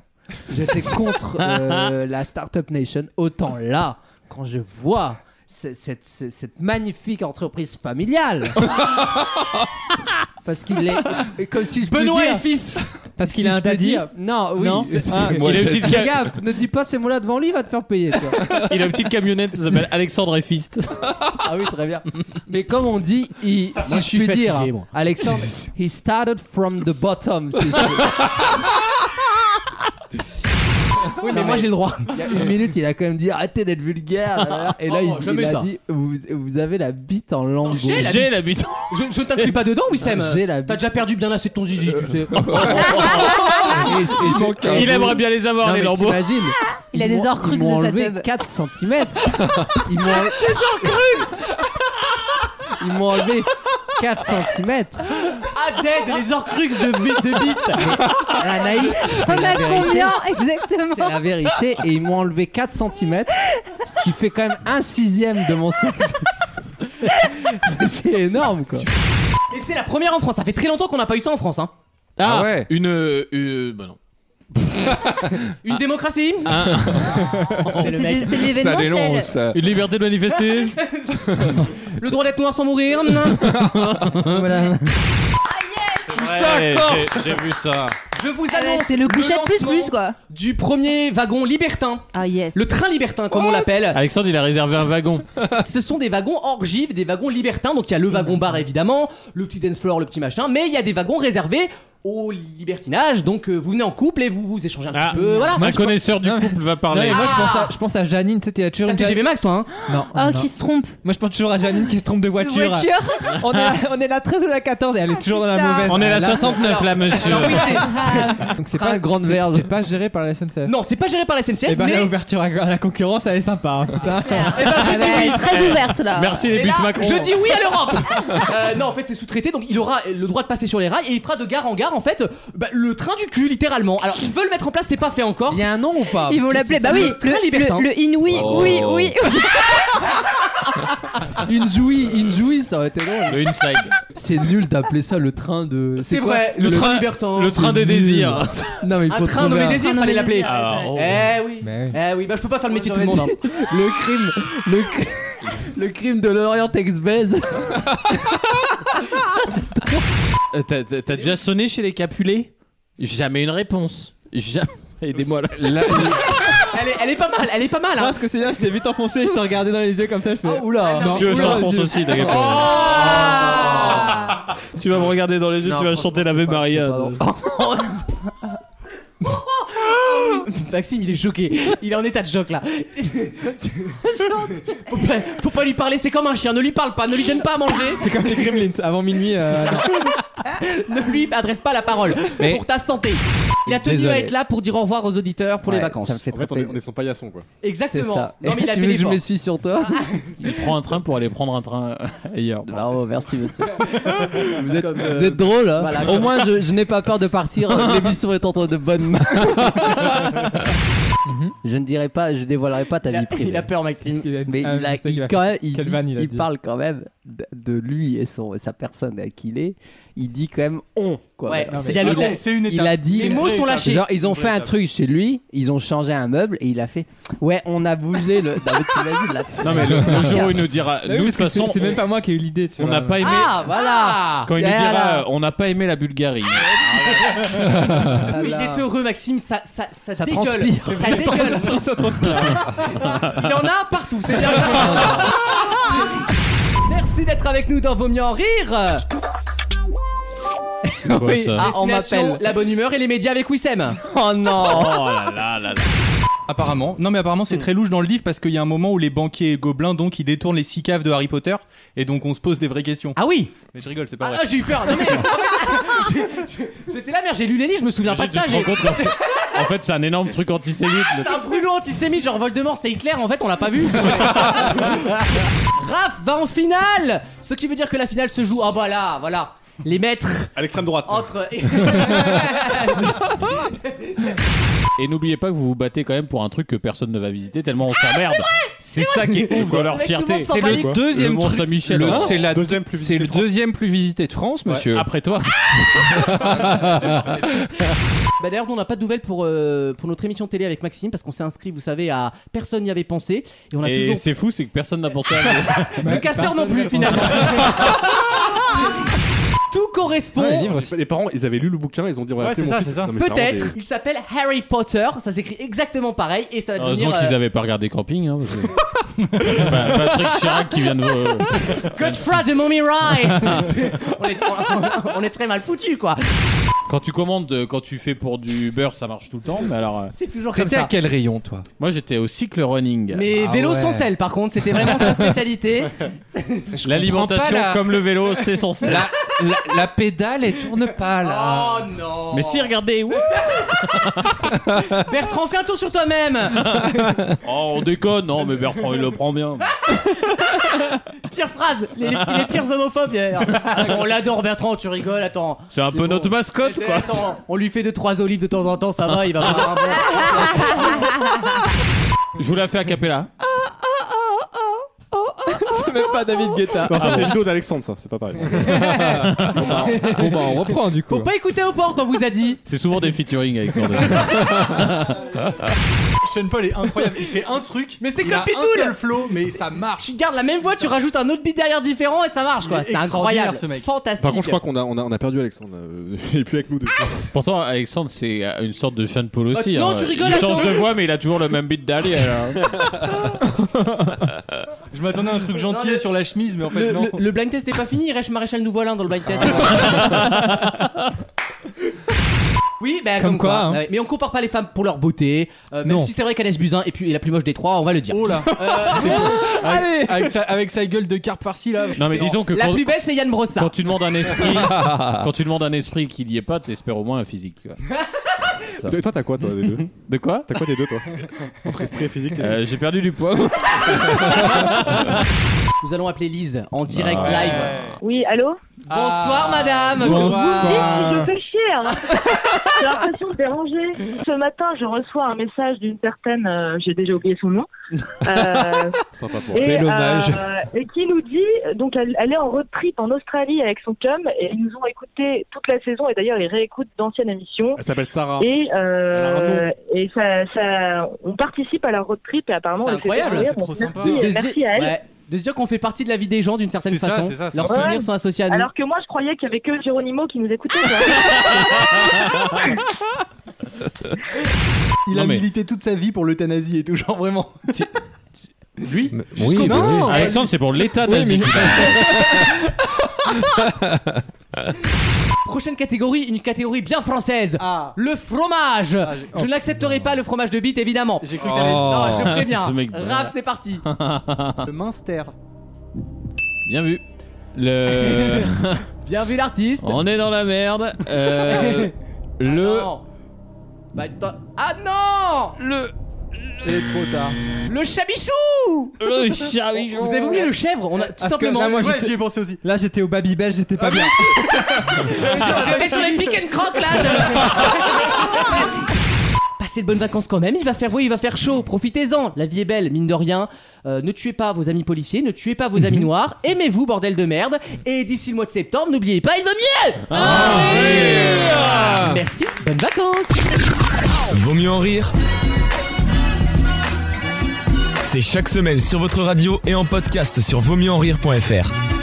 [SPEAKER 4] J'étais contre euh, la Startup Nation. Autant là, quand je vois ce- cette, ce- cette magnifique entreprise familiale. Parce qu'il est. Comme si je peux
[SPEAKER 2] Benoît
[SPEAKER 4] dire-
[SPEAKER 2] et fils.
[SPEAKER 4] Parce
[SPEAKER 10] qu'il a un daddy
[SPEAKER 4] Non, oui.
[SPEAKER 9] Non,
[SPEAKER 4] c'est
[SPEAKER 9] c'est- Ah, il a une petite
[SPEAKER 4] Fais
[SPEAKER 9] ca-
[SPEAKER 4] gaffe, ne dis pas ces mots-là devant lui, il va te faire payer. Toi.
[SPEAKER 9] Il a une petite camionnette, ça s'appelle Alexandre et Fist.
[SPEAKER 4] Ah oui, très bien. Mais comme on dit, il- si
[SPEAKER 2] Ah, Moi,
[SPEAKER 4] je
[SPEAKER 2] je suis
[SPEAKER 4] puis
[SPEAKER 2] fatigué,
[SPEAKER 4] dire,
[SPEAKER 2] moi.
[SPEAKER 4] Alexandre, he started from the bottom. si je puis-
[SPEAKER 2] Oui, mais moi, j'ai le droit.
[SPEAKER 4] Il y a une minute, il a quand même dit arrêtez d'être vulgaire. là, là, là. Et là,
[SPEAKER 2] Oh,
[SPEAKER 4] il,
[SPEAKER 2] jamais
[SPEAKER 4] il a
[SPEAKER 2] ça.
[SPEAKER 4] dit vous, vous avez la bite en langue.
[SPEAKER 2] j'ai la
[SPEAKER 9] J'ai la bite.
[SPEAKER 2] Je, je t'inclus pas dedans, Wissem.
[SPEAKER 4] J'ai la Euh, bite.
[SPEAKER 2] T'as déjà perdu bien assez de ton zizi, tu sais.
[SPEAKER 9] Il aimerait bien les avoir,
[SPEAKER 4] Non,
[SPEAKER 9] les
[SPEAKER 4] mais
[SPEAKER 9] lambeaux.
[SPEAKER 4] t'imagines
[SPEAKER 8] Il a
[SPEAKER 4] Ils
[SPEAKER 8] des
[SPEAKER 4] m'ont-
[SPEAKER 8] horcruxes
[SPEAKER 4] ils m'ont
[SPEAKER 8] de sa
[SPEAKER 4] enlevé
[SPEAKER 8] teub.
[SPEAKER 4] 4 cm. Ils m'ont ils m'ont enlevé 4 cm.
[SPEAKER 2] Ah, dead, les orcrux de, bi- de bite.
[SPEAKER 4] Anaïs,
[SPEAKER 8] On
[SPEAKER 4] c'est la
[SPEAKER 8] a
[SPEAKER 4] vérité.
[SPEAKER 8] combien
[SPEAKER 4] C'est la
[SPEAKER 8] exactement
[SPEAKER 4] vérité et ils m'ont enlevé 4 cm, ce qui fait quand même un sixième de mon sexe. c'est énorme quoi.
[SPEAKER 2] Et c'est la première en France. Ça fait très longtemps qu'on n'a pas eu ça en France. Hein.
[SPEAKER 9] Ah,
[SPEAKER 5] Ah ouais.
[SPEAKER 9] Une. euh, une- bah non. Ah.
[SPEAKER 2] Une démocratie
[SPEAKER 9] Un-
[SPEAKER 2] C'est le mec.
[SPEAKER 8] C'est l'événementiel.
[SPEAKER 9] une liberté de manifester.
[SPEAKER 2] Le droit d'être noir sans mourir.
[SPEAKER 4] Voilà.
[SPEAKER 9] Ouais, j'ai- J'ai vu ça.
[SPEAKER 2] Je vous
[SPEAKER 8] Ah ouais,
[SPEAKER 2] annonce
[SPEAKER 8] C'est le couchette plus
[SPEAKER 2] lancement
[SPEAKER 8] plus quoi.
[SPEAKER 2] du premier wagon libertin.
[SPEAKER 8] Ah yes.
[SPEAKER 2] Le train libertin, comme on l'appelle.
[SPEAKER 9] Alexandre, il a réservé un wagon.
[SPEAKER 2] Ce sont des wagons orgives, des wagons libertins. Donc il y a le wagon bar évidemment, le petit dance floor, le petit machin, mais il y a des wagons réservés au libertinage. Donc euh, vous venez en couple et vous vous échangez un
[SPEAKER 9] Ah,
[SPEAKER 2] petit peu. Euh, Voilà.
[SPEAKER 9] un connaisseur du couple va
[SPEAKER 6] Non,
[SPEAKER 9] parler.
[SPEAKER 6] mais moi je pense
[SPEAKER 2] Ah
[SPEAKER 6] à, je pense à Janine, tu sais, t'as toujours
[SPEAKER 2] T'as
[SPEAKER 6] une
[SPEAKER 2] le TGV Max toi hein
[SPEAKER 6] Non,
[SPEAKER 8] Oh
[SPEAKER 7] Ah,
[SPEAKER 6] non.
[SPEAKER 8] qui se trompe.
[SPEAKER 6] Moi je pense toujours à Janine qui se trompe de voiture. on, est la, on est la 13 ou la 14 et elle est toujours dans la
[SPEAKER 8] putain.
[SPEAKER 6] mauvaise.
[SPEAKER 9] On est la
[SPEAKER 6] Là,
[SPEAKER 9] 69 là, monsieur.
[SPEAKER 2] Alors oui c'est.
[SPEAKER 6] Donc c'est
[SPEAKER 4] Train
[SPEAKER 6] pas
[SPEAKER 4] grande
[SPEAKER 6] c'est-
[SPEAKER 4] verge.
[SPEAKER 6] C'est pas géré par la
[SPEAKER 9] Euh.
[SPEAKER 6] SNCF.
[SPEAKER 2] Non c'est pas géré par la SNCF
[SPEAKER 9] Eh ben,
[SPEAKER 6] Et bah
[SPEAKER 2] mais.
[SPEAKER 6] la ouverture à à la concurrence elle est sympa. hein, putain.
[SPEAKER 2] Eh ben, je
[SPEAKER 8] Ah
[SPEAKER 2] dis
[SPEAKER 8] bah,
[SPEAKER 2] oui.
[SPEAKER 8] elle est très ouverte là.
[SPEAKER 9] Merci les
[SPEAKER 2] Et là,
[SPEAKER 9] bus Macron.
[SPEAKER 2] je dis oui à l'Europe. Euh, non, en fait, c'est sous-traité, donc il aura le droit de passer sur les rails et il fera de gare en gare. part en fait euh, bah, le train du cul littéralement. Alors ils veulent mettre en place, c'est pas fait encore. Il y
[SPEAKER 4] a un nom ou pas
[SPEAKER 7] Ils vont l'appeler, bah oui,
[SPEAKER 2] le train
[SPEAKER 7] le-
[SPEAKER 2] libertin.
[SPEAKER 7] le- le inouï,
[SPEAKER 2] Oh.
[SPEAKER 7] oui, oui, oui.
[SPEAKER 4] Une jouie, une jouie, ça aurait été drôle.
[SPEAKER 9] Le inside.
[SPEAKER 4] C'est nul d'appeler ça le train de.
[SPEAKER 2] C'est
[SPEAKER 4] quoi
[SPEAKER 2] vrai, le train libertin.
[SPEAKER 4] C'est nul. Non mais il faut
[SPEAKER 2] un train
[SPEAKER 4] trouver
[SPEAKER 2] nommé désir, fallait l'appeler.
[SPEAKER 4] Ah, oh.
[SPEAKER 2] Eh oui. Eh oui, bah je peux pas faire le métier de tout le monde. hein.
[SPEAKER 4] Le crime, le, cri- le crime de l'Orient ex-baise.
[SPEAKER 9] oh.
[SPEAKER 30] Euh, T'as t'as- t'as déjà sonné chez les Capulets Jamais une réponse. Jamais. Aidez-moi là.
[SPEAKER 2] hein. Elle est, elle est pas mal, elle est pas mal. Hein.
[SPEAKER 31] Ah, Parce que c'est bien, je t'ai vu t'enfoncer, je te regardais dans les yeux comme ça, je fais. Oh
[SPEAKER 4] Ah,
[SPEAKER 2] Ah,
[SPEAKER 4] oula
[SPEAKER 30] Si tu veux, je t'enfonce aussi, t'inquiète
[SPEAKER 2] Oh, Ah.
[SPEAKER 30] pas. Tu vas me regarder dans les yeux,
[SPEAKER 31] Non,
[SPEAKER 30] tu vas chanter l'Ave Maria.
[SPEAKER 2] Maxime, il est choqué. Il est en état de choc là. faut, pas, faut pas lui parler, c'est comme un chien. Ne lui parle pas, ne lui donne pas à manger.
[SPEAKER 31] C'est comme les Gremlins, avant minuit. euh, non.
[SPEAKER 2] ne lui adresse pas la parole.
[SPEAKER 31] Mais-
[SPEAKER 2] Pour ta santé. Il a tenu
[SPEAKER 31] Désolé.
[SPEAKER 2] à être là pour dire au revoir aux auditeurs pour les
[SPEAKER 4] Ouais,
[SPEAKER 2] vacances.
[SPEAKER 4] ça me fait
[SPEAKER 12] En fait, on est, on est son paillasson, quoi.
[SPEAKER 2] Exactement.
[SPEAKER 4] C'est ça.
[SPEAKER 2] Non, mais il a Ah.
[SPEAKER 4] tu
[SPEAKER 2] fait
[SPEAKER 4] veux que je
[SPEAKER 2] l'effort.
[SPEAKER 4] m'essuie sur toi
[SPEAKER 9] Il prend un train pour aller prendre un train euh, ailleurs.
[SPEAKER 4] Bravo, merci monsieur. Vous êtes, vous êtes drôle, hein
[SPEAKER 2] euh, Voilà,
[SPEAKER 4] Au
[SPEAKER 2] comme-
[SPEAKER 4] moins, je, je n'ai pas peur de partir. euh, L'émission est entre de bonnes mains. je ne dirai pas, je dévoilerai pas ta
[SPEAKER 2] Il a-
[SPEAKER 4] vie privée.
[SPEAKER 2] il a peur, Maxime.
[SPEAKER 4] Mais
[SPEAKER 32] Ah,
[SPEAKER 4] il, a,
[SPEAKER 32] je sais
[SPEAKER 4] il-
[SPEAKER 32] qu'il a
[SPEAKER 4] quand
[SPEAKER 32] fait.
[SPEAKER 4] même, il,
[SPEAKER 32] Quelle
[SPEAKER 4] dit-
[SPEAKER 32] vanne il a
[SPEAKER 4] il
[SPEAKER 32] dit.
[SPEAKER 4] parle quand même de, de lui et son, sa personne à qui il est. Il dit quand même on. Quoi.
[SPEAKER 2] Ouais,
[SPEAKER 4] Voilà.
[SPEAKER 2] c'est- il y a le
[SPEAKER 4] il a,
[SPEAKER 2] on. C'est une
[SPEAKER 4] il
[SPEAKER 2] étape.
[SPEAKER 4] a dit.
[SPEAKER 2] Les mots sont lâchés.
[SPEAKER 4] Genre, ils ont
[SPEAKER 2] Une
[SPEAKER 4] fait
[SPEAKER 2] vraie
[SPEAKER 4] un
[SPEAKER 2] étape.
[SPEAKER 4] truc chez lui, ils ont changé un meuble et il a fait Ouais, on a bougé le. Non, mais tu l'as dit, la-
[SPEAKER 9] Non mais le,
[SPEAKER 4] Ah,
[SPEAKER 9] le jour où il nous dira,
[SPEAKER 4] oui,
[SPEAKER 9] nous de
[SPEAKER 4] parce
[SPEAKER 9] toute
[SPEAKER 4] que
[SPEAKER 9] façon,
[SPEAKER 4] c'est- c'est même
[SPEAKER 9] pas moi qui ai eu l'idée. On n'a pas aimé.
[SPEAKER 4] Ah, voilà
[SPEAKER 9] Quand il nous
[SPEAKER 4] Et
[SPEAKER 9] dira,
[SPEAKER 4] alors
[SPEAKER 9] euh, on n'a pas aimé la Bulgarie.
[SPEAKER 4] Ah,
[SPEAKER 2] Mais il est heureux, Maxime. Ça, ça, ça,
[SPEAKER 9] Ça
[SPEAKER 2] dégueule.
[SPEAKER 9] transpire.
[SPEAKER 2] Ça,
[SPEAKER 9] Ça
[SPEAKER 2] dégueule. il y en a partout. C'est bien ça. Merci d'être avec nous dans Vaut mieux en rire.
[SPEAKER 9] quoi, ça
[SPEAKER 2] ah, on
[SPEAKER 31] Destination,
[SPEAKER 2] m'appelle la bonne humeur et les médias avec Wissem. Oh non.
[SPEAKER 31] Oh
[SPEAKER 9] là là là là.
[SPEAKER 6] Apparemment. Non, mais apparemment, c'est très louche dans le livre parce qu'il y a un moment où les banquiers et gobelins, donc, ils détournent les six caves de Harry Potter et donc on se pose des vraies questions.
[SPEAKER 2] Ah oui
[SPEAKER 6] Mais je rigole,
[SPEAKER 9] Bah
[SPEAKER 6] c'est pas vrai.
[SPEAKER 2] Ah, j'ai eu peur. Non, mais- J'ai- J'étais là, merde, j'ai lu les livres, je me souviens pas de ça.
[SPEAKER 9] Tu te
[SPEAKER 2] j'ai-
[SPEAKER 9] rends compte, en fait, en fait, c'est un énorme truc antisémite. le-
[SPEAKER 2] C'est un brûlot antisémite, genre Voldemort, c'est Hitler, en fait, on l'a pas vu. Raph va en finale Ce qui veut dire que la finale se joue. Ah bah là, voilà. Les maîtres.
[SPEAKER 6] À l'extrême droite.
[SPEAKER 2] Entre.
[SPEAKER 9] Et n'oubliez pas que vous vous battez quand même pour un truc que personne ne va visiter tellement on s'emmerde. C'est ça qui est ouf dans leur fierté.
[SPEAKER 1] C'est
[SPEAKER 2] Bah,
[SPEAKER 1] le Ah, deuxième
[SPEAKER 9] Mont
[SPEAKER 1] truc-
[SPEAKER 9] Saint-Michel.
[SPEAKER 1] le-
[SPEAKER 9] hein.
[SPEAKER 1] C'est la deuxième plus C'est le deuxième plus visité de France, monsieur.
[SPEAKER 9] Après toi.
[SPEAKER 2] Bah d'ailleurs, nous on n'a pas de nouvelles pour, euh, pour notre émission télé avec Maxime parce qu'on s'est inscrit, vous savez, à personne n'y avait pensé et on a
[SPEAKER 9] Et
[SPEAKER 2] toujours
[SPEAKER 9] c'est fou, c'est que personne n'a pensé à nous.
[SPEAKER 2] le casteur non plus finalement. Tout correspond.
[SPEAKER 12] les, les parents, ils avaient lu le bouquin, ils ont dit on va appeler mon fils. Non, mais c'est vraiment
[SPEAKER 2] Peut-être. Il s'appelle Harry Potter. Ça s'écrit exactement pareil et ça va
[SPEAKER 9] Heureusement
[SPEAKER 2] devenir.
[SPEAKER 9] qu'ils
[SPEAKER 2] euh,
[SPEAKER 9] avaient pas regardé Camping. Hein, parce que- Bah, Patrick Chirac qui vient de. euh,
[SPEAKER 2] Godfrey de Mommy Rye. on, est, on- on est très mal foutu quoi.
[SPEAKER 9] Quand tu commandes, euh, quand tu fais pour du beurre, ça marche tout le temps. Mais alors. euh,
[SPEAKER 2] C'est toujours comme ça.
[SPEAKER 9] rayon, toi Moi, j'étais au cycle running.
[SPEAKER 2] Mais
[SPEAKER 12] Ah
[SPEAKER 2] vélo sans selle par contre, c'était vraiment sa spécialité.
[SPEAKER 9] L'alimentation
[SPEAKER 1] comprends pas, là.
[SPEAKER 9] comme le vélo, c'est sans selle.
[SPEAKER 1] La, la- la pédale, elle tourne pas là.
[SPEAKER 2] Oh non.
[SPEAKER 9] Mais si, regardez. wouh
[SPEAKER 2] Bertrand, fais un tour sur toi-même.
[SPEAKER 9] Oh, on déconne. Non, mais Bertrand, il le prend bien.
[SPEAKER 2] Pire phrase, les, les pires homophobes. hier. Attends, on l'adore Bertrand, tu rigoles, attends.
[SPEAKER 9] C'est un peu notre mascotte, quoi.
[SPEAKER 2] Attends, on lui fait deux trois olives de temps en temps, ça va, il va faire un
[SPEAKER 9] Je vous la fais à Capella.
[SPEAKER 31] C'est même pas David Guetta.
[SPEAKER 12] Non, ça, c'est
[SPEAKER 31] Ah
[SPEAKER 12] l'idole d'Alexandre, ça, c'est pas pareil.
[SPEAKER 2] bon.
[SPEAKER 9] bah, on reprend du
[SPEAKER 2] Faut pas écouter aux portes, on vous a dit.
[SPEAKER 9] C'est souvent des featuring, Alexandre.
[SPEAKER 6] Sean Paul est incroyable. Il fait un truc.
[SPEAKER 2] Mais c'est
[SPEAKER 6] il
[SPEAKER 2] comme
[SPEAKER 6] a
[SPEAKER 2] Pitbull.
[SPEAKER 6] un seul flow, mais ça marche.
[SPEAKER 2] Tu gardes la même voix, tu rajoutes un autre beat derrière différent et ça marche quoi.
[SPEAKER 12] Il est
[SPEAKER 2] C'est incroyable,
[SPEAKER 12] extraordinaire, ce mec.
[SPEAKER 2] fantastique.
[SPEAKER 12] Par contre, je crois qu'on a, on a, on a perdu Alexandre. Il est plus avec nous depuis.
[SPEAKER 9] Pourtant, Alexandre, c'est euh, une sorte de Sean Paul aussi.
[SPEAKER 12] non,
[SPEAKER 9] hein.
[SPEAKER 12] tu rigoles,
[SPEAKER 9] Il change
[SPEAKER 12] attends.
[SPEAKER 9] de voix, mais il a toujours le même beat d'Ali. alors.
[SPEAKER 6] Je m'attendais à un truc gentil sur la chemise, mais en fait,
[SPEAKER 2] le,
[SPEAKER 6] non.
[SPEAKER 2] le- le blind test n'est pas fini, Rech Maréchal nous voilà dans le blind test. Oui, bah, comme,
[SPEAKER 31] Comme quoi, hein.
[SPEAKER 2] Ouais, Mais on compare pas les femmes pour leur beauté, euh, même
[SPEAKER 31] Non.
[SPEAKER 2] si c'est vrai qu'Alès Buzyn est, plus- est la plus moche des trois, on va le dire.
[SPEAKER 6] Oh là C'est bon. avec,
[SPEAKER 2] allez.
[SPEAKER 6] avec sa, avec sa gueule de carpe par-ci là.
[SPEAKER 9] Non, mais disons que
[SPEAKER 2] La
[SPEAKER 9] quand-
[SPEAKER 2] plus belle, c'est Yann Brossard.
[SPEAKER 9] Quand tu demandes un esprit, quand tu demandes un esprit qu'il y ait pas, t'espères au moins un physique. tu vois. Ça.
[SPEAKER 12] Et toi, t'as quoi, toi, des deux
[SPEAKER 9] De quoi
[SPEAKER 12] T'as quoi des deux, toi Entre esprit et physique t'as-
[SPEAKER 9] Euh, J'ai perdu du poids.
[SPEAKER 2] Nous allons appeler Lise en direct
[SPEAKER 33] Ouais.
[SPEAKER 2] live.
[SPEAKER 8] Oui, allô
[SPEAKER 2] Bonsoir madame. Euh.
[SPEAKER 8] Vous me dites que je fais chier. hein. J'ai l'impression de déranger. Ce matin, je reçois un message d'une certaine, euh, j'ai déjà oublié son nom, euh,
[SPEAKER 33] Sympa pour
[SPEAKER 8] et, euh, et qui nous dit, donc elle, elle est en road trip en Australie avec son chum, et ils nous ont écouté toute la saison, et d'ailleurs ils réécoutent d'anciennes émissions.
[SPEAKER 9] Elle s'appelle Sarah.
[SPEAKER 8] Et, euh,
[SPEAKER 9] Elle a un nom.
[SPEAKER 8] et ça, ça- on participe à la road trip, et apparemment
[SPEAKER 2] C'est
[SPEAKER 8] on était
[SPEAKER 2] incroyable,
[SPEAKER 8] derrière,
[SPEAKER 2] c'est
[SPEAKER 8] donc
[SPEAKER 2] trop
[SPEAKER 8] merci-
[SPEAKER 2] sympa. De, de se
[SPEAKER 8] merci
[SPEAKER 2] dire-
[SPEAKER 8] à elle.
[SPEAKER 2] ouais, de se dire qu'on fait partie de la vie des gens d'une certaine
[SPEAKER 8] C'est ça,
[SPEAKER 2] façon.
[SPEAKER 8] c'est ça, c'est
[SPEAKER 2] Leurs
[SPEAKER 8] ça.
[SPEAKER 2] souvenirs sont associés à nous.
[SPEAKER 8] Alors que moi, je croyais qu'il y avait que Géronimo qui nous écoutait. quoi.
[SPEAKER 6] Il
[SPEAKER 9] Non,
[SPEAKER 6] a
[SPEAKER 9] mais-
[SPEAKER 6] milité toute sa vie pour l'euthanasie et tout, genre vraiment.
[SPEAKER 9] Lui
[SPEAKER 6] oui, bah
[SPEAKER 9] Non,
[SPEAKER 6] oui.
[SPEAKER 9] Alexandre, c'est pour l'état
[SPEAKER 6] Oui,
[SPEAKER 9] nazi.
[SPEAKER 6] mais-
[SPEAKER 2] Prochaine catégorie, une catégorie bien française.
[SPEAKER 6] Ah.
[SPEAKER 2] Le fromage. je n'accepterai pas le fromage de bite, évidemment. J'ai
[SPEAKER 6] cru que t'allais-
[SPEAKER 2] Non, je
[SPEAKER 9] Oh.
[SPEAKER 2] préviens.
[SPEAKER 9] Ce mec-
[SPEAKER 2] Raph, c'est parti.
[SPEAKER 6] Le Minster.
[SPEAKER 9] Bien vu. Le.
[SPEAKER 2] Bien vu l'artiste.
[SPEAKER 9] On est dans la merde. Euh,
[SPEAKER 6] Oh.
[SPEAKER 9] le.
[SPEAKER 2] Ah Bah, attends- ah non Le.
[SPEAKER 6] C'est trop tard.
[SPEAKER 2] Le chabichou
[SPEAKER 6] Le chabichou.
[SPEAKER 2] Vous avez oublié le chèvre On a tout
[SPEAKER 6] Parce que
[SPEAKER 2] simplement.
[SPEAKER 6] là, moi, j'étais- Là, j'étais au Babybel, j'étais pas bien.
[SPEAKER 2] J'avais sur les pick and croc là je- Passez de bonnes vacances quand même, il va faire oui, il va faire chaud, profitez-en, la vie est belle, mine de rien. Euh, ne tuez pas vos amis policiers, ne tuez pas vos amis noirs, aimez-vous bordel de merde, et d'ici le mois de septembre, n'oubliez pas, il va mieux
[SPEAKER 9] Ah,
[SPEAKER 6] Ah.
[SPEAKER 2] Merci, bonnes vacances
[SPEAKER 1] Vaut mieux en rire. C'est chaque semaine sur votre radio et en podcast sur vautmieuxenrire.fr.